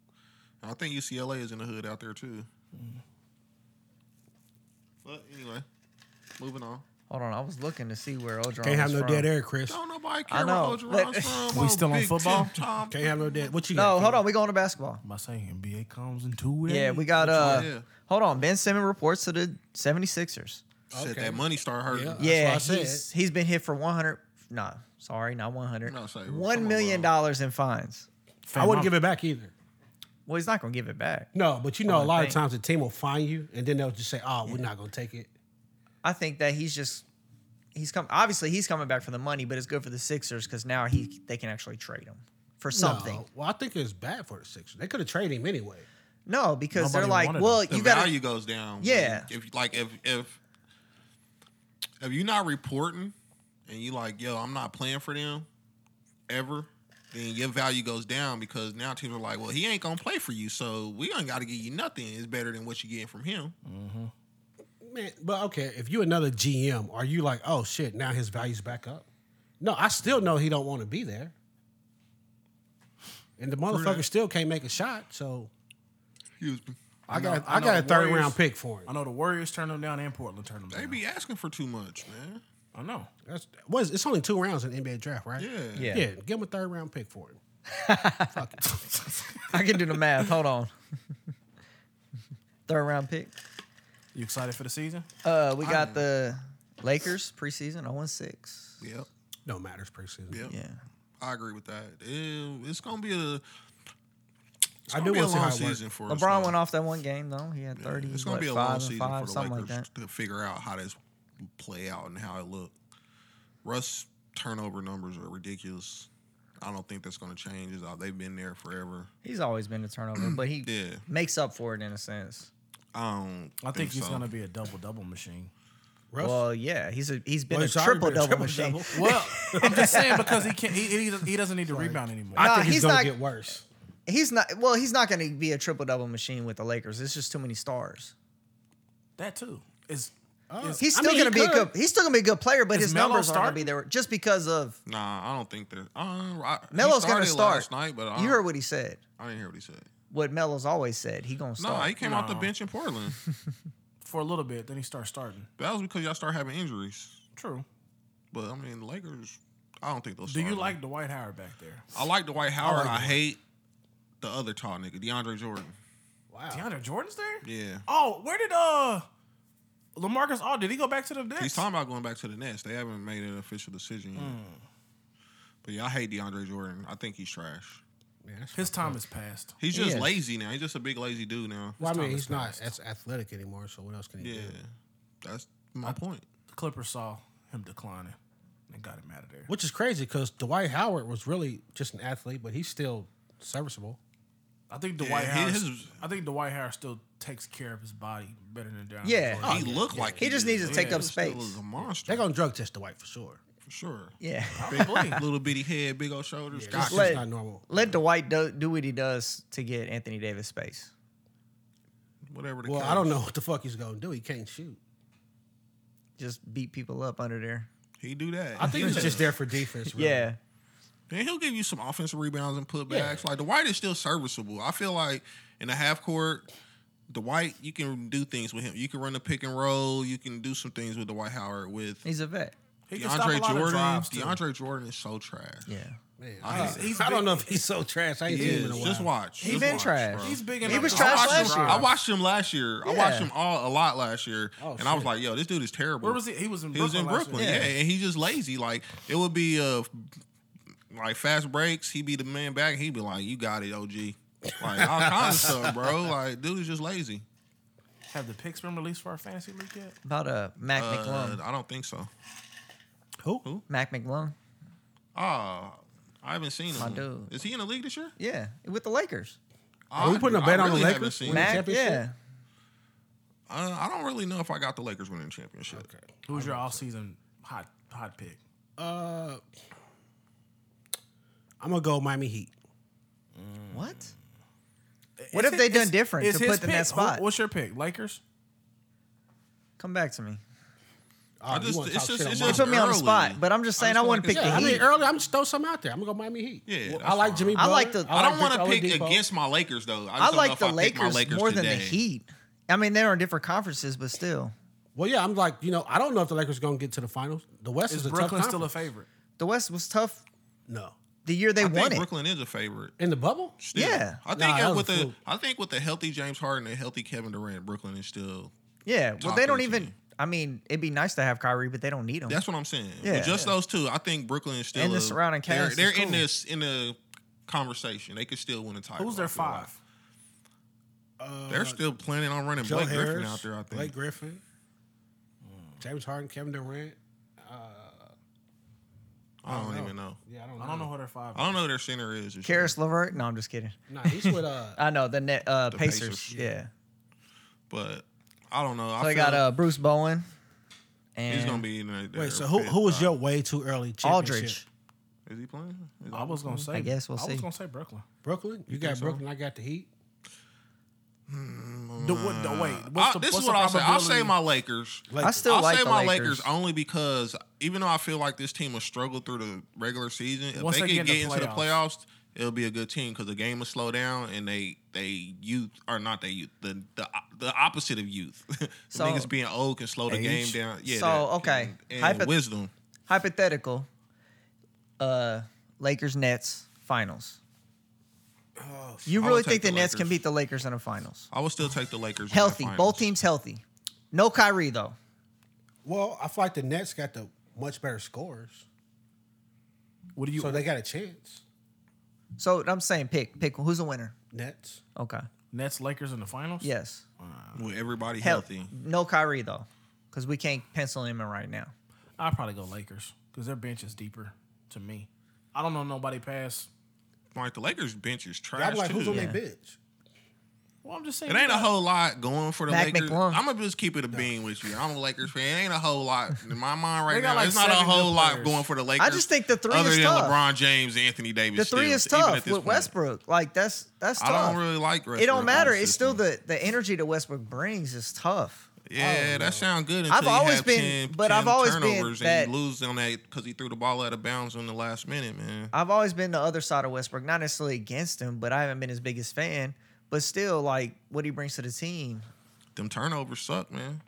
I think UCLA is in the hood out there too.
Mm.
But anyway, moving on.
Hold on, I was looking to see where Orgeron
Can't have
was
no
from.
dead air, Chris.
Don't nobody
I
care where
know.
Ogeron's from.
We
oh,
still on
Big Ten
football?
Tom.
Can't have no dead. What you got?
No,
Phil?
hold on. We going to basketball.
Am I saying NBA comes in two weeks?
Yeah, we got. uh
yeah.
Hold on. Ben Simmons reports to the 76ers.
Said
Okay.
that money start hurting.
Yeah. what
Yeah,
I said.
he's, he's been hit for 100. Nah, sorry, not 100.
No, sorry, come
One
on,
million
bro.
dollars in fines.
I wouldn't give it back either.
Well, he's not gonna give it back.
No, but you know,
Oh,
a lot of
thank-
times the team will find you, and then they'll just say, "Oh, we're not gonna take it."
I think that he's just he's come obviously he's coming back for the money, but it's good for the Sixers because now he they can actually trade him for something.
No. Well, I think it's bad for the Sixers. They could have traded him anyway.
No, because they're
Nobody
like,
wanted
well,
him.
The
you got
value
to
goes down.
Yeah.
If like if if if you're not reporting and you like, yo, I'm not playing for them ever, then your value goes down because now teams are like, well, he ain't gonna play for you, so we ain't gotta give you nothing. It's better than what you getting from him.
Man, but okay, if you another GM, are you like, "Oh shit, now his value's back up"? No, I still know he don't want to be there, and the motherfucker still can't make a shot. So
Excuse me.
I got
I
I
know
got a
the
third
Warriors-
round pick for
I
him.
know the Warriors turned them down and Portland turned them down.
They be asking for too much, man.
I know.
That's what is, it's only two rounds in the NBA draft, right?
Yeah.
Yeah.
Yeah, give him a third round pick for him. Fuck it.
I can do the math. Hold on, third round pick.
You excited for the season?
Uh, we got the Lakers preseason 0 6.
Yep.
No matters preseason.
Yep.
Yeah,
I agree with that. Ew, it's gonna be a it's
I
gonna
do
be a
wanna see
long
how it works.
season for us.
LeBron
though.
went off that one game though. He had thirty.
It's
what,
gonna be a
five
long
and
season
five,
for the
something
Lakers
like that.
to figure out how this play out and how it look. Russ turnover numbers are ridiculous. I don't think that's gonna change. It's all- They've been there forever.
He's always been a turnover, but he
Yeah,
makes up for it in a sense.
I don't.
I think he's
so.
gonna be a double double machine.
Russ,
Well, yeah, he's a he's been
Well,
a
he's already
triple
been a
double
triple-double.
machine.
Well, I'm just saying because he can't. He, he, he doesn't need to rebound anymore.
I
Nah,
think
he's
it's gonna
not-
get worse.
He's not well. He's not going to be a triple double machine with the Lakers. It's just too many stars.
that too is. is
He's
I
still
mean, he
going to be a
could.
good. He's still going to be a good player, but
Is
his
Melo
numbers aren't going to
starting?
be there just because of
Nah, I don't think that. Uh, I- he
Melo's going
started
to start.
last night, but I,
you
don't-
heard what he said.
I didn't hear what he said.
what Melo's always said. He gonna
No,
start.
he came off the
No.
bench in Portland.
for a little bit. Then he starts starting.
that was because y'all started having injuries.
True.
But I mean, Lakers. I don't think those.
Do you like Dwight Howard back there?
I like Dwight Howard. I, hate the other tall nigga, DeAndre Jordan.
DeAndre Jordan's there.
Yeah.
Oh, where did uh, Lamarcus? Oh, did he go back to the Nets?
He's talking about going back to the Nets. They haven't made an official decision yet.
Hmm.
But yeah, I hate DeAndre Jordan. I think he's trash.
His time is past.
He's just
is.
lazy now. He's just a big lazy dude now.
Well, I mean,
time
he's
is
not
past.
as athletic anymore. So what else can he
Yeah.
do?
That's my point.
The Clippers saw him declining and got him out of there.
Which is crazy because Dwight Howard was really just an athlete, but he's still serviceable.
I think Dwight
he-
Howard.
his-
I think Dwight Howard still takes care of his body better than DeAndre.
Yeah.
Jordan.
Oh,
he looked like
He just
did.
needs to take
Yeah,
up
he still
space.
was a monster
They're gonna drug test Dwight for sure.
for sure.
yeah.
Big, little bitty head, big old shoulders.
It's
Got you.
let-
just not normal.
Let Dwight do, do what he does to get Anthony Davis space.
whatever. The
Well,
case.
I don't know what the fuck he's gonna do. He can't shoot.
Just beat people up under there.
He do that.
I think he's just there for defense. Really.
Yeah.
And he'll give you some offensive rebounds and putbacks. Like Dwight is still serviceable. I feel like in the half court, Dwight, you can do things with him. You can run the pick and roll. You can do some things with Dwight Howard with
He's a vet.
he can stop a
DeAndre
lot of
Jordan.
drives too.
DeAndre Jordan is so trash.
Yeah.
Man,
I
I,
hate
he's
I
big-
don't know if he's so trash. I ain't
He
seen him in
is.
a while.
Just watch.
He
Just
been
watch,
trash.
bro.
He's big
He
enough.
was
to-
I
trash
watched,
last
him,
year.
I watched him last year. I watched
Yeah.
him all a lot last year,
Oh,
and I was
shit.
like, "Yo, this dude is terrible."
Where was he? He was in
He was in
Brooklyn. last
Brooklyn,
year.
yeah.
Yeah.
and he's just lazy. Like it would be uh like fast breaks, he'd be the man back, he'd be like, You got it, OG. Like all kinds of stuff, bro. Like, dude is just lazy.
Have the picks been released for our fantasy league yet?
About a Mac
Uh,
McClung.
I don't think so.
Who?
Mac McClung.
Ah, I haven't seen him.
My dude.
Is he in the league this year?
Yeah. With the Lakers.
Are we
I-
putting a
I
bet on the
really haven't
Lakers?
seen
Win the
him.
Mac,
championship?
yeah.
Uh, I don't really know if I got the Lakers winning the championship.
Okay.
Who's
Um,
your offseason hot hot pick?
Uh, I'm gonna go Miami Heat.
What? What
It's
if they
his-
done
it's-
different
it's
to
his
put them in that
pick.
spot?
Who- what's your pick? Lakers.
Come back to me.
Oh,
I
you
just-
wanna
it's
talk
just-
shit on
it's
Miami.
You put me on the
early.
spot, but I'm just
I
saying
just
I
feel
wouldn't
like
pick
it's
the
Yeah, I mean
Heat.
early. I'm just throw some out there. I'm gonna go Miami Heat.
Yeah,
I
that's
like
fine.
Jimmy.
I like
Butler.
the-
I don't
like
want to
Victor
pick
Oladipo.
against my Lakers though. I, just
I
don't know
like
if
the
I pick my
Lakers,
Lakers
more
today.
than the Heat. I mean, they're in different conferences, but still.
Well, yeah, I'm like you know I don't know if the Lakers gonna get to the finals. The West is,
Is
a
Brooklyn
tough
still a
conference.
favorite?
The West was tough
No,
the year they
I
won
think
it.
Brooklyn is a favorite.
in the bubble.
Still.
Yeah.
I
Nah,
think
that was
with
a
the
fluke.
I think with the healthy James Harden and healthy Kevin Durant, Brooklyn is still.
Yeah. Well,
top
they don't
three
even.
team.
I mean, it'd be nice to have Kyrie, but they don't need him.
That's what I'm saying.
Yeah.
With just those two, I think Brooklyn is still
And the
a-
surrounding
they're-
cast is
They're, in
cool.
this in the conversation. They could still win a title.
Who's
I
their
feel like.
five?
They're still planning on running
Uh, Joe
Blake
Harris,
Griffin out there. I think.
Blake Griffin, Mm. James Harden, Kevin Durant.
I don't, even know.
Yeah, I don't know.
I don't know who their five.
I don't know who their center is. this year.
Karis Levert? No, I'm just kidding.
Nah, he's with uh.
I know the net uh, Pacers.
Pacers.
Yeah.
but I don't know. I
So they
feel
got uh, Bruce Bowen. And
he's gonna be in there.
Wait, so who who was your way too early championship?
Aldridge.
Is he playing? Is
I was gonna say.
I guess we'll
I
see.
was gonna say Brooklyn.
Brooklyn. You got Brooklyn. I got the Heat.
The, what, the, wait,
I,
what's the,
this
what's
is what
the
I'll say. I'll say
probability-
my Lakers.
I still
I'll
like
say
the
my Lakers.
Lakers.
only because even though I feel like this team will struggle through the regular season, if
Once
they,
they
can
get in
get,
the
into the playoffs, it'll be a good team because the game will slow down and they they youth are not they youth the the, the opposite of youth. the
So-
niggas being old can slow the game down. Yeah.
So,
that-
okay.
and, and
Hypo-
wisdom.
Hypothetical. Uh, Lakers Nets finals.
Oh, I
you
would
really
take
think the,
the
Nets can
Lakers.
beat the Lakers in the finals?
I would still take the Lakers. in the
Healthy,
finals.
both teams healthy. No Kyrie though.
Well, I feel like the Nets got the much better scores,
What do you?
so they got a chance.
So I'm saying pick, pick who's the winner.
Nets.
Okay.
Nets Lakers in the finals.
Yes.
with everybody
Health-
healthy.
No Kyrie though, because we can't pencil him in right now.
I'd probably go Lakers because their bench is deeper to me. I don't know nobody past.
Like the Lakers bench is trash
I'm like,
too.
who's on
Yeah.
their bench?
Well, I'm just saying.
It ain't a whole lot going for the
Mac
Lakers.
McClung.
I'm gonna just keep it a bean with you. I'm a Lakers fan. It ain't a whole lot in my mind right
They got
now.
like
it's not a
seven good
whole lot
players.
going for the Lakers.
just think the three
other
is
than
tough.
LeBron James, and Anthony Davis.
The three
still,
is
even at
tough
this
with
point.
Westbrook. Like that's that's tough.
I don't really like. Westbrook
it don't matter.
on this
It's still
system.
the the energy that Westbrook brings is tough.
yeah. That sounds good. Until
Oh, I've
you
always
have
been-
10,
but I've
10
always been
turnovers
that-
and you lose on that because he threw the ball out of bounds on the last minute, man.
I've always been the other side of Westbrook, not necessarily against him, but I haven't been his biggest fan. But still, like what he brings to the team.
Them turnovers suck, man.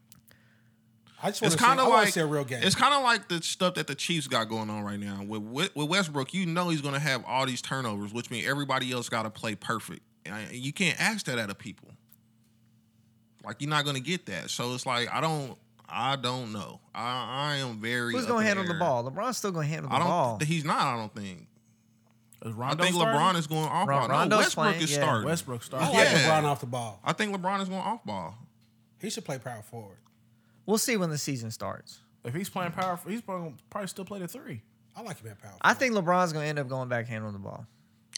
I just
It's
want
kind of
to
like
see a real game.
It's kind of like the stuff that the Chiefs got going on right now with with with Westbrook. You know he's going to have all these turnovers, which means everybody else got to play perfect, and I- you can't ask that out of people. Like you're not going to get that. So it's like I don't, I don't know. I I am very.
Who's
up
gonna
in the
handle the
air.
ball? LeBron's still gonna handle the
I don't.
ball.
He's not. I don't think.
Is
I
Rondo
think
starting?
LeBron is going off
Ron-
ball. No,
Rondo's
Westbrook
playing,
is
yeah.
starting.
Westbrook
I
starting.
like
Yeah.
LeBron off the ball.
I think LeBron is going off ball.
He should play power forward.
We'll see when the season starts.
If he's playing power, he's probably, gonna probably still play the three.
I like him at power.
I
forward.
think LeBron's gonna end up going back handling the ball.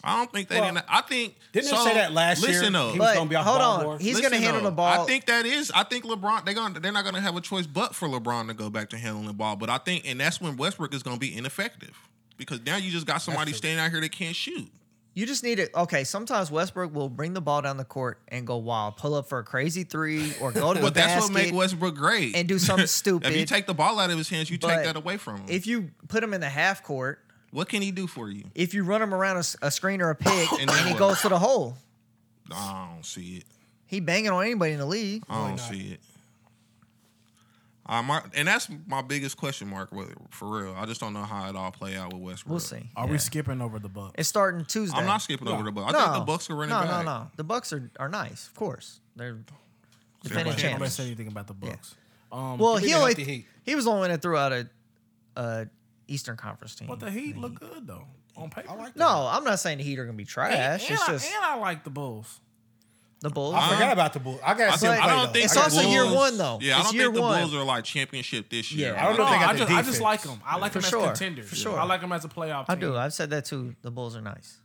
I don't think they
Well,
didn't. I think
didn't they
so,
say that last year?
Listen up.
He was
But
gonna be off
hold
ball
on,
more.
he's
Listen
gonna handle
though,
the ball.
I think that is. I think LeBron. They're gonna. They're not gonna have a choice but for LeBron to go back to handling the ball. But I think, and that's when Westbrook is gonna be ineffective because now you just got somebody
true.
standing out here that can't shoot.
You just need to okay. Sometimes Westbrook will bring the ball down the court and go wild, pull up for a crazy three, or go to the
But that's what
basket
makes Westbrook great.
and do something
if you
stupid.
take the ball out of his hands, you
But
take that away from him.
if you put him in the half court,
what can he do for you?
if you run him around a, s- a screen or a pick, and,
And then
he
what?
goes to the hole,
I don't see it.
he banging on anybody in the league.
I don't
not?
see it. I might, and that's my biggest question mark with it, for real. I just don't know how it all play out with Westbrook.
We'll see.
Are we
Yeah.
skipping over the Bucks?
It's starting Tuesday.
I'm not skipping over the Bucks. I
no,
think the Bucks are running
no,
back.
No, no, The Bucks are, are nice, of course. They're defending
Nobody
Everybody-
champs.
said anything about the Bucks. Um,
Well,
Give me
he
the
only
healthy Heat.
he was the only one that threw out a, a Eastern Conference team.
but the Heat look good though on paper.
I like that.
no, I'm not saying the Heat are gonna be
and,
trash.
and
it's
I,
just
and I like the Bulls.
the Bulls.
I forgot about the Bulls. I got.
I,
to see
think,
him
I
play,
don't
though.
think
It's
the
also
Bulls,
year one, though.
Yeah, I
It's
don't
year
think the
one.
Bulls are like championship this year.
Yeah. I don't
know if they
No,
got
I
the
just, I just
defense.
like them. I like
For
them
sure.
as contenders.
For sure.
I like them as a playoff.
I
team.
do. I've said that too. The Bulls are nice.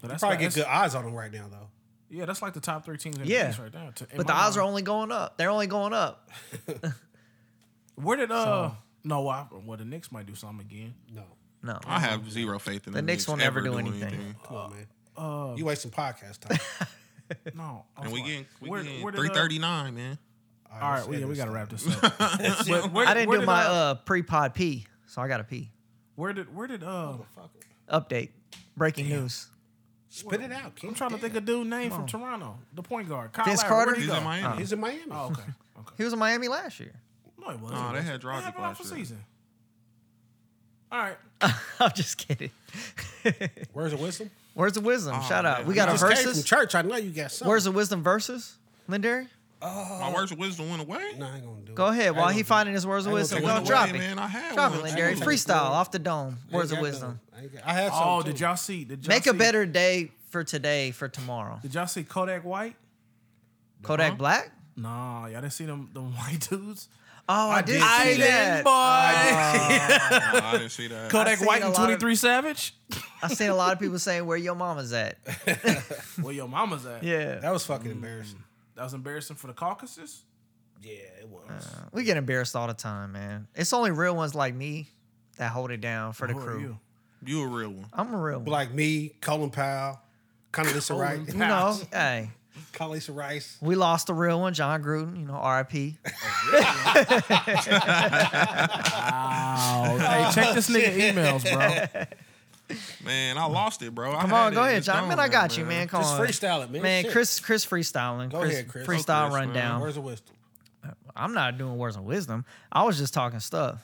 But that's
Probably
like-
get
that's-
good odds on him right now though.
Yeah, that's like the top three teams in
Yeah.
the East right now. to- in
But
my
the odds are
mind.
only going up. They're only going up.
Where did uh? No, I, well the Knicks might do something again.
No,
No.
I have zero faith in the,
Knicks will never
ever
do
doing
anything.
come on, man. you wasting podcast time.
No, I was
And we
like,
getting we
where-
getting
where did, uh,
three thirty nine, man.
All right,
let's
well, yeah,
end
we
this
gotta
thing.
wrap this up. But where-
I didn't
where
do
did,
my uh pre pod pee, so I got to pee.
Where did where did uh?
Update. Breaking news.
Spit it out. King.
I'm trying to think of dude name from Toronto, the point guard, Kyle
Vince
Lowry, where'd
Carter?
he
He's
go?
in Miami.
He's in Miami.
Oh, okay, okay.
He was in Miami last year.
No, it wasn't.
No, Oh, they had
They
Dragic
him out
last
for
year.
season. All right,
I'm just kidding.
Where's the wisdom?
Where's the wisdom? Shout out.
man.
We got
We
a
Just came from
versus.
church. I know you got something.
Where's the wisdom versus? Lindari?
Oh.
My words of wisdom went away.
No, I ain't gonna do
Go
it. I
ahead.
ain't
While
gonna
he
do
finding his words of
I ain't gonna
wisdom,
take
Went
go
it.
away,
drop it.
man. I had
Drop it,
one.
Lindari.
take it.
Freestyle off the dome.
it. I ain't
Words of
got
wisdom.
nothing. I, ain't got- I had
oh,
something.
did y'all see? Did y'all
Make a
see-
better day for today for tomorrow.
Did y'all see Kodak White?
Kodak Black?
Nah, y'all didn't see them them white dudes.
Oh, I, did
I
see that.
didn't, boy.
No, I didn't see that.
Kodak
seen
White
a
and
lot of-
Twenty Three Savage.
I seen a lot of people saying where your mama's at.
Where your mama's at?
Yeah.
That was fucking embarrassing.
that was embarrassing for the caucuses.
Yeah, it was.
We get embarrassed all the time, man. It's only real ones like me that hold it down for the
Who are
crew.
Oh, you?
You a real one.
I'm a real one.
like me, Colin Powell, Condoleezza Rice.
you know, hey,
Condoleezza Rice.
we lost the real one, John Gruden, you know, RIP.
Oh, hey, check this nigga emails, bro.
Man, I lost it, bro. I
Come
had
on, go
it.
ahead,
It's
John.
gone
Man, I
now,
got you, man. Come
Just
on.
freestyle it, man.
Man,
Shit.
Chris, Chris freestyling.
Go
Chris,
ahead, Chris.
Freestyle
Go, Chris, man.
rundown.
Where's the wisdom?
I'm not doing words of wisdom. I was just talking stuff.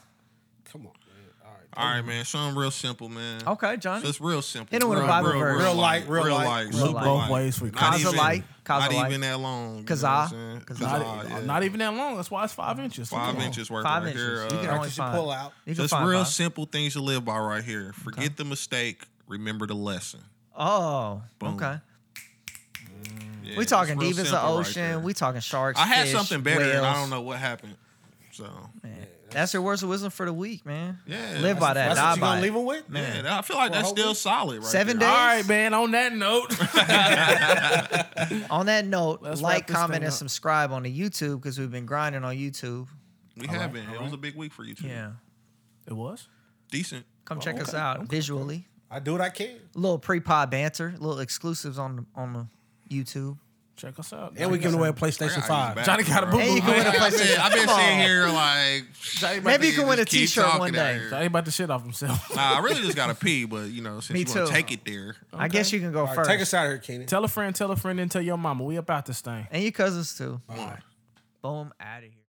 Come on, man. All right.
All right, man. Something real simple, man.
Okay, Johnny.
So it's real simple.
Hit him with a
real,
Bible verse.
Real light, real
real
light,
light,
real
super
light.
Both ways for
Not
Cause of
even-
light, cause
Not
of light.
even that long.
Cause I- cause I-
Not, e,
I, yeah.
not even that long. That's why it's five inches.
five
Come on.
inches worth
Five
right
inches.
here.
you
uh,
can
Alright,
only
just you
find.
pull out.
You can
Just
find
real
five.
simple things to live by right here. Forget the mistake, remember the lesson.
Oh,
Boom.
okay.
Yeah,
we
it's
talking
real
divas
simple
of
right
ocean.
there.
we talking sharks.
I had
fish,
something better, and I
whales.
don't know what happened. So
That's your words of wisdom for the week, man.
yeah,
Live by that.
That's what
Die
you
by
gonna leave
it.
him with?
Man, I feel like
For a
that's
whole
still
week?
solid. Right
Seven
there.
days?
All right, man. On that note,
On that note,
Let's
like,
wrap this
comment,
thing
and
up.
subscribe on the YouTube because we've been grinding on YouTube.
We have been. It was a big week for you too.
Yeah.
it was.
decent.
Come
Oh,
check us out visually.
I do what I can.
A little pre pod banter, little exclusives on the, on the YouTube.
Check us out.
And we giving away a PlayStation
I gotta use
Five.
Johnny got a
bathroom,
boo-boo.
And you can win a
bro. Like I said,
PlayStation.
I've been
Come
sitting
on.
here like,
Johnny about
Maybe
to-
you can win a
just keep
T-shirt
talking
one
out
day.
here.
Johnny about to shit off himself.
Nah, I really just gotta pee, but you know, since
Me
you want
too.
to take it there,
I guess you can go
All right,
first.
take us out of here, Keenan.
tell a friend, tell a friend, and tell your mama. We about this thing.
and your cousins too.
All right.
Boom, out of here.